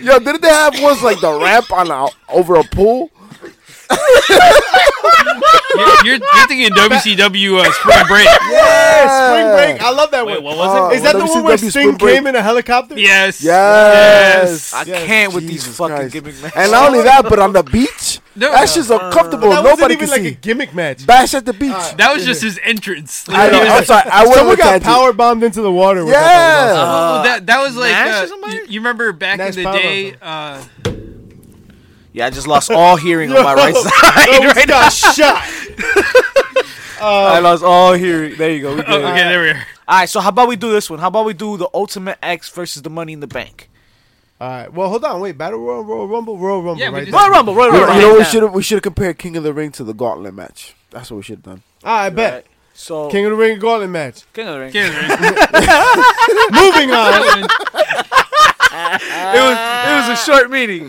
Speaker 3: Yo, didn't they have ones like the ramp on a, over a pool?
Speaker 5: You're, you're, you're thinking WCW uh, Spring Break.
Speaker 3: Yeah,
Speaker 1: Spring break. I love that
Speaker 4: Wait,
Speaker 1: one.
Speaker 4: what was
Speaker 1: Is that the one where Sting
Speaker 3: WCW Spring Break.
Speaker 1: came in a helicopter?
Speaker 5: Yes.
Speaker 3: Yes.
Speaker 2: I
Speaker 1: Yes,
Speaker 2: can't with
Speaker 3: Jesus
Speaker 2: these fucking
Speaker 3: Christ.
Speaker 2: gimmick matches.
Speaker 3: And not only that, but on the beach,
Speaker 5: No,
Speaker 3: that shit's uncomfortable.
Speaker 1: That wasn't
Speaker 3: Nobody
Speaker 1: even
Speaker 3: can
Speaker 1: like
Speaker 3: see.
Speaker 1: a gimmick match.
Speaker 3: Bash at the beach.
Speaker 5: That was just his entrance.
Speaker 3: I know,
Speaker 5: He was
Speaker 3: I'm
Speaker 5: like-
Speaker 3: sorry. I went
Speaker 1: Someone
Speaker 3: with
Speaker 1: got
Speaker 3: that.
Speaker 1: power bombed into the water. With
Speaker 3: Yeah.
Speaker 4: (laughs)
Speaker 1: That,
Speaker 5: Well, well, "Oh, that that was like
Speaker 2: Nash or
Speaker 5: uh,
Speaker 2: somebody?
Speaker 5: you, you remember back
Speaker 1: Uh, Nash
Speaker 5: in the
Speaker 1: Power
Speaker 5: day. Uh,
Speaker 2: yeah, I just lost all hearing on my right (laughs)
Speaker 1: Yo.
Speaker 2: side.
Speaker 1: that
Speaker 2: right
Speaker 1: right got
Speaker 4: (laughs)
Speaker 1: shot.
Speaker 2: I lost all hearing. There you go. We good.
Speaker 5: oh, okay, there we (laughs) are.
Speaker 2: All right, so how about we do this one? How about we do the Ultimate X versus the Money in the Bank?
Speaker 1: All right. Well, hold on. Wait. Battle Royal, Royal Rumble, Royal Rumble.
Speaker 5: Yeah, we
Speaker 1: right
Speaker 5: just-
Speaker 1: there.
Speaker 2: Royal Rumble, Royal
Speaker 3: You know,
Speaker 2: Rumble.
Speaker 3: you know what we
Speaker 2: hands down.
Speaker 3: should have we should have compared King of the Ring to the Gauntlet match. That's what we should have done.
Speaker 1: All right. Bet.
Speaker 2: Right. So King,
Speaker 1: King of the Ring gauntlet match.
Speaker 2: of the Ring.
Speaker 5: Can't-
Speaker 1: Moving on.
Speaker 2: It was it was a short (laughs) meeting.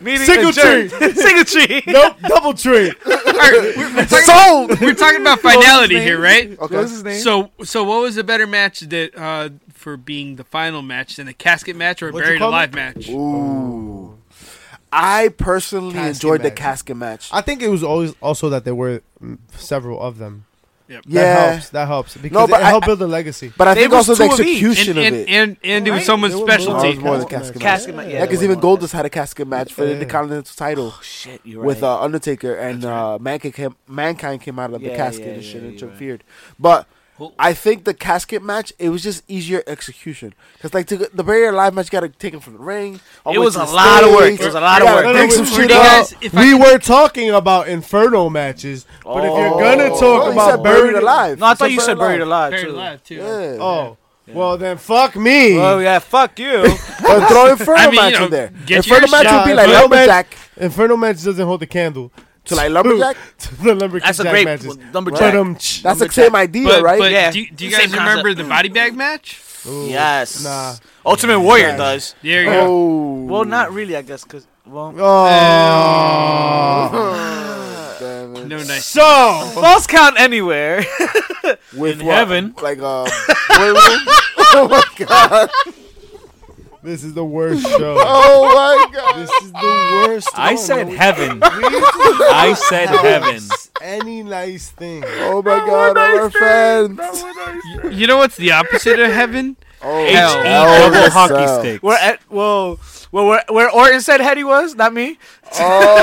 Speaker 2: meeting
Speaker 1: Single
Speaker 2: adjourned. Ah. (laughs) Single tree.
Speaker 1: nope. Double tree.
Speaker 5: All right, we're, we're talking,
Speaker 3: Sold.
Speaker 5: (laughs) we're talking
Speaker 1: (laughs)
Speaker 5: about finality here, right?
Speaker 2: What was his name?
Speaker 5: So, so what was a better match that uh, for being the final match than a casket match or a
Speaker 1: What'd you
Speaker 5: buried
Speaker 1: call it?
Speaker 5: alive match?
Speaker 3: Ooh. I personally
Speaker 1: Casket
Speaker 3: enjoyed the
Speaker 1: match.
Speaker 3: casket match.
Speaker 1: I think it was always also that there were mm, several of them. That
Speaker 3: yeah.
Speaker 1: helps. That helps because
Speaker 3: No, but
Speaker 1: it
Speaker 3: I-
Speaker 1: helped build a legacy.
Speaker 3: But I
Speaker 2: They
Speaker 3: think
Speaker 2: was
Speaker 3: also the
Speaker 2: two of each.
Speaker 3: execution of
Speaker 5: And and,
Speaker 3: it.
Speaker 5: and and it was
Speaker 1: Right?
Speaker 5: someone's
Speaker 1: They were
Speaker 5: specialty.
Speaker 3: both- more than casket match.
Speaker 2: Casket match, yeah,
Speaker 3: Yeah, because
Speaker 2: they
Speaker 3: even
Speaker 2: won.
Speaker 3: Goldust had a casket match for the
Speaker 1: Yeah.
Speaker 3: Continental title
Speaker 2: Oh, Shit, you're
Speaker 3: with
Speaker 2: right.
Speaker 3: uh, Undertaker, and uh, Mankind, came, Mankind came out of
Speaker 2: Yeah,
Speaker 3: the casket
Speaker 2: yeah,
Speaker 3: and
Speaker 2: yeah,
Speaker 3: shit and
Speaker 2: you're right.
Speaker 3: interfered. But
Speaker 5: Who-
Speaker 3: I think the casket match, it was just easier execution. Because like to, the Barrier Live match got to take him from the ring. all
Speaker 2: It
Speaker 3: the way
Speaker 2: was
Speaker 3: to
Speaker 2: a
Speaker 3: the
Speaker 2: lot of work.
Speaker 3: stage.
Speaker 2: It was a lot
Speaker 3: You
Speaker 2: of work.
Speaker 3: gotta
Speaker 1: No, no,
Speaker 3: Think
Speaker 1: we-
Speaker 3: some
Speaker 1: we-
Speaker 3: shit
Speaker 5: you
Speaker 3: up.
Speaker 5: guys- if I
Speaker 1: uh, we
Speaker 5: could-
Speaker 1: were talking about inferno matches, but if you're gonna
Speaker 2: Oh.
Speaker 1: talk
Speaker 3: Well, he
Speaker 1: about
Speaker 3: said buried alive.
Speaker 2: No, I
Speaker 3: He
Speaker 2: thought you said buried alive
Speaker 5: Buried
Speaker 2: too.
Speaker 5: alive too.
Speaker 3: Yeah.
Speaker 1: oh, well then fuck me.
Speaker 2: Oh yeah, fuck (laughs) you.
Speaker 3: But throw Inferno
Speaker 5: I mean, you
Speaker 3: match
Speaker 5: know,
Speaker 3: in there.
Speaker 5: get
Speaker 3: Inferno
Speaker 5: yours
Speaker 3: match
Speaker 1: shot.
Speaker 3: would be like
Speaker 1: Yeah, Inferno match-
Speaker 3: lumberjack
Speaker 1: Inferno match doesn't hold the candle
Speaker 3: to like lumberjack.
Speaker 1: (laughs) to the lumberjack
Speaker 2: That's a great
Speaker 1: matches.
Speaker 2: number
Speaker 1: But,
Speaker 2: jack.
Speaker 1: um, tch.
Speaker 3: That's the
Speaker 2: Lumberjack.
Speaker 3: same idea,
Speaker 5: But,
Speaker 3: right?
Speaker 5: but
Speaker 2: Yeah.
Speaker 5: do, do you
Speaker 2: Same
Speaker 5: guys
Speaker 2: concept.
Speaker 5: remember the body bag match?
Speaker 1: Ooh,
Speaker 2: Yes.
Speaker 1: Nah.
Speaker 2: Ultimate Warrior does.
Speaker 5: There you go.
Speaker 3: oh,
Speaker 2: Well, not really, I guess, cause well.
Speaker 1: Oh.
Speaker 3: Damn it.
Speaker 5: No nice.
Speaker 1: So
Speaker 2: False count anywhere.
Speaker 3: with
Speaker 4: In
Speaker 3: what?
Speaker 4: heaven.
Speaker 3: Like (laughs) uh, boiler room? oh my god!
Speaker 1: this is the
Speaker 3: (laughs)
Speaker 1: worst show.
Speaker 3: Oh my god!
Speaker 1: This is the worst.
Speaker 4: I
Speaker 1: one.
Speaker 4: said
Speaker 1: We-
Speaker 4: heaven.
Speaker 1: we-
Speaker 4: I said heaven.
Speaker 1: Any nice thing.
Speaker 3: Oh my god! Our fans.
Speaker 5: You know what's the opposite of heaven?
Speaker 3: Oh,
Speaker 4: H E
Speaker 5: Hell.
Speaker 4: double
Speaker 3: Elvis
Speaker 4: hockey
Speaker 3: up.
Speaker 4: stick.
Speaker 2: Where at? Whoa, well, where where Orton said Hetty was, not me.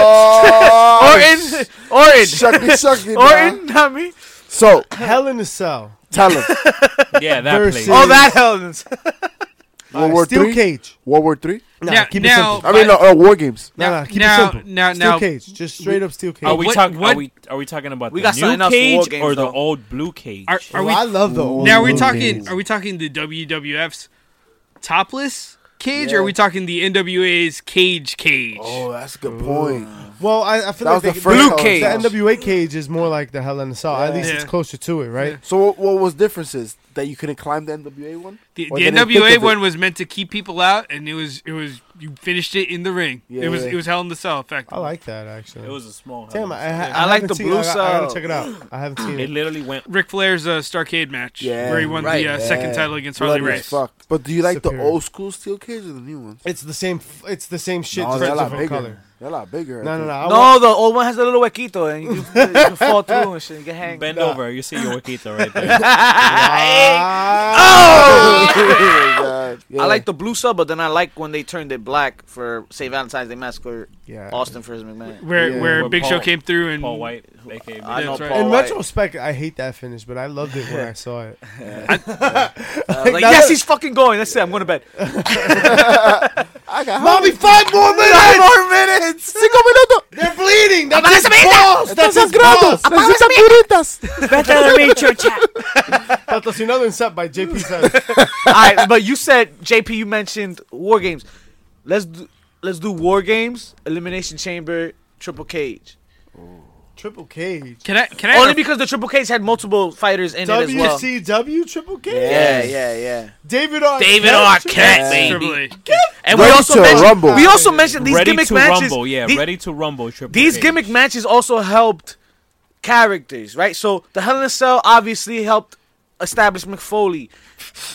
Speaker 3: Oh,
Speaker 2: Orton, Orton,
Speaker 3: shucky shucky. man.
Speaker 2: (laughs) Orton, not me.
Speaker 3: So
Speaker 1: Hell in a Cell.
Speaker 3: tell him
Speaker 4: Yeah, that
Speaker 1: Versus-
Speaker 4: place.
Speaker 2: Oh, that Helens.
Speaker 3: World War
Speaker 1: Steel
Speaker 3: Three.
Speaker 1: cage.
Speaker 3: World War Three.
Speaker 1: Nah,
Speaker 5: Now-
Speaker 1: keep
Speaker 5: now-
Speaker 1: it simple.
Speaker 3: I mean,
Speaker 5: But-
Speaker 3: uh, uh, War Games.
Speaker 1: Nah,
Speaker 5: Now-
Speaker 1: nah, keep
Speaker 5: now-
Speaker 1: it simple.
Speaker 5: now-
Speaker 1: steel
Speaker 5: now-
Speaker 1: cage. Just straight up steel cage.
Speaker 4: Are we
Speaker 5: What-
Speaker 4: talking? Are
Speaker 5: what-
Speaker 4: we are we talking about
Speaker 2: We
Speaker 4: the
Speaker 2: got something
Speaker 4: new
Speaker 2: else for war
Speaker 4: cage
Speaker 2: games,
Speaker 4: or the
Speaker 2: though.
Speaker 4: old blue cage?
Speaker 5: Are, are
Speaker 1: Oh,
Speaker 5: we
Speaker 1: I love the old
Speaker 5: now? Are we
Speaker 1: War
Speaker 5: talking?
Speaker 1: Games.
Speaker 5: Are we talking the WWF's topless cage, or are we talking the NWA's cage cage?
Speaker 3: Oh, that's a good point.
Speaker 1: Well, I, I feel
Speaker 3: That
Speaker 1: like
Speaker 3: was the
Speaker 1: they-
Speaker 3: first
Speaker 1: Blue
Speaker 3: I was-
Speaker 1: cage. The
Speaker 3: that was-
Speaker 1: NWA cage is more like the Hell in the Cell. At
Speaker 3: Yeah.
Speaker 1: least it's
Speaker 5: Yeah.
Speaker 1: closer to it, right?
Speaker 3: So what, what was difference is that you couldn't climb the NWA one?
Speaker 5: The,
Speaker 3: Or
Speaker 5: the
Speaker 3: they didn't think
Speaker 5: NWA
Speaker 3: of it.
Speaker 5: one was meant to keep people out, and it was it was you finished it in the ring.
Speaker 3: Yeah,
Speaker 5: it was
Speaker 3: yeah. Oh.
Speaker 5: it was Hell in the Cell effect.
Speaker 1: I like that actually.
Speaker 4: It was a small.
Speaker 1: Damn, I, I,
Speaker 4: house.
Speaker 1: I,
Speaker 2: I like
Speaker 1: haven't
Speaker 2: the
Speaker 1: seen
Speaker 2: blue
Speaker 1: it. I, got- I gotta
Speaker 3: uh,
Speaker 2: cell.
Speaker 1: check it out. I haven't seen
Speaker 4: It
Speaker 1: it.
Speaker 4: literally went.
Speaker 5: Ric Flair's uh, Starcade match
Speaker 3: Yeah,
Speaker 5: where he won
Speaker 2: right,
Speaker 5: the uh, second title against
Speaker 3: Bloody
Speaker 5: Harley Race.
Speaker 3: Fuck. But do you like
Speaker 1: Superior.
Speaker 3: the old school steel cage or the new ones?
Speaker 1: It's the same. f- It's the same shit.
Speaker 3: No,
Speaker 1: No,
Speaker 3: they're a lot
Speaker 1: different
Speaker 3: bigger.
Speaker 1: color.
Speaker 3: They're a lot bigger. I
Speaker 1: No, no,
Speaker 3: think.
Speaker 1: no. I want-
Speaker 2: No, the old one has a little huequito, and you, (laughs) you can fall through and shit. You can hang. (laughs)
Speaker 4: Bend over. You see your Wakita right there.
Speaker 3: Ah.
Speaker 2: Ah. Oh!
Speaker 3: Yeah, God. (laughs) Yeah.
Speaker 2: I like the blue sub, but then I like when they turned it black for St. Valentine's Day Massacre.
Speaker 1: Yeah.
Speaker 2: Austin for his McMahon.
Speaker 5: Where
Speaker 3: Yeah.
Speaker 5: where
Speaker 4: With
Speaker 5: Big Show
Speaker 4: Paul-
Speaker 5: came through and
Speaker 4: Paul White, aka.
Speaker 2: I know
Speaker 5: That's right.
Speaker 2: Paul
Speaker 1: In
Speaker 2: White.
Speaker 1: retrospect, I hate that finish, but I loved it when I saw it.
Speaker 2: I was like,
Speaker 1: Now
Speaker 2: yes,
Speaker 1: that-
Speaker 2: he's fucking going. That's it. I'm going to bed.
Speaker 3: I got
Speaker 1: Mommy, five more
Speaker 3: five
Speaker 1: minutes.
Speaker 3: more minutes. Cinco minutos.
Speaker 1: They're bleeding. That's his
Speaker 2: Amanece mi vida.
Speaker 1: balls. That's his balls.
Speaker 3: Necesitan puritas.
Speaker 1: Patrocinado and set by JP. Says.
Speaker 2: (laughs) All right, but you said JP. You mentioned war games. Let's do, let's do war games, elimination chamber, triple cage.
Speaker 1: Triple Cage.
Speaker 5: Can I can I
Speaker 4: Oh,
Speaker 2: Only
Speaker 5: have a-
Speaker 2: because the triple cage had multiple fighters in it as well.
Speaker 1: WCW Triple Cage.
Speaker 2: Yeah, yeah, yeah.
Speaker 1: David Arquette.
Speaker 2: David Arquette,
Speaker 5: Triple
Speaker 2: baby.
Speaker 5: H?
Speaker 2: And
Speaker 3: Ready
Speaker 2: we also
Speaker 3: to
Speaker 2: mentioned
Speaker 3: rumble.
Speaker 2: we also mentioned these
Speaker 4: ready
Speaker 2: gimmick
Speaker 4: to
Speaker 2: matches.
Speaker 4: rumble. Yeah,
Speaker 2: the-
Speaker 4: ready to rumble. Triple
Speaker 2: these
Speaker 4: H.
Speaker 2: gimmick matches also helped characters, right? So the Hell in a Cell obviously helped establish McFoley.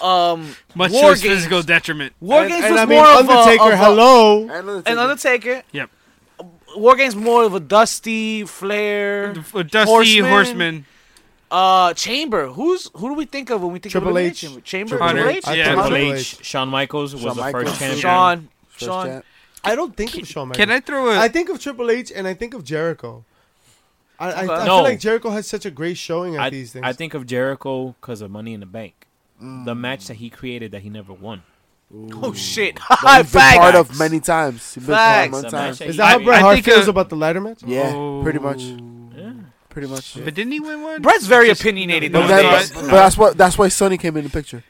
Speaker 2: Um,
Speaker 5: Much to
Speaker 2: War
Speaker 5: his
Speaker 2: Games.
Speaker 5: physical detriment.
Speaker 2: War
Speaker 1: And,
Speaker 2: Games
Speaker 1: and
Speaker 2: was
Speaker 1: I mean,
Speaker 2: more of a-
Speaker 1: Undertaker.
Speaker 2: of a,
Speaker 1: hello.
Speaker 2: and Undertaker.
Speaker 5: Yep.
Speaker 2: War Games more of a dusty flair,
Speaker 5: Uh, Dusty
Speaker 2: Horseman.
Speaker 5: Horseman,
Speaker 2: uh, chamber. Who's who do we think of when we think
Speaker 1: Triple
Speaker 2: of
Speaker 1: H.
Speaker 2: Elimination? Chamber,
Speaker 5: Triple
Speaker 2: Triple
Speaker 5: H,
Speaker 2: H,
Speaker 5: yeah.
Speaker 4: Triple
Speaker 1: Triple
Speaker 4: H.
Speaker 1: H.
Speaker 4: Shawn Michaels was
Speaker 3: Shawn
Speaker 4: the
Speaker 3: Michaels.
Speaker 4: first champion.
Speaker 2: Sean, Sean.
Speaker 1: I don't think of Shawn Michaels.
Speaker 5: Can I throw a
Speaker 1: I think of Triple H and I think of Jericho. I, I, I
Speaker 4: No.
Speaker 1: feel like Jericho has such a great showing at
Speaker 4: I,
Speaker 1: these things.
Speaker 4: I think of Jericho because of Money in the Bank,
Speaker 3: Mm.
Speaker 4: the match that he created that he never won.
Speaker 2: Oh shit! (laughs)
Speaker 3: I've been
Speaker 2: Facts.
Speaker 3: part of many times. You've been part
Speaker 2: Facts.
Speaker 3: of many
Speaker 4: The match
Speaker 3: times.
Speaker 4: that
Speaker 1: is
Speaker 4: he
Speaker 1: that how
Speaker 5: I-
Speaker 1: Bret
Speaker 5: I
Speaker 1: Hart
Speaker 5: think,
Speaker 1: feels
Speaker 5: uh,
Speaker 1: about the ladder match?
Speaker 3: Yeah, pretty much.
Speaker 4: Yeah.
Speaker 3: Pretty much.
Speaker 5: But didn't he win one?
Speaker 2: Brett's very opinionated.
Speaker 5: No,
Speaker 3: But,
Speaker 2: these
Speaker 3: that-
Speaker 2: days.
Speaker 5: that's-
Speaker 3: but- but that's what that's why Sonny came in the picture.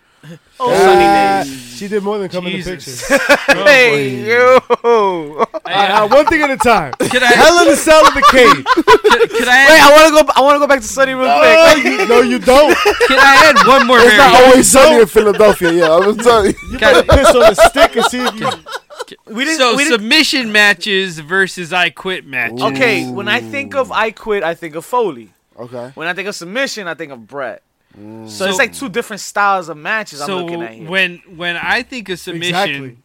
Speaker 2: Oh,
Speaker 1: Ah, she did more than come in
Speaker 5: Jesus.
Speaker 1: the
Speaker 2: (laughs)
Speaker 1: picture.
Speaker 2: Hey, yo.
Speaker 1: All right, one thing at a time.
Speaker 5: Could I,
Speaker 1: Hell in the cell of the cage.
Speaker 5: could I,
Speaker 2: Wait, I
Speaker 5: add,
Speaker 2: want to go. I want to go back to Sunny real
Speaker 1: No,
Speaker 3: Oh,
Speaker 2: quick.
Speaker 3: (laughs)
Speaker 1: you, no, you don't.
Speaker 5: could I add one more
Speaker 3: It's not
Speaker 5: variant?
Speaker 3: always Sonny in Philadelphia. Yeah, I was telling you.
Speaker 1: You better piss on the stick and see if you.
Speaker 2: We didn't.
Speaker 5: so
Speaker 2: we didn't
Speaker 5: submission matches versus I quit matches.
Speaker 3: Ooh.
Speaker 2: okay, when I think of I quit, I think of Foley.
Speaker 3: Okay.
Speaker 2: When I think of submission, I think of Brett.
Speaker 3: Mm.
Speaker 2: So, it's
Speaker 5: So-
Speaker 2: like two different styles of matches I'm
Speaker 5: So
Speaker 2: looking at here.
Speaker 5: when when I think of submission,
Speaker 1: Exactly.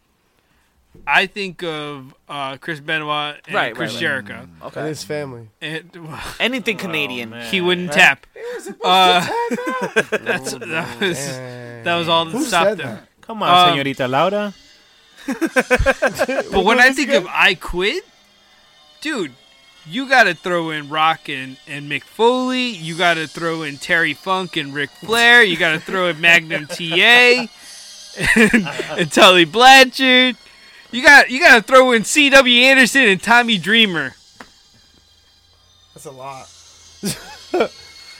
Speaker 5: I think of uh, Chris Benoit and
Speaker 2: Right,
Speaker 5: Chris
Speaker 2: right, right.
Speaker 5: Jericho.
Speaker 1: And
Speaker 2: okay.
Speaker 1: his family.
Speaker 5: And, well,
Speaker 2: Anything Canadian.
Speaker 5: he wouldn't tap. Uh, (laughs) that's, that was that was all that
Speaker 1: Who
Speaker 5: stopped
Speaker 1: said
Speaker 5: them.
Speaker 2: Uh,
Speaker 1: that?
Speaker 4: Come on,
Speaker 5: Um,
Speaker 4: Senorita Laura.
Speaker 5: But when I think of I quit, dude, you got to throw in Rock and, and Mick Foley. You got to throw in Terry Funk and Ric Flair. You got to throw in Magnum TA and, (laughs) and Tully Blanchard. You got you got to throw in C.W. Anderson and Tommy Dreamer.
Speaker 1: That's a lot.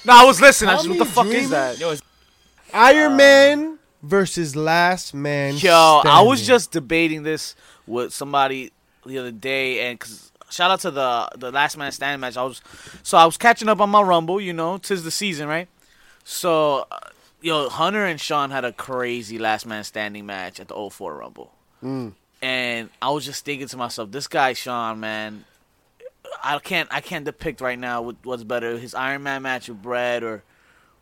Speaker 2: No, I was listening. I was,
Speaker 1: Tommy
Speaker 2: what the fuck
Speaker 1: Dreamer?
Speaker 2: is that?
Speaker 4: Yo, it's
Speaker 1: Iron Man versus Last Man.
Speaker 2: Yo, I was
Speaker 1: Standing.
Speaker 2: just debating this with somebody the other day, and 'cause- shout out to the the Last Man Standing match. I was so I was catching up on my Rumble. You know, tis the season, right? So, uh, yo, Hunter and Sean had a crazy Last Man Standing match at the 04 Rumble, and I was just thinking to myself, this guy Sean, man. I can't. I can't depict right now what, what's better: his Iron Man match with Brett, or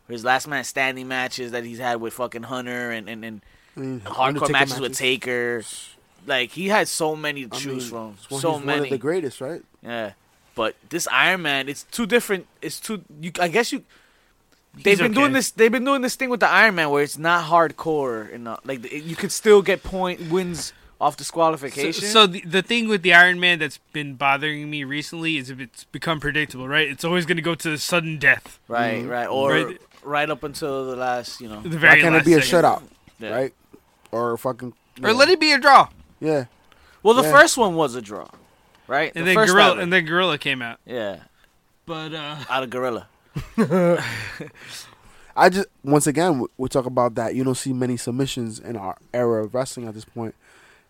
Speaker 2: his Last Man Standing matches that he's had with fucking Hunter and and, and hardcore
Speaker 3: Undertaker
Speaker 2: matches, with
Speaker 3: matches.
Speaker 2: Taker. Like he had so many to
Speaker 3: I
Speaker 2: choose
Speaker 3: mean, it's
Speaker 2: from,
Speaker 3: one-
Speaker 2: so
Speaker 3: he's One
Speaker 2: many.
Speaker 3: of the greatest, right?
Speaker 2: yeah, but this Iron Man, it's too different. It's too. You, I guess you. They've
Speaker 5: He's
Speaker 2: been doing
Speaker 5: okay.
Speaker 2: this. They've been doing this thing with the Iron Man where it's not hardcore enough. Like the- you could still get point wins off
Speaker 5: So,
Speaker 2: disqualification.
Speaker 5: so the, the thing with the Iron Man that's been bothering me recently is if it's become predictable, right? It's always going to go to sudden death.
Speaker 2: right,
Speaker 3: Mm-hmm.
Speaker 2: right, or right.
Speaker 5: Right.
Speaker 2: up until the last, you know.
Speaker 5: The
Speaker 3: Why
Speaker 5: very
Speaker 3: can't it
Speaker 5: last
Speaker 3: be a
Speaker 5: second.
Speaker 3: shutout,
Speaker 2: Yeah.
Speaker 3: right? Or a fucking.
Speaker 5: Or let it be a draw.
Speaker 3: Yeah.
Speaker 2: Well, the
Speaker 3: Yeah.
Speaker 2: first one was a draw, right?
Speaker 5: And
Speaker 2: the
Speaker 5: then
Speaker 2: first
Speaker 5: Gorilla
Speaker 2: time-
Speaker 5: and then Gorilla came out.
Speaker 2: yeah,
Speaker 5: But uh
Speaker 2: out of Gorilla.
Speaker 3: I just once again we, we talk about that you don't see many submissions in our era of wrestling at this point,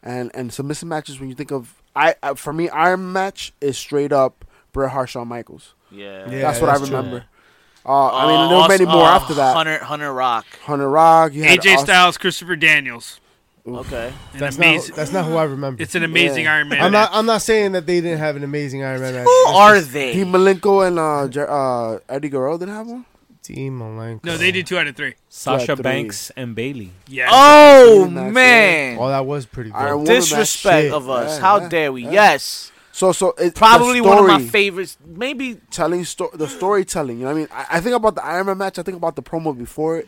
Speaker 3: and and submission matches. When you think of I, I for me, Iron Match is straight up Bret Hart, Shawn Michaels.
Speaker 2: Yeah.
Speaker 1: Yeah.
Speaker 3: that's what I
Speaker 1: that's true.
Speaker 3: remember. Uh, I mean, there were many more after that.
Speaker 2: Hunter, Hunter Rock.
Speaker 3: Hunter Rock, you had
Speaker 5: AJ
Speaker 3: Aus-
Speaker 5: Styles, Christopher Daniels.
Speaker 2: Okay.
Speaker 5: An
Speaker 1: That's
Speaker 5: amazing,
Speaker 1: not. That's not who I remember.
Speaker 5: it's an amazing
Speaker 3: Yeah.
Speaker 5: Iron Man.
Speaker 1: I'm not.
Speaker 5: match.
Speaker 1: I'm not saying that they didn't have an amazing Iron Man.
Speaker 2: Who are they?
Speaker 3: He Malenko and uh, Jer- uh, Eddie Guerrero didn't have one.
Speaker 1: Team Malenko.
Speaker 5: no, they did two out of three.
Speaker 4: Sasha
Speaker 3: three.
Speaker 4: Banks and Bailey.
Speaker 5: Yeah.
Speaker 2: oh
Speaker 3: That's it.
Speaker 2: man.
Speaker 1: Oh, that was pretty good.
Speaker 3: Iron Woman match.
Speaker 2: Disrespect
Speaker 1: shit.
Speaker 2: of us.
Speaker 3: Yeah,
Speaker 2: How
Speaker 3: yeah,
Speaker 2: dare we?
Speaker 3: yeah.
Speaker 2: Yes.
Speaker 3: So so it, the
Speaker 2: Probably one of my
Speaker 3: story-
Speaker 2: favorites. Maybe
Speaker 3: telling sto- the storytelling. You know, what I mean, I, I think about the Iron Man match. I think about the promo before it,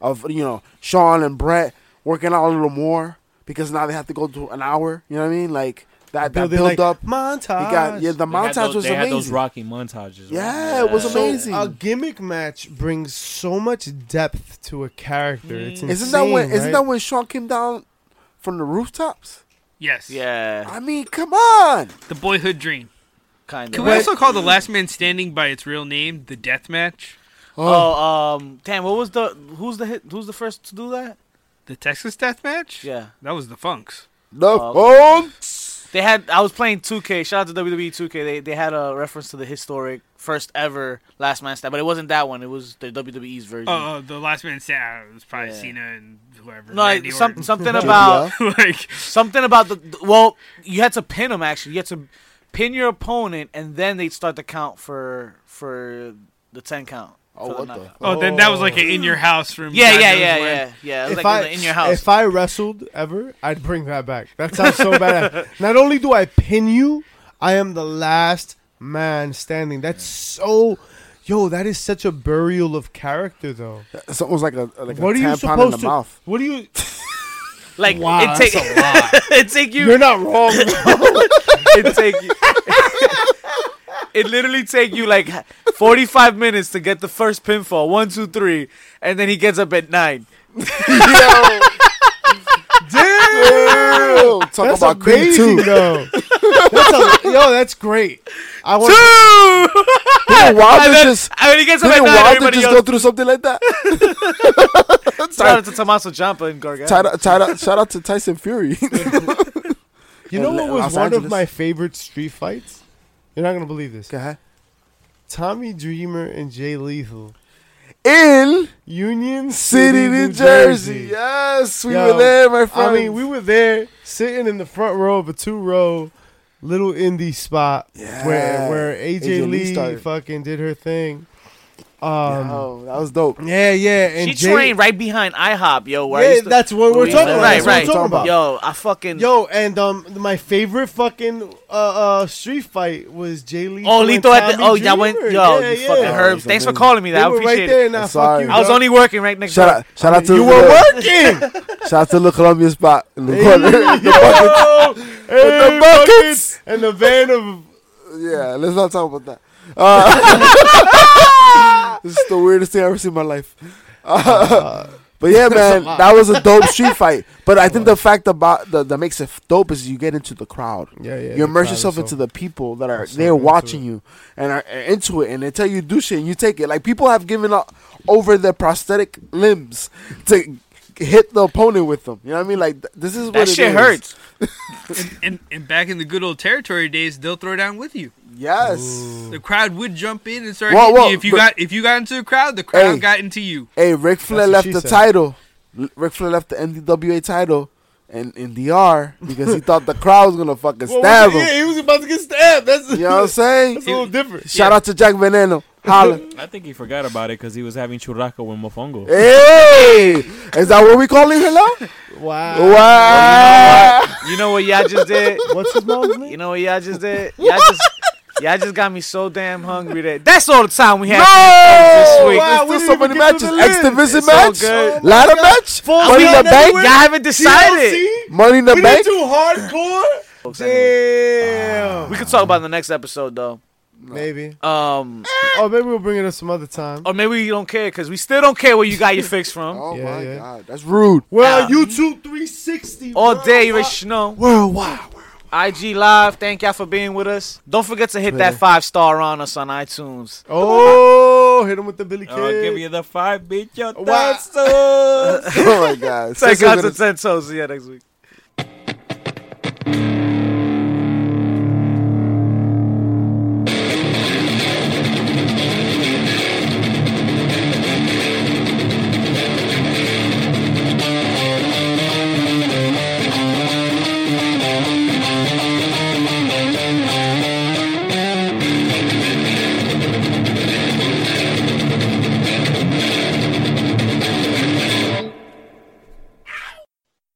Speaker 3: of you know Sean and Brett working out a little more because now they have to go to an hour. You know what I mean? Like that, that
Speaker 1: Building,
Speaker 3: build
Speaker 1: like, "Ah,
Speaker 3: up. You
Speaker 1: montage.
Speaker 3: got yeah, the
Speaker 4: They
Speaker 3: montage
Speaker 4: had those,
Speaker 3: was
Speaker 4: they
Speaker 3: amazing.
Speaker 4: Had those Rocky montages. right?
Speaker 3: yeah, it was
Speaker 2: So,
Speaker 3: amazing.
Speaker 1: A gimmick match brings so much depth to a character.
Speaker 2: Mm.
Speaker 1: It's insane,
Speaker 3: isn't that when? Isn't
Speaker 1: right?
Speaker 3: that when Sean came down from the rooftops?
Speaker 5: Yes.
Speaker 2: yeah,
Speaker 3: I mean, come on.
Speaker 5: The boyhood dream.
Speaker 2: kind
Speaker 5: Can
Speaker 2: of.
Speaker 5: we also call the last man standing by its real name the death match?
Speaker 2: oh, um, damn. What was the? Who's the hit? Who's the first to do that?
Speaker 5: The Texas death match?
Speaker 2: Yeah,
Speaker 5: That was the Funks.
Speaker 3: The
Speaker 2: Oh,
Speaker 3: phone.
Speaker 2: they had. I was playing 2K. Shout out to WWE 2K. They they had a reference to the historic first ever Last Man Stand, but it wasn't that one. It was the WWE's version.
Speaker 5: Oh, oh, the last man standing. It was probably
Speaker 2: Mm-hmm. Yeah.
Speaker 5: Cena and whoever.
Speaker 2: no,
Speaker 5: Randy
Speaker 2: like, some,
Speaker 5: Orton. (laughs)
Speaker 2: something about
Speaker 5: like
Speaker 2: something about the. the- Well, you had to pin him. Actually, you had to pin your opponent, and then they would start the count for for the 10 count.
Speaker 3: Oh,
Speaker 2: for the
Speaker 3: what
Speaker 2: knockout.
Speaker 3: the
Speaker 5: Oh, then that was like an in your house room.
Speaker 2: Yeah,
Speaker 5: God
Speaker 2: yeah,
Speaker 5: knows
Speaker 2: yeah,
Speaker 5: when.
Speaker 2: yeah, yeah. It was
Speaker 1: If
Speaker 2: like
Speaker 1: I
Speaker 2: in your house.
Speaker 1: if I wrestled ever, I'd bring that back. That sounds so
Speaker 2: (laughs)
Speaker 1: bad. Not only do I pin you, I am the last man standing. That's so. Yo, that is such a burial of character, though.
Speaker 3: It's almost like a like
Speaker 1: what are
Speaker 3: a
Speaker 1: you
Speaker 3: tampon in the
Speaker 1: supposed to? (laughs)
Speaker 3: mouth.
Speaker 1: What do
Speaker 3: (laughs)
Speaker 1: you?
Speaker 2: like
Speaker 1: Wow,
Speaker 2: it take (laughs)
Speaker 1: that's a lot.
Speaker 2: it take you
Speaker 1: You're not wrong.
Speaker 2: it take you. (laughs) it literally take you like 45 minutes to get the first pinfall. One, two, three, and then he gets up at nine.
Speaker 3: Ew, talk
Speaker 1: That's
Speaker 3: about cream
Speaker 1: amazing,
Speaker 3: too.
Speaker 1: though. That's a, yo, that's great.
Speaker 3: (laughs)
Speaker 1: I want.
Speaker 2: Two.
Speaker 4: (laughs)
Speaker 3: Didn't
Speaker 2: And
Speaker 3: Wilder
Speaker 2: then,
Speaker 3: just
Speaker 2: I mean, he gets up at
Speaker 3: didn't
Speaker 2: nine.
Speaker 3: Wilder
Speaker 2: Everybody
Speaker 3: just
Speaker 2: else.
Speaker 3: go through something like that?
Speaker 2: Shout out to Tommaso Ciampa and Gargano.
Speaker 3: Shout out, shout out, shout out to
Speaker 1: (laughs)
Speaker 3: Tyson Fury.
Speaker 1: You know
Speaker 3: In
Speaker 1: what was
Speaker 3: Los
Speaker 1: one
Speaker 3: Angeles.
Speaker 1: of my favorite street fights? You're not gonna believe this. Tommy Dreamer and Jay Lethal.
Speaker 3: (laughs) In
Speaker 1: Union City,
Speaker 3: City, New Jersey. Yes, we
Speaker 1: Yo,
Speaker 3: were there, my friend.
Speaker 1: I mean, we were there sitting in the front row of a two row little indie spot
Speaker 3: Yeah.
Speaker 1: where where AJ,
Speaker 3: AJ Lee
Speaker 1: Lee,
Speaker 3: started.
Speaker 1: fucking did her thing. Um,
Speaker 3: Yo, that was dope.
Speaker 1: yeah, yeah, and
Speaker 2: she
Speaker 1: Jay-
Speaker 2: trained right behind IHOP, yo. Where I
Speaker 1: Yeah,
Speaker 2: used to-
Speaker 1: that's what we're
Speaker 2: Yeah,
Speaker 1: talking about. That's
Speaker 2: Right,
Speaker 1: what
Speaker 2: right.
Speaker 1: we're talking about.
Speaker 2: Yo, I fucking.
Speaker 1: Yo, and um, my favorite fucking uh, uh street fight was Jay Lee.
Speaker 2: oh, Lito at the. Oh, that went. Yo,
Speaker 1: yeah,
Speaker 2: you
Speaker 1: yeah.
Speaker 2: fucking
Speaker 3: Oh,
Speaker 2: herb.
Speaker 3: it's
Speaker 2: Thanks for
Speaker 3: amazing.
Speaker 2: calling me
Speaker 1: They
Speaker 2: that. I
Speaker 1: were
Speaker 2: appreciate
Speaker 1: right
Speaker 2: it.
Speaker 1: there, and I
Speaker 3: I'm
Speaker 1: fuck you.
Speaker 3: sorry.
Speaker 2: I was
Speaker 1: bro.
Speaker 2: only working right next
Speaker 3: Shout
Speaker 2: door.
Speaker 3: out, shout out to
Speaker 1: You
Speaker 3: the,
Speaker 1: were working.
Speaker 3: (laughs) Shout out to the Columbia's spot. in the
Speaker 1: Hey,
Speaker 3: corner. (laughs) The bucket.
Speaker 1: (laughs) yo, hey,
Speaker 3: The buckets.
Speaker 1: and the van of
Speaker 3: Yeah, let's not talk about that. Uh, (laughs) this is the weirdest thing I've ever seen in my life. (laughs) Uh,
Speaker 1: (laughs)
Speaker 3: but yeah, man,
Speaker 1: lot.
Speaker 3: that was a
Speaker 1: (laughs)
Speaker 3: dope street fight. But I think the fact about the, that makes it f- dope is you get into the crowd.
Speaker 1: yeah, yeah.
Speaker 3: you immerse yourself into the people that are
Speaker 1: I'm so
Speaker 3: there
Speaker 1: into
Speaker 3: watching
Speaker 1: it.
Speaker 3: you and are are into it, and they tell you do shit, and you take it. Like people have given up over their prosthetic limbs to hit the opponent with them. You know what I mean? Like th- this is what
Speaker 2: That
Speaker 3: it
Speaker 2: shit
Speaker 3: is.
Speaker 2: hurts.
Speaker 5: and, and back in the good old territory days, they'll throw down with you.
Speaker 3: Yes.
Speaker 5: The crowd would jump in and start
Speaker 3: Whoa,
Speaker 5: hitting
Speaker 3: whoa,
Speaker 5: you. If you
Speaker 3: but-
Speaker 5: got if you got into the crowd, the crowd
Speaker 3: Hey.
Speaker 5: got into you.
Speaker 3: Hey, Ric Flair
Speaker 1: what
Speaker 3: left
Speaker 1: she
Speaker 3: the
Speaker 1: said.
Speaker 3: title. L- Ric Flair left the NWA title and in DR
Speaker 1: (laughs)
Speaker 3: because he thought the crowd was gonna fucking
Speaker 1: Well,
Speaker 3: stab
Speaker 1: was it-
Speaker 3: him.
Speaker 1: Yeah, he was about to get stabbed. That's
Speaker 3: You know what I'm
Speaker 1: (laughs)
Speaker 2: (laughs)
Speaker 3: saying?
Speaker 1: that's a little different.
Speaker 3: Shout out to Jack Veneno. Holla. (laughs)
Speaker 4: I think he forgot about it because he was having churrasco with Mofongo.
Speaker 3: hey, is that what we calling her now? Uh,
Speaker 1: Wow. (laughs)
Speaker 3: Wow.
Speaker 2: You know what y'all just did?
Speaker 1: What's his mom's
Speaker 2: You
Speaker 1: name?
Speaker 2: know what y'all just did? Y'all just y'all just got me so damn hungry that that's all the time we have.
Speaker 3: No!
Speaker 2: This week.
Speaker 1: Wow,
Speaker 3: Wow,
Speaker 1: we
Speaker 3: there's
Speaker 1: didn't
Speaker 3: so
Speaker 1: even
Speaker 3: many
Speaker 1: get to
Speaker 3: matches.
Speaker 1: the
Speaker 3: X
Speaker 1: list.
Speaker 3: Division
Speaker 2: It's all
Speaker 3: match, Oh
Speaker 2: good.
Speaker 3: ladder match,
Speaker 1: Full
Speaker 3: money in
Speaker 1: speed
Speaker 3: the bank,
Speaker 1: everywhere.
Speaker 2: Y'all haven't decided.
Speaker 1: TLC?
Speaker 3: money in the
Speaker 1: We did
Speaker 3: bank.
Speaker 1: too
Speaker 3: (laughs)
Speaker 1: hardcore. Damn.
Speaker 3: Ah,
Speaker 2: We could talk about it in the next episode though.
Speaker 1: Maybe.
Speaker 2: Um,
Speaker 1: Oh, maybe we'll bring it up some other time.
Speaker 2: or maybe you don't care because we still don't care where you got your
Speaker 1: (laughs)
Speaker 2: fix from.
Speaker 3: Oh
Speaker 1: Yeah,
Speaker 3: my
Speaker 1: yeah.
Speaker 3: god, that's rude.
Speaker 1: Well, YouTube 360
Speaker 2: All day,
Speaker 1: worldwide.
Speaker 2: Rich Snow.
Speaker 3: Worldwide.
Speaker 2: IG Live, thank y'all for being with us. Don't forget to hit that
Speaker 3: Twitter.
Speaker 2: five star on us on iTunes.
Speaker 1: Oh, hit him with the Billy Kid.
Speaker 4: I'll give you the five bitch your
Speaker 1: Wow.
Speaker 4: thoughts.
Speaker 3: (laughs) Oh my god. (laughs)
Speaker 2: Take
Speaker 3: Sissy's
Speaker 2: out
Speaker 3: gonna-
Speaker 2: to 10 toes. See ya next week.